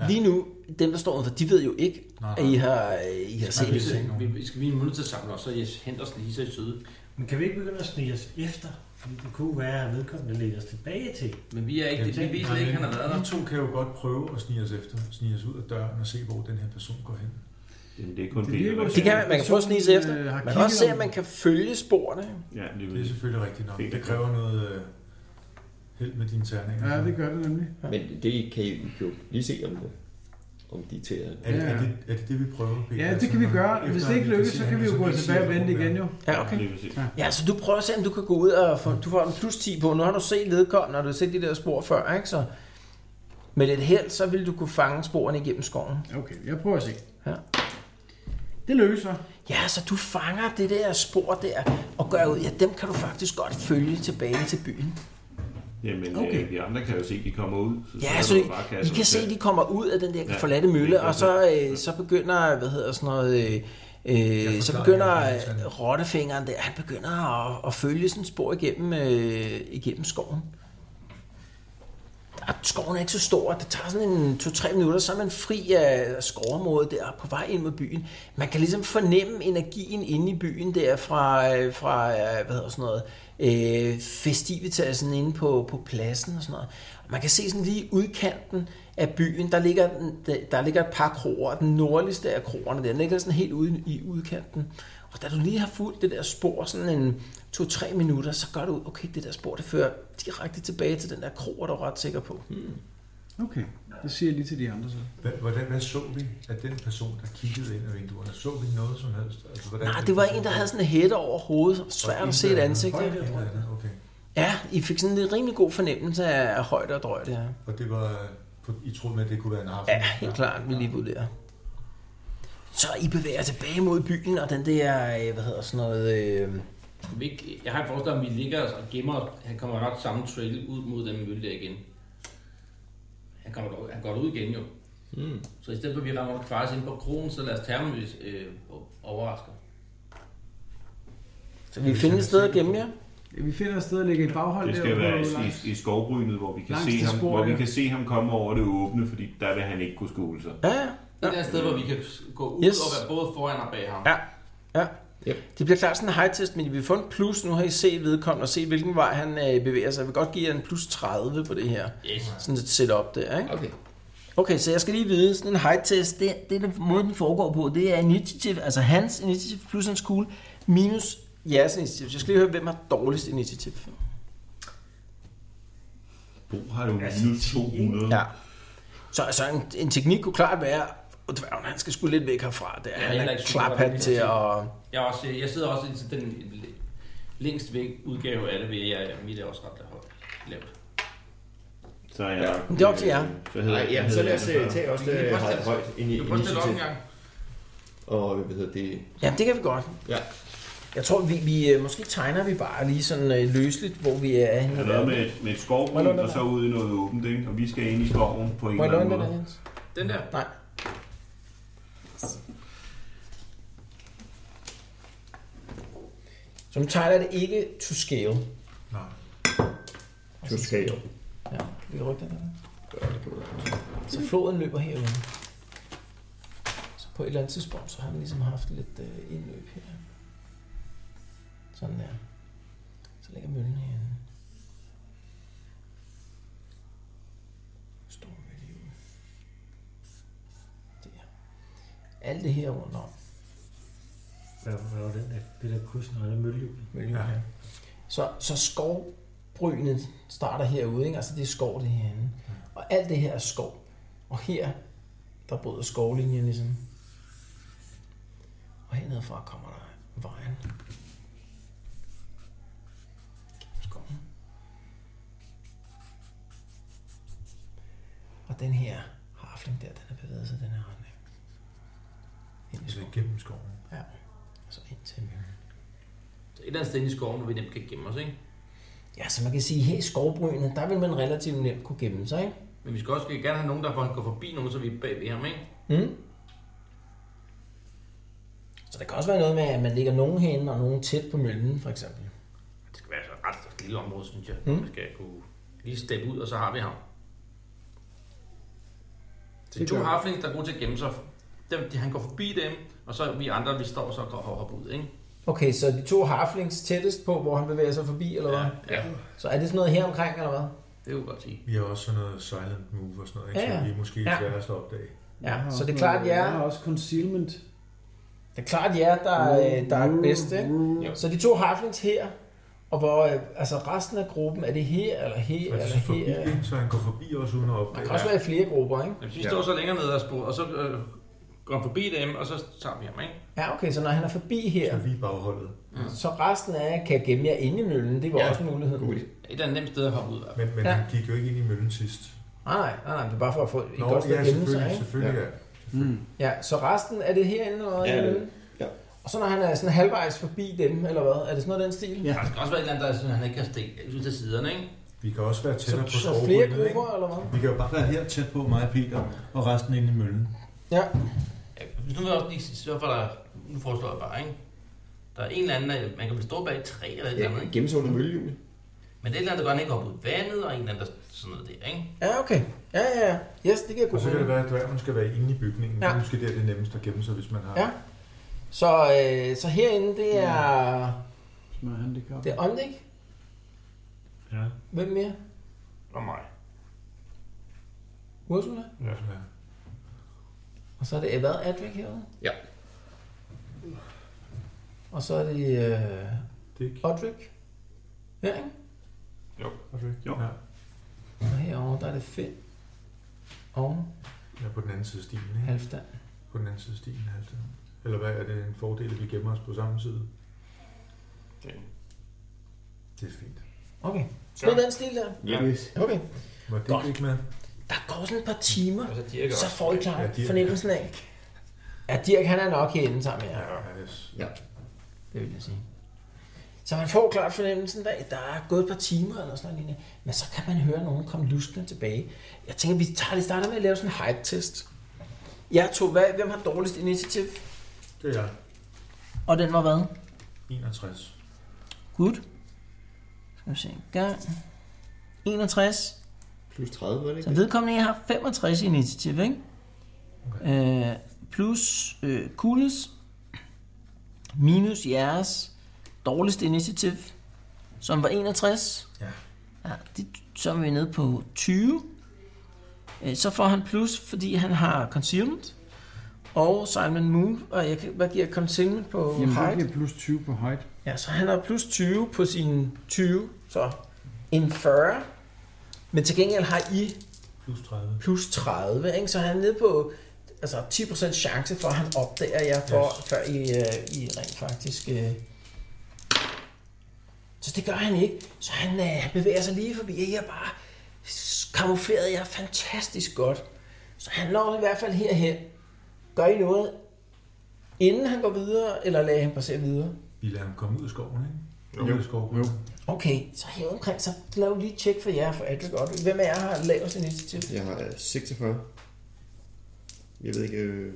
S2: lige nu, dem der står udenfor, de ved jo ikke,
S6: Nej,
S2: at I har, I har set
S3: Vi,
S2: det.
S3: vi, vi skal vi er nødt til at samle os, så jeg henter os lige så i søde.
S5: Men kan vi ikke begynde at snige os efter? Fordi det kunne være, at vedkommende leder os tilbage til.
S3: Men vi er ikke, det, vi ved slet ikke, han har været der.
S6: Vi to kan jo godt prøve at snige os efter, snige os ud af døren og se, hvor den her person går hen.
S8: Jamen, det er kun det.
S7: virker jo
S2: Det kan, man kan prøve at snige sig efter.
S7: Øh, har
S2: Man kan
S7: kigget
S2: også se,
S7: om-
S2: at man kan følge sporene.
S8: Ja, det er
S6: Det er
S3: Mm.
S8: jo-
S6: selvfølgelig rigtigt nok.
S8: Det-
S6: Det kræver noget øh, held med dine terninger.
S7: Ja, det gør det nemlig.
S4: Men det kan I jo lige se, om, øh, om de er til at...
S6: Er, det, er,
S7: Ja.
S6: det, er det det, vi prøver, Peter?
S7: Ja, det kan vi gøre.
S6: Efter
S7: Hvis
S6: at
S7: det ikke
S6: vi kan
S7: lykkes,
S6: se
S7: så
S6: ham,
S7: kan vi jo gå
S6: vi se,
S7: tilbage og
S6: hvor
S7: vente
S6: hun er.
S7: igen jo.
S2: Ja, okay.
S8: lige præcis.
S2: Ja, så du prøver at se, om du kan gå ud og få, du får en plus 10 på. Nu har du set vedkommende, og du har set de der spor før, ikke? Så med lidt held, så vil du kunne fange sporene igennem skoven.
S7: Okay, jeg prøver at se.
S2: Ja.
S7: Det lykkes så.
S2: Ja, så du fanger det der spor der, og gør ud, ja, dem kan du faktisk godt følge tilbage til byen.
S8: Jamen,
S7: Okay.
S8: øh, de andre kan jo se, at de kommer ud. Så
S2: Ja, så
S8: så er det jo bare at
S2: I
S8: kaste
S2: kan
S8: os
S2: se,
S8: selv.
S2: at de kommer ud af den der
S8: Ja,
S2: forladte
S8: det
S2: mølle,
S8: er
S2: og så, øh, så begynder, hvad hedder sådan noget, øh, øh, så
S6: forklarer,
S2: begynder
S6: jeg er sådan.
S2: øh, rottefingeren der, han begynder at, at følge sådan et spor igennem, øh, igennem skoven. Og skoven er ikke så stor, det tager sådan en 2-3 minutter, så er man fri af skovområdet der og på vej ind mod byen. Man kan ligesom fornemme energien inde i byen der fra, øh, fra øh, hvad hedder sådan noget, øh, festivitasen inde på, på pladsen og sådan noget. Og Man kan se sådan lige udkanten af byen, der ligger, den- der, der ligger et par kroer, og den nordligste af kroerne, der den ligger sådan helt ude i udkanten. Og da du lige har fulgt det der spor sådan en 2-3 minutter, så gør du, ud, okay, det der spor, det fører direkte tilbage til den der krog, er du ret sikker på.
S7: Okay, det siger jeg lige til de andre så.
S6: Hva- Hvordan, hvad så vi af den person, der kiggede ind ad vinduerne? Så vi noget som helst? Altså, hvordan
S2: Nej, det var en, der havde sådan en hætte over hovedet, som svært at se et ansigt.
S6: Og, en, øh,
S2: af.
S6: der havde- okay.
S2: Ja, I fik sådan en rimelig god fornemmelse af af højde og drøjde her.
S6: og det var, øh, på, I troede med, at det kunne være en aften?
S2: Ja, helt klart, vi lige vurderer. Så I bevæger jer tilbage mod byen, og den der, øh, hvad hedder sådan noget, øh,
S3: Vi ikke- Jeg har en forestilling om, at vi ligger os og gemmer os. Han kommer nok samme trail ud mod den mølle der igen. Han kommer dog, han går ud igen jo. Mm. Så i stedet for at vi rammer på kvarts ind på krogen, så lad os tage ham, hvis øh, overrasker.
S2: så vi finder et sted at gemme jer.
S7: Ja, Vi finder et sted at lægge et baghold
S8: Det skal
S7: derude
S8: være
S7: på langs-
S8: i, i, i skovbrynet, hvor vi kan
S7: Langs
S8: se
S7: de
S8: ham,
S7: spor,
S8: hvor vi
S7: ja.
S8: kan se ham komme over det åbne, fordi der vil han ikke kunne skole sig.
S2: Ja, ja.
S3: Det er et sted, hvor vi kan gå ud
S2: Yes.
S3: yes. og være både foran og bag ham.
S2: Ja, ja. Det bliver klart sådan en high test, men I vil få en plus. Nu har I set vedkommende og set, hvilken vej han øh, bevæger sig. Jeg vil godt give jer en plus 30 på det her.
S3: Yes.
S2: Sådan et setup der, ikke?
S4: Okay.
S2: Okay, så jeg skal lige vide, sådan en height test, det, det der måden den foregår på, det er initiativ, altså hans initiativ plus hans cool, minus jeres initiativ. Så jeg skal lige høre, hvem har dårligst initiativ.
S8: Bo har jo minus 200.
S2: Ja. Så altså, en, en teknik kunne klart være, at dværgen, han skal sgu lidt væk herfra. Det er,
S3: Ja,
S2: han
S3: heller
S2: er
S3: ikke super
S2: klaphat
S3: dårlig
S2: til
S3: initiativ.
S2: at...
S3: Jeg, er også, jeg sidder også i den længst væk udgave af det, ved jeg, mit er også ret højt lavt.
S8: Så er jeg nok,
S2: Men det er op til jer.
S8: øh, Så hedder,
S4: Nej, ja,
S8: hvad
S4: så
S8: hedder
S4: lad os
S8: det
S4: øh,
S8: før?
S4: tage også det højt, højt ind i
S3: Du prøver at stille op en
S4: initiativ.
S3: gang.
S4: Og hvad hedder det?
S2: Jamen, det kan vi godt.
S4: Ja.
S2: Jeg tror, vi, vi øh, måske tegner vi bare lige sådan øh, løsligt, hvor vi er henne.
S8: Der er noget med, et- med et
S2: Må
S8: skovbrug,
S2: jeg låne den
S8: og så ud i noget åbent, ikke? og vi skal ind i skoven på en
S2: Må jeg
S8: eller
S2: låne den,
S8: anden
S2: der,
S8: måde.
S2: Jens?
S3: Den der.
S2: Nej. Så nu tegner jeg det ikke to scale.
S6: Nej.
S4: To scale.
S2: Ja, vi kan rykke den her. Så floden løber herude. Så på et eller andet tidspunkt, så har den ligesom haft lidt øh, indløb her. Sådan der. Så ligger møllen herinde. Stor mølle ude. Der. Alt det her rundt om.
S5: Hvad, hvad var den der, det der kus, når der møllehjul?
S2: miljø ja. her. Så, så skovbrynet starter herude, ikke? altså det er skov det herinde.
S3: Mm.
S2: Og alt det her er skov. Og her, der bryder skovlinjen ligesom. Og hernede fra kommer der vejen. Skoven. Og den her harfling der, den har bevæget sig den her retning. Ind i
S6: Altså
S2: skoven.
S6: igennem skoven.
S2: Ja. Og så ind til møllen.
S3: Så et eller andet sted inde i skoven, hvor vi nemt kan gemme os, ikke?
S2: Ja, så man kan sige, her i skovbrynet, der vil man relativt nemt kunne gemme sig, ikke?
S3: Men vi skal også gerne have nogen, der hvor han går forbi nogen, så vi er bag ved ham, ikke?
S2: Mm. Så der kan også være noget med, at man ligger nogen herinde og nogen tæt på møllen, for eksempel.
S3: Det skal være så ret et lille område, synes jeg. Mm. Man skal kunne lige steppe ud, og så har vi ham. Så de to harflings, der er gode til at gemme sig. Dem, de, han går forbi dem, og så vi andre, vi står så og går og hopper ud, ikke?
S2: Okay, så de to harflings tættest på, hvor han bevæger sig forbi, eller hvad?
S3: Ja, ja.
S2: Så er det sådan noget her omkring, eller hvad?
S3: Det kunne jeg godt sige.
S6: Vi har også sådan noget silent move og sådan noget, ikke?
S2: Ja, ja.
S6: så vi er måske
S2: Ja.
S6: ja. sværest at opdage.
S2: Ja, så
S7: også
S2: det er klart
S7: noget- Jeg
S2: jer,
S7: har også concealment.
S2: det er klart jer, der, øh, der er bedst, ikke?
S3: Jo.
S2: Så de to harflings her, og hvor øh, altså resten af gruppen, er det her, eller her,
S6: Men
S2: eller
S6: så forbi,
S2: her?
S6: ikke? så han går forbi os uden at
S2: Der
S6: opdage.
S2: kan også være i flere grupper, ikke?
S3: Men hvis vi står så længere nede og spor, og så øh, går han forbi dem, og så tager vi ham, ikke?
S2: Ja, okay, så når han er forbi
S6: Så
S2: her,
S6: vi er bagholdet.
S2: så resten af jer kan gemme jer inde i møllen. Det var
S3: Ja.
S2: også en mulighed. Nej,
S3: Et eller andet nemt sted at hoppe ud, i hvert fald.
S6: Men, men
S2: Ja.
S6: ja. han gik jo ikke ind i møllen sidst.
S2: Ah, nej, nej, nej, det er bare for at få et
S6: Nå,
S2: godt sted
S6: ja,
S2: at gemme sig,
S6: selvfølgelig,
S2: ikke?
S6: selvfølgelig, ja.
S2: Ja, så resten er det herinde eller noget?
S4: Ja,
S2: i
S4: det er
S2: møllen?
S4: Ja.
S2: Og så når han er sådan halvvejs forbi dem, eller hvad? Er det sådan noget i den stil?
S7: Ja.
S3: Der skal også være et eller andet, der er sådan, han ikke kan stikke ud til siderne, ikke?
S6: Vi kan også være
S2: Så,
S6: tættere på
S2: så flere
S6: skovbrynet,
S2: grupper,
S6: ikke?
S2: eller hvad?
S6: Vi kan jo bare være her tæt på mig og Peter, og resten inde i møllen.
S2: Ja,
S3: Ja, hvis nu vil jeg også lige sørge for, at der, nu foreslår jeg bare, ikke? Der er en eller anden, der- man kan vel stå bag et træ eller et eller andet,
S4: Ja,
S3: ikke?
S4: gemme sig under møllehjul.
S3: Men det er et eller andet, der godt ikke hopper ud i vandet, og en eller anden, der sådan noget der, ikke?
S2: ja okay. Ja, ja, ja. Yes, det giver
S6: Og
S2: god
S6: så kan det
S2: mening.
S6: være, at dværgen skal være inde i bygningen. Ja. Det
S2: Ja.
S6: er måske der, det er nemmest at gemme sig, hvis man har...
S2: Ja. Så, øh, så herinde, det er...
S7: Med handicap.
S2: Det er Ondik.
S5: Ja.
S2: Hvem mere?
S3: Og mig.
S2: Ursula?
S6: Ja. ja.
S2: Og så er det hvad? Advik herude?
S3: Ja.
S2: Og så er det øh,
S6: Dick.
S2: Odrik. Ja, ikke?
S8: Jo.
S6: Ja.
S2: Og herovre, der er det Finn. Og
S6: ja, på den anden side af stien, ikke?
S2: Halvdan.
S6: På den anden side af stien, altså. Eller hvad er det en fordel, at vi gemmer os på samme side?
S3: Okay.
S6: Det er fint.
S2: Okay. Så det er den stil der.
S8: Ja.
S7: Yes.
S2: Okay.
S6: Var det
S2: Godt.
S6: ikke med?
S2: Der går sådan et par timer,
S3: Og så Dirk
S2: så
S3: også.
S2: får I klar
S6: Ja, Dirk.
S2: fornemmelsen af, at Dirk han er nok herinde sammen med jer.
S6: Ja, yes.
S2: Det vil jeg sige. Så man får klart fornemmelsen af, at der er gået et par timer eller sådan noget lignende, men så kan man høre nogen komme luskende tilbage. Jeg tænker, vi tager lige starter med at lave sådan en height-test. Jeg tog, hvad, hvem har dårligst initiativ?
S6: Det er jeg.
S2: Og den var hvad?
S6: 61.
S2: Good. Skal vi se en gang. 61.
S4: Plus 30, var det
S2: Så
S4: ikke? det?
S2: vedkommende her har 65 i initiativ, ikke? Okay. Øh, plus øh, Kules. Minus jeres dårligste initiativ, som var 61.
S6: Ja.
S2: Ja, det, så er vi nede på 20. Øh, Så får han plus, fordi han har concealment. Og Simon Move, og jeg, kan- hvad giver concealment på
S7: Jamen, det
S2: height?
S7: giver plus 20 på height.
S2: Ja, så han har plus 20 på sin 20, så en 40. Men til gengæld har I
S6: Plus 30.
S2: plus 30, ikke? så han er nede på altså 10% chance for, at han opdager jer, for, yes.
S6: Yes.
S2: før I, øh, I rent faktisk... Øh... Så det gør han ikke. Så han øh, han bevæger sig lige forbi, og I har bare s- kamufleret jer fantastisk godt. Så han når i hvert fald herhen. Gør I noget, inden han går videre, eller lader I ham passere videre?
S6: I lader ham komme ud af skoven, ikke?
S8: Jo.
S6: Ud af skoven. Jo.
S2: Okay, så her omkring, så lav lige et tjek for jer, for Adric godt. Hvem af jer har lavest initiativ?
S4: Jeg har øh, 46. Jeg ved ikke... Øh...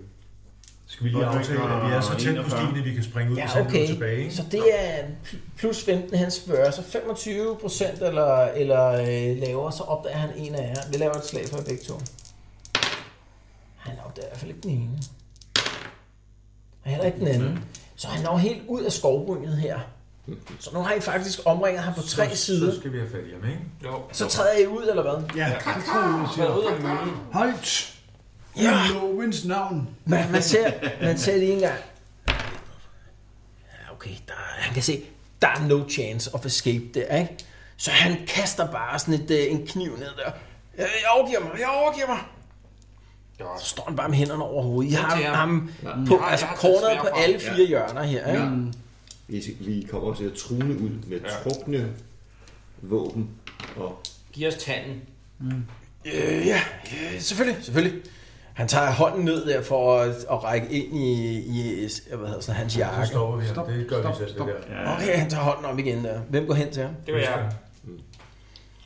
S6: Skal vi lige
S8: Ulrik
S6: aftale,
S8: har
S6: at vi er så tæt på
S8: 41.
S6: stien, at vi kan springe ud, hvis
S2: Ja,
S6: han
S2: okay.
S6: okay. tilbage, ikke?
S2: Så det er pl- plus 15, han spørger. Så 25 procent eller, eller øh, lavere, så opdager han en af jer. Vi laver et slag for jer begge to. Han opdager i hvert fald ikke den ene. Og heller ikke den
S6: Mm-hmm.
S2: anden. Så han når helt ud af skovbrynet her. Så nu har I faktisk omringet ham på tre
S6: så,
S2: sider.
S6: Så skal vi have fat i ham, ikke?
S2: Så træder I ud, eller hvad?
S7: Ja, det tror jeg, jeg siger.
S3: ud af møllen.
S7: Højt!
S2: Ja.
S7: Lovens navn.
S2: Man, man, ser, man ser lige engang. Ja, okay, der, er- han kan se, der er no chance of escape der, ikke? Så han kaster bare sådan et, øh, en kniv ned der. Øh, Jeg jeg overgiver mig, jeg overgiver mig. Så står han bare med hænderne over hovedet. I har
S3: Jeg tager-
S2: ham på,
S3: Jeg
S2: altså
S3: har taget
S2: corneret
S3: svær
S2: på
S3: fra.
S2: alle fire hjørner her, ikke?
S4: Vi, vi kommer også til at trune ud med ja. trukne våben. Og
S3: Giv os tanden.
S2: Øh, ja, ja, selvfølgelig, selvfølgelig. Han tager hånden ned der for at, at række ind i, i hvad hedder, sådan, hans
S6: Så
S2: jakke.
S6: stopper vi ham.
S7: Stop,
S6: det gør
S7: stop,
S6: vi selv,
S7: stop.
S6: det der.
S2: Okay, han tager hånden om igen der. Hvem går hen til ham?
S3: Det var jeg.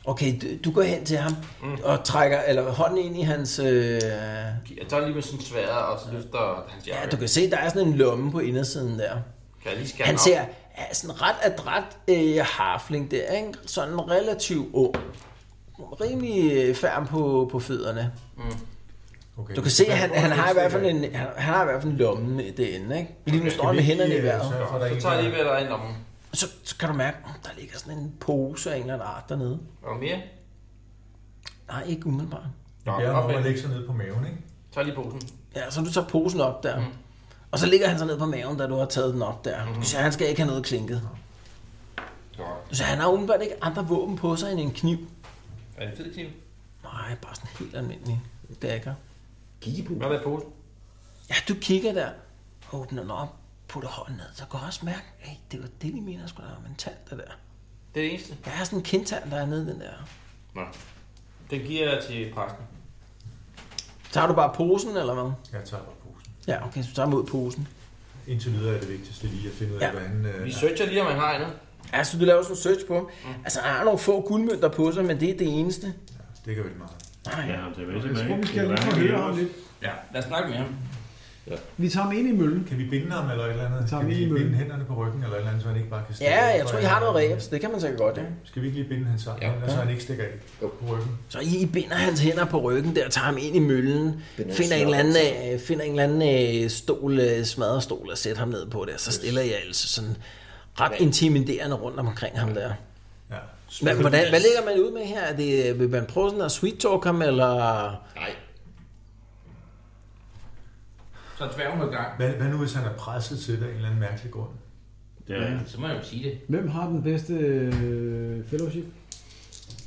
S2: Okay, du- du går hen til ham mm. og trækker eller hånden ind i hans... Øh...
S3: Jeg tager lige med sådan sværet og så løfter hans jakke.
S2: Ja, du kan se, der er sådan en lomme på indersiden der.
S3: Kan jeg lige skære
S2: Han
S3: den op?
S2: ser er sådan ret adræt øh, harfling der, ikke? Sådan relativt ung. Rimelig øh, færm på, på fødderne.
S6: Okay.
S2: Du kan se, at han, han, har i hvert fald
S6: en...
S2: en, han, han har i hvert fald en lomme i det ende, ikke? Lige nu står han med hænderne
S6: øh,
S2: i vejret.
S3: Så tager jeg lige, hvad der er i lommen.
S2: Så, så kan du mærke, at der ligger sådan en pose af en eller anden art dernede.
S3: Er der mere?
S2: Nej, ikke umiddelbart.
S3: Nå,
S6: Ja,
S3: op
S6: han må
S3: med.
S6: lægge sig ned på maven, ikke?
S3: Tag lige posen.
S2: Ja, så du tager posen op der. Mm. Og så ligger han så ned på maven, da du har taget den op der. Mm-hmm. Så han skal ikke have noget klinket. Så han har åbenbart ikke andre våben på sig end en kniv.
S3: Er det en fed kniv?
S2: Nej, bare sådan en helt almindelig dagger.
S3: Hvad med posen?
S2: Ja, du kigger der, åbner den op, putter hånden ned. Så kan jeg også mærke, hey, det var det, de mener, skulle der være en tand, det der.
S3: Det er det eneste.
S2: Der er sådan en kindtand, der er nede i den der.
S3: Nå. Den giver jeg til præsten.
S2: Tager du bare posen, eller hvad?
S6: Jeg tager bare posen.
S2: Ja, okay, så tager mod posen.
S6: Indtil videre er det vigtigste lige at finde ud af,
S2: Ja.
S6: hvad han... øh,
S3: Vi searcher lige, om han har andet.
S2: Ja, så du laver sådan en search på ham. Mm. Altså, han har nogle få guldmønter på sig, men det er det eneste.
S6: Det gør vel meget.
S2: Nej,
S10: Ja, det er vist
S7: Jeg tror, vi skal
S10: Det er
S7: lige få
S10: værre,
S7: høre
S10: end
S7: ham
S10: det
S7: lidt.
S3: Ja, lad os snakke med ham.
S7: Vi tager ham ind i møllen.
S6: Kan vi binde ham eller et eller andet?
S7: Tager
S6: Kan
S7: vi
S6: vi
S7: lige
S6: binde
S7: møllen.
S6: hænderne på ryggen eller et eller andet, så han ikke bare kan stikke
S2: Ja,
S6: af?
S2: jeg tror, I har noget ræbs. Det kan man sikkert godt, ja.
S6: Skal vi ikke lige binde hans arm,
S4: Ja.
S6: ja. så han ikke stikker af på ryggen?
S2: Så I binder hans hænder på ryggen der, tager ham ind i møllen,
S4: Binder
S2: finder en,
S4: snor.
S2: eller anden, øh, finder en eller anden øh, stol, øh, smadrestol og sætter ham ned på der. Så stiller jeg altså sådan ret intimiderende rundt omkring ham der.
S6: Ja.
S2: Hvad, hvordan, hvad ligger man ud med her? Er det, øh, vil man prøve sådan at sweet talk ham, eller...
S4: nej,
S3: Så er dværgen i gang.
S6: Hvad, hvad nu, hvis han er presset til det af en eller anden mærkelig grund?
S10: Det er
S3: Så må jeg jo sige det.
S7: Hvem har den bedste øh, fellowship?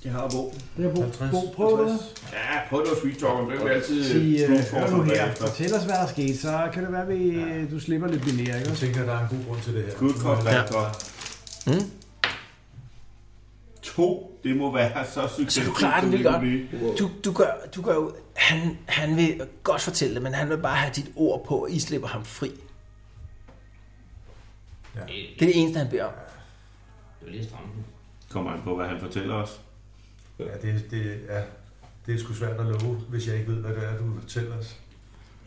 S4: jeg har våben.
S7: Det er Bo.
S6: 50.
S7: Bo, prøv det.
S8: Ja, prøv noget sweet talk, det kan vi altid
S7: Sige, øh,
S8: snuge for
S7: hør
S8: os
S7: nu her.
S8: bagefter.
S7: Fortæl os, hvad der er sket, så kan det være, at du slipper lidt binære, ikke
S6: Jeg
S7: også?
S6: tænker, der er en god grund til det her.
S8: Good cop,
S6: Ja.
S8: bad cop.
S2: Hmm?
S8: To, det må være så succesfuldt.
S2: Så du klarer den
S8: som
S2: vildt
S8: det
S2: godt.
S8: kunne blive.
S2: Du, du gør, du gør jo, han, han vil godt fortælle det, men han vil bare have dit ord på, at I slipper ham fri.
S6: Ja.
S2: Det er det eneste, han beder om.
S3: Det er lige stramme.
S8: Kommer an på, hvad han fortæller os.
S6: Ja, det, det, ja, det er sgu svært at love, hvis jeg ikke ved, hvad det er, du fortæller os.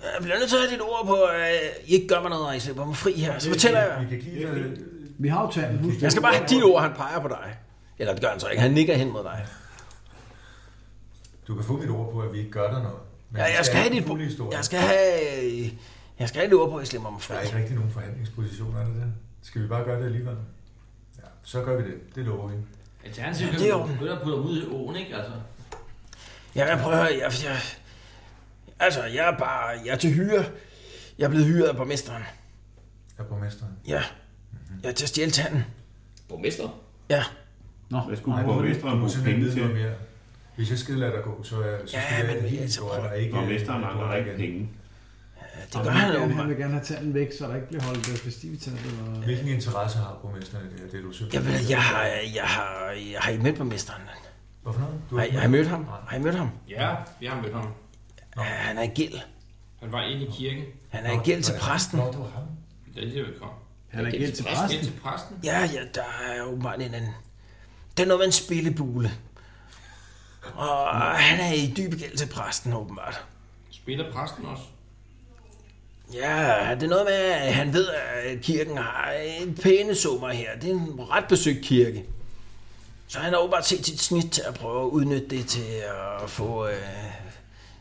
S2: Jeg bliver nødt til at have dit ord på, at I ikke gør mig noget, og I slipper mig fri her. Så fortæller jeg.
S6: Vi kan give dig...
S7: Vi har jo talt en hus.
S2: Jeg skal bare have de ord, han peger på dig. Eller det gør han så ikke. Han nikker hen mod dig.
S6: Du kan få mit ord på, at vi ikke gør dig noget. Men
S2: Jeg,
S6: vi
S2: jeg skal have
S6: den
S2: dit...
S6: fulde historie.
S2: Jeg skal have... øh, Jeg skal have dit ord på, at I slipper mig fri.
S6: Der er ikke rigtig nogen forhandlingsposition, er det det? Skal vi bare gøre det alligevel? Ja, så gør vi det. Det lover vi.
S3: Alternativt
S2: Ja, det er jo-
S3: kan vi begynde at putte ham ud i åen, ikke? Altså,
S2: Jeg kan prøve at høre, jeg, jeg, Altså, jeg er bare... Jeg er til hyre. Jeg er blevet hyret af borgmesteren.
S6: Jeg er borgmesteren.
S2: Ja. Jeg er til at stjæle tanden.
S4: Borgmester?
S2: Ja.
S8: Hvad skulle
S6: Ej,
S8: borgmesteren
S6: må
S8: bruge
S6: simpelthen
S8: penge
S6: vide
S8: til?
S6: noget mere. Hvis jeg skal lade dig gå, så, er- så
S2: Ja,
S6: skal
S2: men
S6: jeg helt
S2: altså,
S6: historie,
S2: prøv-
S6: der ikke...
S8: Borgmesteren mangler ikke penge.
S2: Det gør han
S7: Han
S2: åbenbart.
S7: vil gerne have tanden væk, så der ikke bliver holdt øh, festivitet. Eller...
S6: Hvilken interesse har borgmesteren i det her? Det er du
S2: Jeg,
S6: simpelthen...
S2: ved, jeg har... Jeg har... Jeg har I mødt borgmesteren?
S6: Hvorfor noget? Du
S2: Har
S6: har
S2: I,
S6: ikke-
S2: har I mødt ham? Har I mødt ham?
S3: ja, vi har mødt ham.
S2: Ja, han er i gæld.
S3: Han var inde i kirken.
S2: Han er i gæld til præsten.
S6: Nå, det var ham.
S3: Det er lige, der vil komme.
S7: Han er ikke helt til
S3: Præsten.
S7: præsten.
S3: Ind til præsten.
S2: Ja, ja, der er åbenbart en anden. Det er noget med en spillebule. Og han er i dyb gæld til præsten, åbenbart.
S3: Spiller præsten også?
S2: Ja, det er noget med, at han ved, at kirken har en pæne summer her. Det er en ret besøgt kirke. Så han har åbenbart set sit snit til at prøve at udnytte det til at få øh,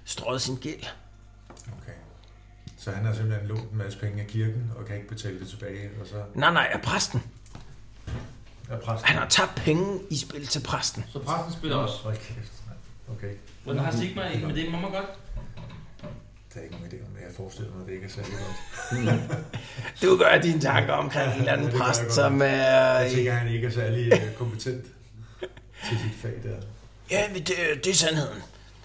S2: strøget sin gæld.
S6: Okay. Så han har simpelthen lånt en masse penge af kirken, og kan ikke betale det tilbage, og så
S2: Nej, nej, af præsten.
S6: er præsten...
S2: Han har tabt penge i spil til præsten.
S3: Så præsten spiller også.
S6: Hold kæft, mand. Okay.
S3: Hvordan har Sigma ikke med det? Må man godt?
S6: Det er ikke nogen idé om, jeg forestiller mig, at det ikke er særlig godt.
S2: Du gør dine tanker omkring en eller anden
S6: Ja, det gør jeg
S2: præst,
S6: godt.
S2: som er...
S6: Jeg tænker, at han ikke er særlig øh, kompetent til sit fag der.
S2: Ja, men det, det er sandheden.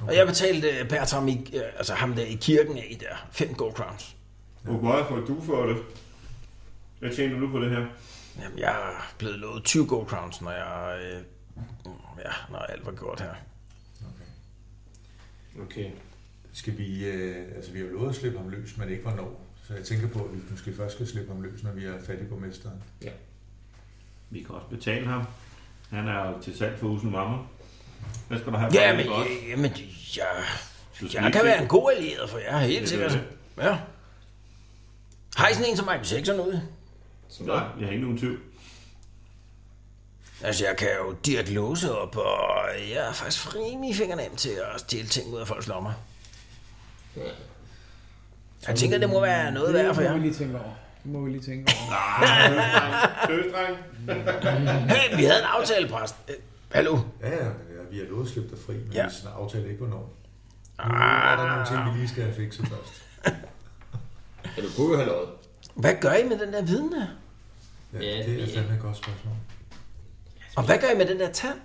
S2: Og jeg betalte Bertram, i, øh, altså ham der i kirken af der, fem gold crowns.
S8: Hvor meget får du for det? Hvad tjener du nu på det her?
S2: Jamen, jeg er blevet lovet 20 gold crowns, når jeg... Øh, ja, når alt var godt her.
S3: Okay.
S6: Skal vi, øh, altså vi har jo lovet at slippe ham løs, men ikke hvornår. Så jeg tænker på, at vi måske først skal slippe ham løs, når vi er fattige på mesteren.
S8: Vi kan også betale ham. Han er jo til salg for husen mamma. Hvad skal du have? for
S2: Ja,
S8: det
S2: men,
S8: godt?
S2: ja, jamen, jeg,
S8: Du skal
S2: jeg
S8: ikke
S2: kan være
S8: se-
S2: en god allieret for jer, helt
S8: det
S2: sikkert.
S8: er
S2: Ja. Har I sådan en som Michael Jackson ude?
S8: Nej, jeg har ikke nogen tvivl.
S2: Altså, jeg kan jo dirk låse op, og jeg er faktisk rimelig fingernem til at stjæle ting ud af folks lommer. Jeg tænker, det må være noget værd for
S7: Det må vi
S2: jer.
S7: lige tænke over. Det må vi lige tænke over.
S8: Tøsdreng.
S2: Hey, vi havde en aftale, præst. Øh, Hallo?
S6: Ja, ja, men ja, vi har lovet at slippe dig fri, men
S2: Ja.
S6: ja. vi sådan aftaler ikke hvornår. Der er nogle
S2: Ah,
S6: ting, vi lige skal have fikset først.
S4: Ja, du kunne jo have lovet.
S2: hvad gør I med den der viden der?
S6: Ja,
S3: Ja,
S6: det er
S3: vi-
S6: fandme et godt spørgsmål.
S2: Og hvad gør I med den der tand?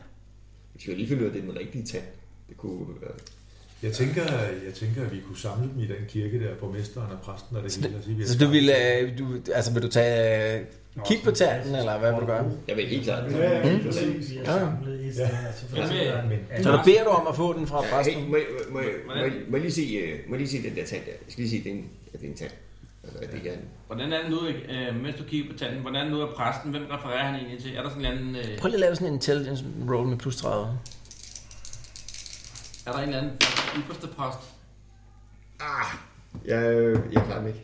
S4: Vi skal jo lige finde ud af, at det er den rigtige tand. Det kunne øh, være...
S6: Jeg tænker, jeg tænker, at vi kunne samle dem i den kirke der, borgmesteren og præsten og det hele. og sige, at vi har
S2: Så du
S6: skabt-
S2: vil, øh, du, altså vil du tage, øh, kigge på tanden, eller hvad vil du gøre?
S4: Jeg vil helt klart.
S5: Ja, ja,
S2: Mm.
S5: præcis. Vi er samlet et sted, og så får
S3: Ja.
S5: vi
S6: Men
S2: Så der beder du om at få den fra
S4: Ja, hey,
S2: præsten?
S4: må, jeg- må, jeg- må, jeg- må, jeg lige se, øh, må jeg lige se den der tand der? Jeg skal lige se, at det er en, at det er en tand. Altså, at det ikke er en...
S3: Hvordan er det nu, øh, mens du kigger på tanden, hvordan er det nu af præsten? Hvem refererer han egentlig til? Er der sådan en eller anden, øh,
S2: Prøv lige at lave sådan en intelligence roll med plus 30.
S3: er der en eller anden ypperste præst?
S4: Ah! Jeg,
S2: øh,
S4: jeg klarer mig ikke.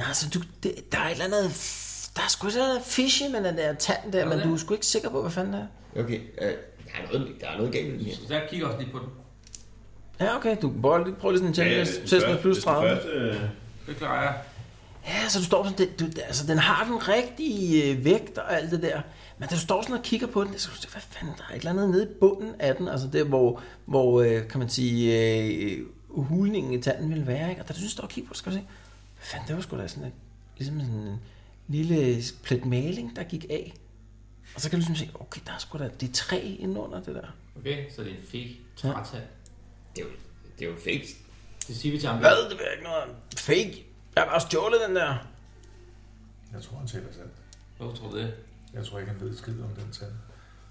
S2: Ja, altså, du, det, der er et eller andet... Der er sgu et eller andet fishy med den der tand der, men
S3: det?
S2: du er sgu ikke sikker på, hvad fanden det er.
S4: Okay, øh, der, er noget, der er noget galt med den her.
S3: Så jeg kigger også lige på den.
S2: Ja, okay, du prøver lige, prøv lige sådan en checklist. Test med plus 30.
S8: øh,
S3: Det klarer jeg.
S2: Ja, så du står sådan, det, du, altså, den har den rigtige øh, vægt og alt det der. Men da du står sådan og kigger på den, så kan du se, hvad fanden, der er et eller andet nede i bunden af den. Altså der, hvor, hvor øh, kan man sige, øh, hulningen i tanden ville være. Ikke? Og da du sådan står og kigger på det, så kan du se, hvad fanden, det var sgu da sådan et, ligesom sådan en lille plet maling, der gik af. Og så kan du sådan se, okay, der er sgu da det er træ indenunder det der.
S3: Okay, så det er en fake trætand.
S4: Det er jo, det er jo fake.
S3: Det siger vi til ham.
S2: Hvad? Det bliver ikke noget om. fake. Jeg har bare stjålet den der.
S6: jeg tror, han taler sandt.
S3: Hvorfor tror du det?
S6: Jeg tror ikke, han ved skid om den tand.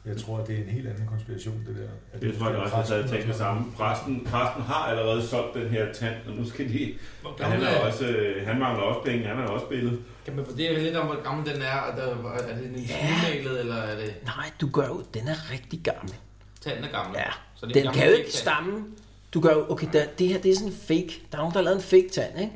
S6: Jeg tror, det er en helt anden konspiration, det der. At
S8: Det tror jeg også, at jeg havde tænkt det samme. Præsten, præsten har allerede solgt den her tand, og nu skal de...
S3: Hvor
S8: Han,
S3: gammel
S8: er
S3: er
S8: også, øh, han mangler også penge, han er også spillet.
S3: Kan man vurdere lidt om, hvor gammel den er? Og der, er det en udmalet, eller er det
S2: Nej, du gør jo, den er rigtig gammel.
S3: tanden er gammel?
S2: Ja,
S3: Så det er
S2: den
S3: en gammel
S2: kan jo ikke
S3: fake-tand.
S2: stamme. Du gør jo, okay, der, det her det er sådan en fake. Der er nogen, der har lavet en fake tand, ikke?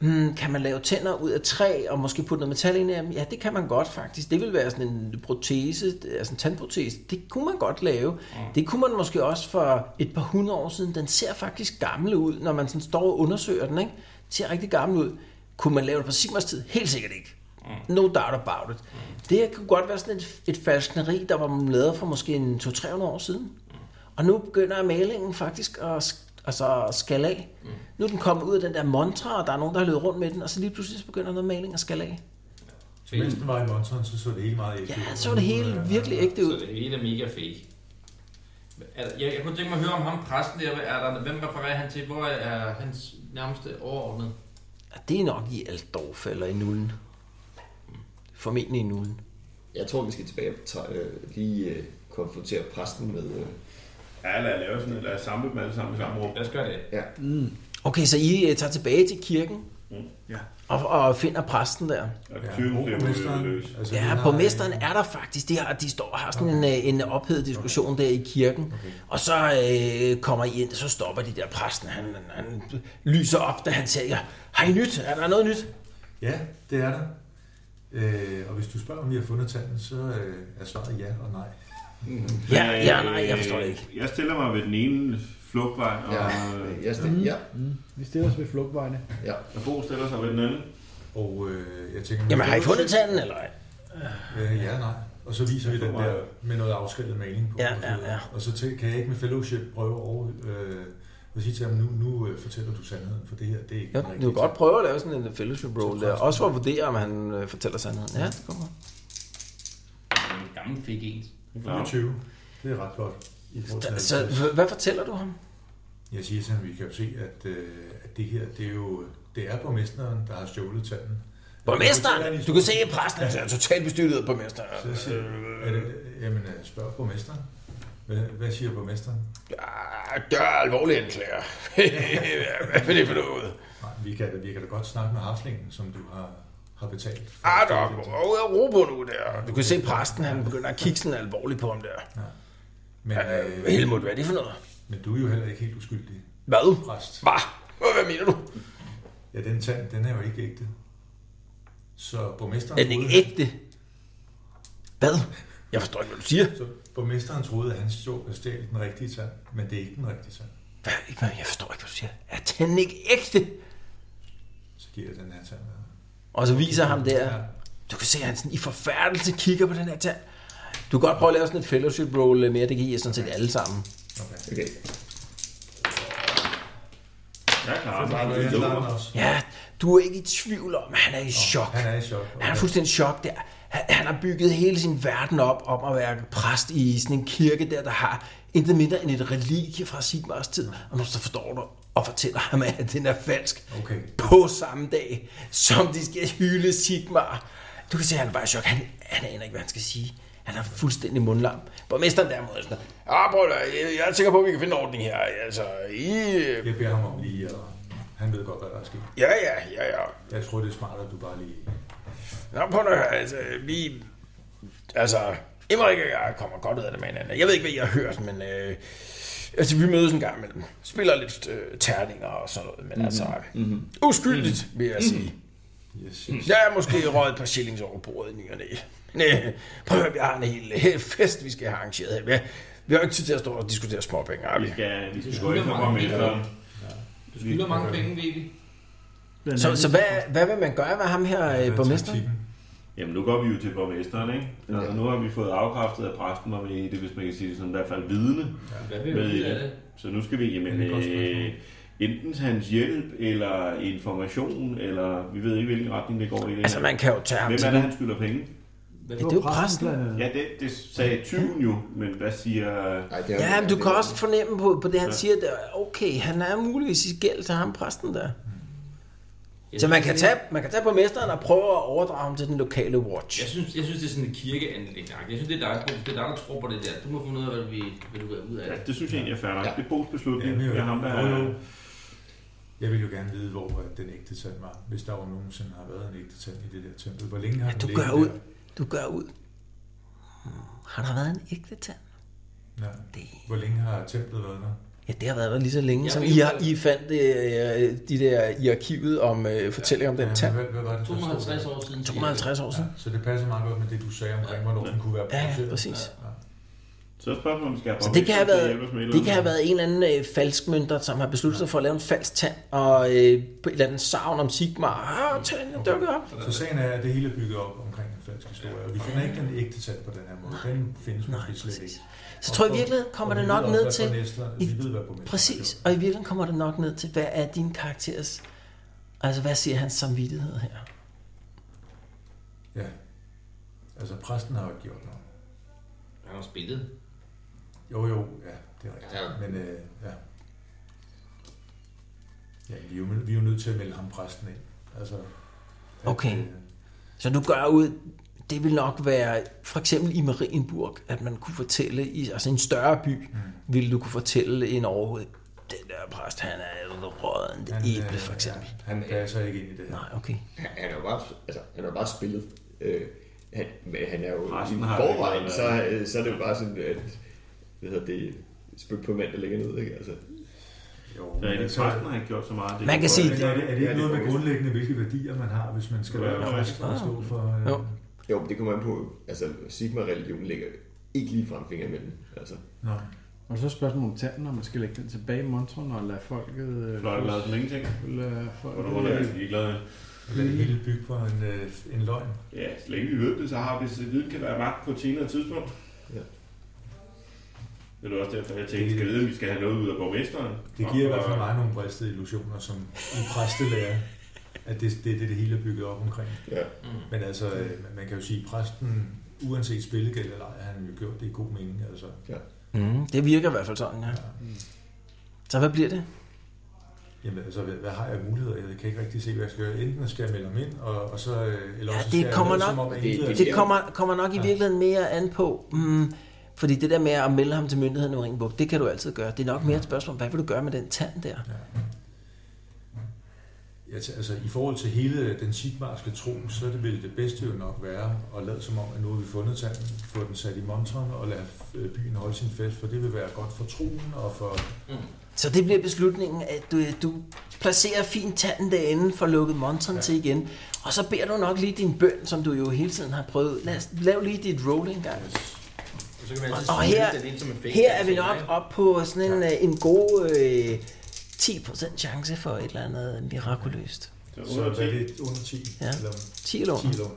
S2: Mm, kan man lave tænder ud af træ, og måske putte noget metal ind i dem? Ja, det kan man godt faktisk. Det ville være sådan en protese, altså en tandprotese. Det kunne man godt lave.
S3: Mm.
S2: Det kunne man måske også for et par hundrede år siden. Den ser faktisk gammel ud, når man sådan står og undersøger den, ikke? Den ser rigtig gammel ud. Kunne man lave det på Sigmars tid? Helt sikkert ikke.
S3: Mm.
S2: No doubt about it. Det her kunne godt være sådan et, et falskneri, der var lavet for måske en 200-300 år siden.
S3: Mm.
S2: Og nu begynder malingen faktisk at sk- altså at skalle af. Mm. Nu er den kommet ud af den der montre, og der er nogen, der har løbet rundt med den, og så lige pludselig så begynder noget maling at skalle af.
S6: Mens den var i Monton, så så det hele meget ægte ud.
S2: Ja, så var det hele virkelig ægte
S3: Så
S2: ud.
S3: det hele er mega fake. Er der- Jeg, jeg kunne tænke mig at høre om ham præsten der. Er der, hvem refererer han til? Hvor er hans nærmeste overordnet?
S2: Ja, det er nok i Altdorf eller i Nullen. Formentlig i Nullen.
S4: Jeg tror, vi skal tilbage og tage, øh, lige øh, konfrontere præsten med... Øh,
S8: Ja, lad os lave sådan noget. Lad os samle dem alle sammen i samme rum.
S3: Lad os gøre det.
S4: ja.
S2: Okay, så I øh, tager tilbage til kirken, mm. og, og finder præsten der.
S8: Og tyven blev øh, løs.
S6: Altså, vi
S2: Ja,
S6: har-
S2: borgmesteren er der faktisk. De, har, de står og har sådan en, øh, en ophedet diskussion okay. der i kirken. Okay. Og så øh, kommer I ind, og så stopper de der præsten. Han, han, han lyser op, da han siger, har I nyt? Er der noget nyt?
S6: Ja, det er der. Øh, og hvis du spørger, om vi har fundet tanden, så øh, er svaret ja og nej.
S2: Ja, ja, nej, jeg forstår det ikke.
S8: Jeg stiller mig ved den ene flugtvej, og,
S4: Ja,
S8: øh,
S4: jeg stemmer.
S2: Mm.
S4: Ja,
S7: Vi stiller os ved flugtvejene.
S4: ja.
S8: og Bo stiller sig ved den anden.
S6: Og øh, jeg tænker...
S2: Jamen, har I fundet tanden, eller ej?
S6: Øh, ja, nej. Og så viser vi den
S8: meget.
S6: der med noget afskillet maling på.
S2: Ja,
S6: og så videre.
S2: ja, ja.
S6: Og så tæ- kan jeg ikke med fellowship prøve over... Øh, at sige til ham, nu, nu øh, fortæller du sandheden, for det her, det er ikke
S2: Jo,
S6: den
S2: du
S6: rigtige
S2: kan godt
S6: tand.
S2: prøve at lave sådan en øh, fellowship roll der. Også for at vurdere, om han øh, fortæller sandheden. Ja, det kommer.
S3: En gammel fik en.
S8: Nå.
S6: 24. Det er ret godt. I forhold til
S2: Så
S6: 50.
S2: h- hvad fortæller du ham?
S6: Jeg siger til ham, vi kan jo se, at, øh, at det her, det er jo det er borgmesteren, der har stjålet tanden.
S2: Borgmesteren! Du kan se, at præsten han er totalt bestyrtet på mesteren.
S6: Så jeg siger, Øh, er det, jamen, øh, spørg borgmesteren. Hvad, hvad siger borgmesteren?
S2: Ah, gør alvorlige anklager. hvad er det for noget?
S6: Nej, vi kan, da- vi kan da godt snakke med haflingen, som du har, har betalt. For
S2: Ah, der er ro på nu der. Du kan se præsten, han begynder at kigge sådan alvorligt på ham der.
S6: Men,
S2: Øh,
S6: øh,
S2: Helmut, hvad er det for noget?
S6: men du er jo heller ikke helt uskyldig
S2: Hvad?
S6: præst.
S2: Hvad? Hvad mener du?
S6: Ja, den tand, den er jo ikke ægte. Så borgmesteren,
S2: Er den ikke
S6: troede,
S2: ægte? Hvad? Jeg forstår ikke, hvad du siger.
S6: Så borgmesteren troede, at han stjål- stjal den rigtige tand, men det er ikke den rigtige tand.
S2: Hvad? Ikke hvad? Jeg forstår ikke, hvad du siger. Er tanden ikke ægte?
S6: Så giver jeg den her tand.
S2: Og så viser ham
S6: Ja.
S2: der. Du kan se, at han sådan i forfærdelse kigger på den her tand. Du kan godt prøve at lave sådan et fellowship roll mere. Det kan I sådan set alle sammen.
S4: Okay.
S8: Jeg klarer mig.
S6: Ja, det er den også.
S2: Ja, du er ikke i tvivl om, at han er i chok.
S6: Han er i chok.
S2: Han er fuldstændig chok der. Han, han har bygget hele sin verden op om at være præst i sådan en kirke der, der har intet mindre end et religie fra Sigmars tid.
S6: Mm.
S2: Og nu så forstår du og fortæller ham, at den er falsk
S6: Okay.
S2: på samme dag, som de skal hylde Sigmar. Du kan se, at han er bare i chok. Han, han aner ikke, hvad han skal sige. Han er fuldstændig mundlam. Borgmesteren derimod er sådan, ja, prøv at, jeg, jeg er sikker på, at vi kan finde en ordning her. Altså, I... øh,
S6: Jeg beder ham om lige, og han ved godt, hvad der er sket.
S2: Ja, ja, ja, ja.
S6: Jeg tror, det er smart, at du bare lige...
S2: Nå, prøv nu at høre, altså, vi... Altså, Emmerik og jeg kommer godt ud af det med hinanden. Jeg ved ikke, hvad I har hørt, men... Øh, altså, vi mødes en gang imellem. Spiller lidt øh, terninger og sådan noget, men mm-hmm. altså... Mm-hmm. Uskyldigt, vil jeg sige.
S6: Yes, yes.
S2: Jeg er måske røget et par shillings over bordet i ny og næ. Næh, prøv at høre, vi har en hel øh, fest, vi skal have arrangeret her. Vi har, vi har ikke tid til at stå og diskutere småpenge, har vi?
S8: Ja, vi skal gå
S3: skylder
S8: efter
S3: mange
S8: borgmesteren.
S3: Du skylder mange penge, Vivi.
S2: Så, så hvad, hvad vil man gøre med ham her, øh, borgmesteren?
S6: Taktikken.
S8: Jamen, nu går vi jo til borgmesteren, ikke? Altså, nu har vi fået afkræftet, at præsten var med i det, hvis man kan sige det sådan, i hvert fald vidne.
S3: Hvad vil
S8: Med
S3: vi
S8: i
S3: af det?
S8: det. Så nu skal vi, jamen,
S6: Det er et godt
S8: øh, enten hans hjælp, eller information, eller vi ved ikke, hvilken retning det går i det
S2: Altså,
S8: her.
S2: man kan jo tage ham
S8: Hvem
S2: til...
S8: er det, han skylder penge?
S3: Hvad
S2: Ja, det er jo præsten.
S8: Ja, det, det sagde tyven jo, men hvad siger...
S4: Ej, det er,
S2: Ja, men du kan også fornemme på, på det, han
S8: Ja.
S2: ja. siger der. Okay, han er muligvis i gæld til ham præsten der. Så man kan, tage, man kan tage på mesteren og prøve at overdrage ham til den lokale watch.
S3: Jeg synes, jeg synes, det er sådan en kirkeanlæg. Jeg synes, det er dig, Bo. det er dig, der tror på det der. Du må finde ud af, hvad, vi, hvad du vil ud af
S8: Ja,
S3: det.
S8: det synes jeg egentlig er fair nok.
S4: Ja.
S8: Det er Bo's beslutning.
S6: Jamen,
S8: Det er ham, der
S6: jo,
S8: er...
S6: jo. Jeg vil jo gerne vide, hvor øh, den ægte tand var, hvis der jo nogensinde har været en ægte tand i det der tempel. Hvor længe har
S2: Ja,
S6: den
S2: du
S6: ligget
S2: gør ud. Du gør ud. Hmm, Har der været en ægte tand?
S6: Der? Ja. Hvor længe har templet været der?
S2: Ja, det har været der lige så længe,
S3: Jeg
S2: som
S3: ved
S2: I,
S3: jo-
S2: har, I fandt øh, de der i arkivet om øh, fortællinger om den
S6: men
S2: tand.
S6: Hvad, hvad var det, der stod
S3: 250
S6: der?
S3: år siden.
S2: 250 år siden.
S6: Så det passer meget godt med det, du sagde omkring, hvornår den kunne være
S2: Ja,
S6: produceret.
S2: ja, præcis.
S8: Så er spørgsmålet, om vi skal have
S2: Så det kan, have
S8: borgmesteren til at
S2: været,
S8: hjælpe os med et eller
S2: det kan have været en eller anden øh, falskmønter, som har besluttet sig for at lave en falsk tand, og øh, på et eller andet savn om Sigmar. Ah, tanden er dukket op.
S6: Så sagen er, at det hele er bygget op omkring en falsk historie, og vi finder ikke den ægte tand på den her måde. Den findes måske slet ikke.
S2: Så tror jeg
S6: Og-
S2: i virkeligheden kommer
S6: og
S2: det
S6: vi
S2: nok
S6: ved
S2: ned
S6: også, hvad
S2: til...
S6: borgmesteren-
S2: i-
S6: Vi ved, hvad borgmesteren har
S2: Præcis,
S6: gjort.
S2: og i virkeligheden kommer det nok ned til, hvad er din karakteres... Altså, hvad siger hans samvittighed her?
S6: Ja. Altså, præsten har jo ikke gjort noget.
S3: Han har spillet.
S6: Jo, jo, ja, det er rigtigt.
S3: Ja.
S6: Ja. Men øh, ja. Ja, vi er, jo, vi er jo nødt til at melde ham præsten ind. Altså, at,
S2: Okay.
S6: øh,
S2: Så du gør ud... Det vil nok være, for eksempel i
S6: Mm.
S2: Marienburg, at man kunne fortælle, i altså en større by, ville du kunne fortælle en overhoved, den der præst, han er råden
S6: Han,
S2: æble,
S6: øh,
S2: for eksempel.
S6: ja, Han passer ikke ind i det her.
S2: Nej, okay.
S4: Han er jo bare, altså, han er jo bare spillet. Øh, han, men han er jo
S10: Resten
S4: i
S10: har jo ikke
S4: forvejen,
S10: været-
S4: så, øh, så er det jo bare sådan, at hvad hedder det, spøg på mand, der ligger ned, ikke? Altså,
S6: Jo,
S8: Der er
S6: men
S8: ikke
S6: altså,
S8: præsten har ikke gjort så meget. Det
S2: Man
S8: er
S2: kan
S8: godt.
S2: sige,
S6: men er det, er det
S4: Ja,
S6: ikke
S4: det
S6: noget
S4: er
S6: med
S4: det.
S6: grundlæggende, hvilke værdier man har, hvis man skal
S8: Ja,
S6: være
S8: ja.
S6: præst og stå for... Øh,
S2: Ah. Jo.
S4: jo, men det kommer an på, altså Sigma-religionen ligger ikke lige frem fingeren imellem. Altså,
S6: Nå.
S7: Og så er spørgsmålet om tanden, om man skal lægge den tilbage i montren og lade folket... øh,
S8: Fløjt lavet som ingenting.
S7: Lade
S8: Hvornår var det,
S7: folket... øh,
S8: jeg ligeglad med?
S6: Eller det hele bygge på en, øh, en løgn.
S8: Ja, så længe vi ved det, så har vi så viden kan være magt på et senere tidspunkt.
S4: Ja.
S8: Det er jo også derfor, jeg tænkte, skal vi vide, om vi skal have noget ud af borgmesteren?
S6: Det giver i
S8: Og-
S6: hvert fald mig nogle bristede illusioner, som i præstelærer, at det, det er det, det hele er bygget op omkring.
S4: ja.
S6: Men altså, øh, man kan jo sige, at præsten, uanset spillegæld eller ej, har han jo gjort det i god mening. Altså.
S2: Mm, det virker i hvert fald sådan, ja. Så hvad bliver det?
S6: Jamen, altså, hvad, hvad har jeg af muligheder? Jeg kan ikke rigtig se, hvad jeg skal gøre. Enten skal jeg melde ham ind, og, og så, øh, eller
S2: Ja,
S6: også
S2: det
S6: skal jeg
S2: kommer
S6: lade
S2: nok-
S6: som om, at
S4: det-
S6: intet er
S4: det-
S6: sket.
S2: Det kommer, kommer nok i virkeligheden mere an på, mm, fordi det der med at melde ham til myndighederne over en buk, det kan du altid gøre. Det er nok mere et spørgsmål, hvad vil du gøre med den tand der?
S6: Ja, t- altså, I forhold til hele den sigmarske tro, så er det vel det bedste jo nok være at lade som om, at nu har vi fundet tanden, få den sat i montren og lade øh, byen holde sin fest, for det vil være godt for troen og for...
S2: Så det bliver beslutningen, at du, du placerer fint tanden derinde for lukket montren ja. til igen. Og så beder du nok lige din bøn, som du jo hele tiden har prøvet. Lad os, lav lige dit roll en gang.
S3: Og så kan man
S2: Og,
S3: altid
S2: og
S3: smide
S2: her,
S3: den ind som en fake
S2: her er vi
S3: person,
S2: nok
S3: ikke?
S2: oppe på sådan en, ja. en god øh, 10% chance for et eller andet mirakuløst.
S8: Så
S6: Så
S8: under
S6: hvad er
S8: 10.
S6: det under 10?
S2: Ja.
S6: Eller
S2: 10 eller
S6: 10
S2: under.
S6: eller under?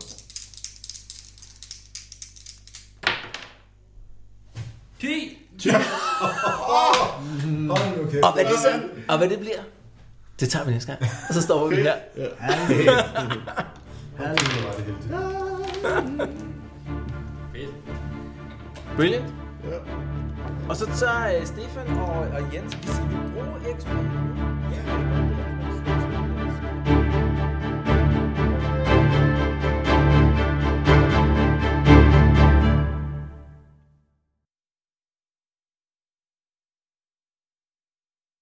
S6: Hold nu kæft.
S2: Og hvad det så? Og hvad det bliver? Det tager vi næste gang. Og så står vi her.
S6: Det var det heldigt.
S2: Brilliant. Og så tager øh, Stefan og, og Jens, vi skal bruge eksperten.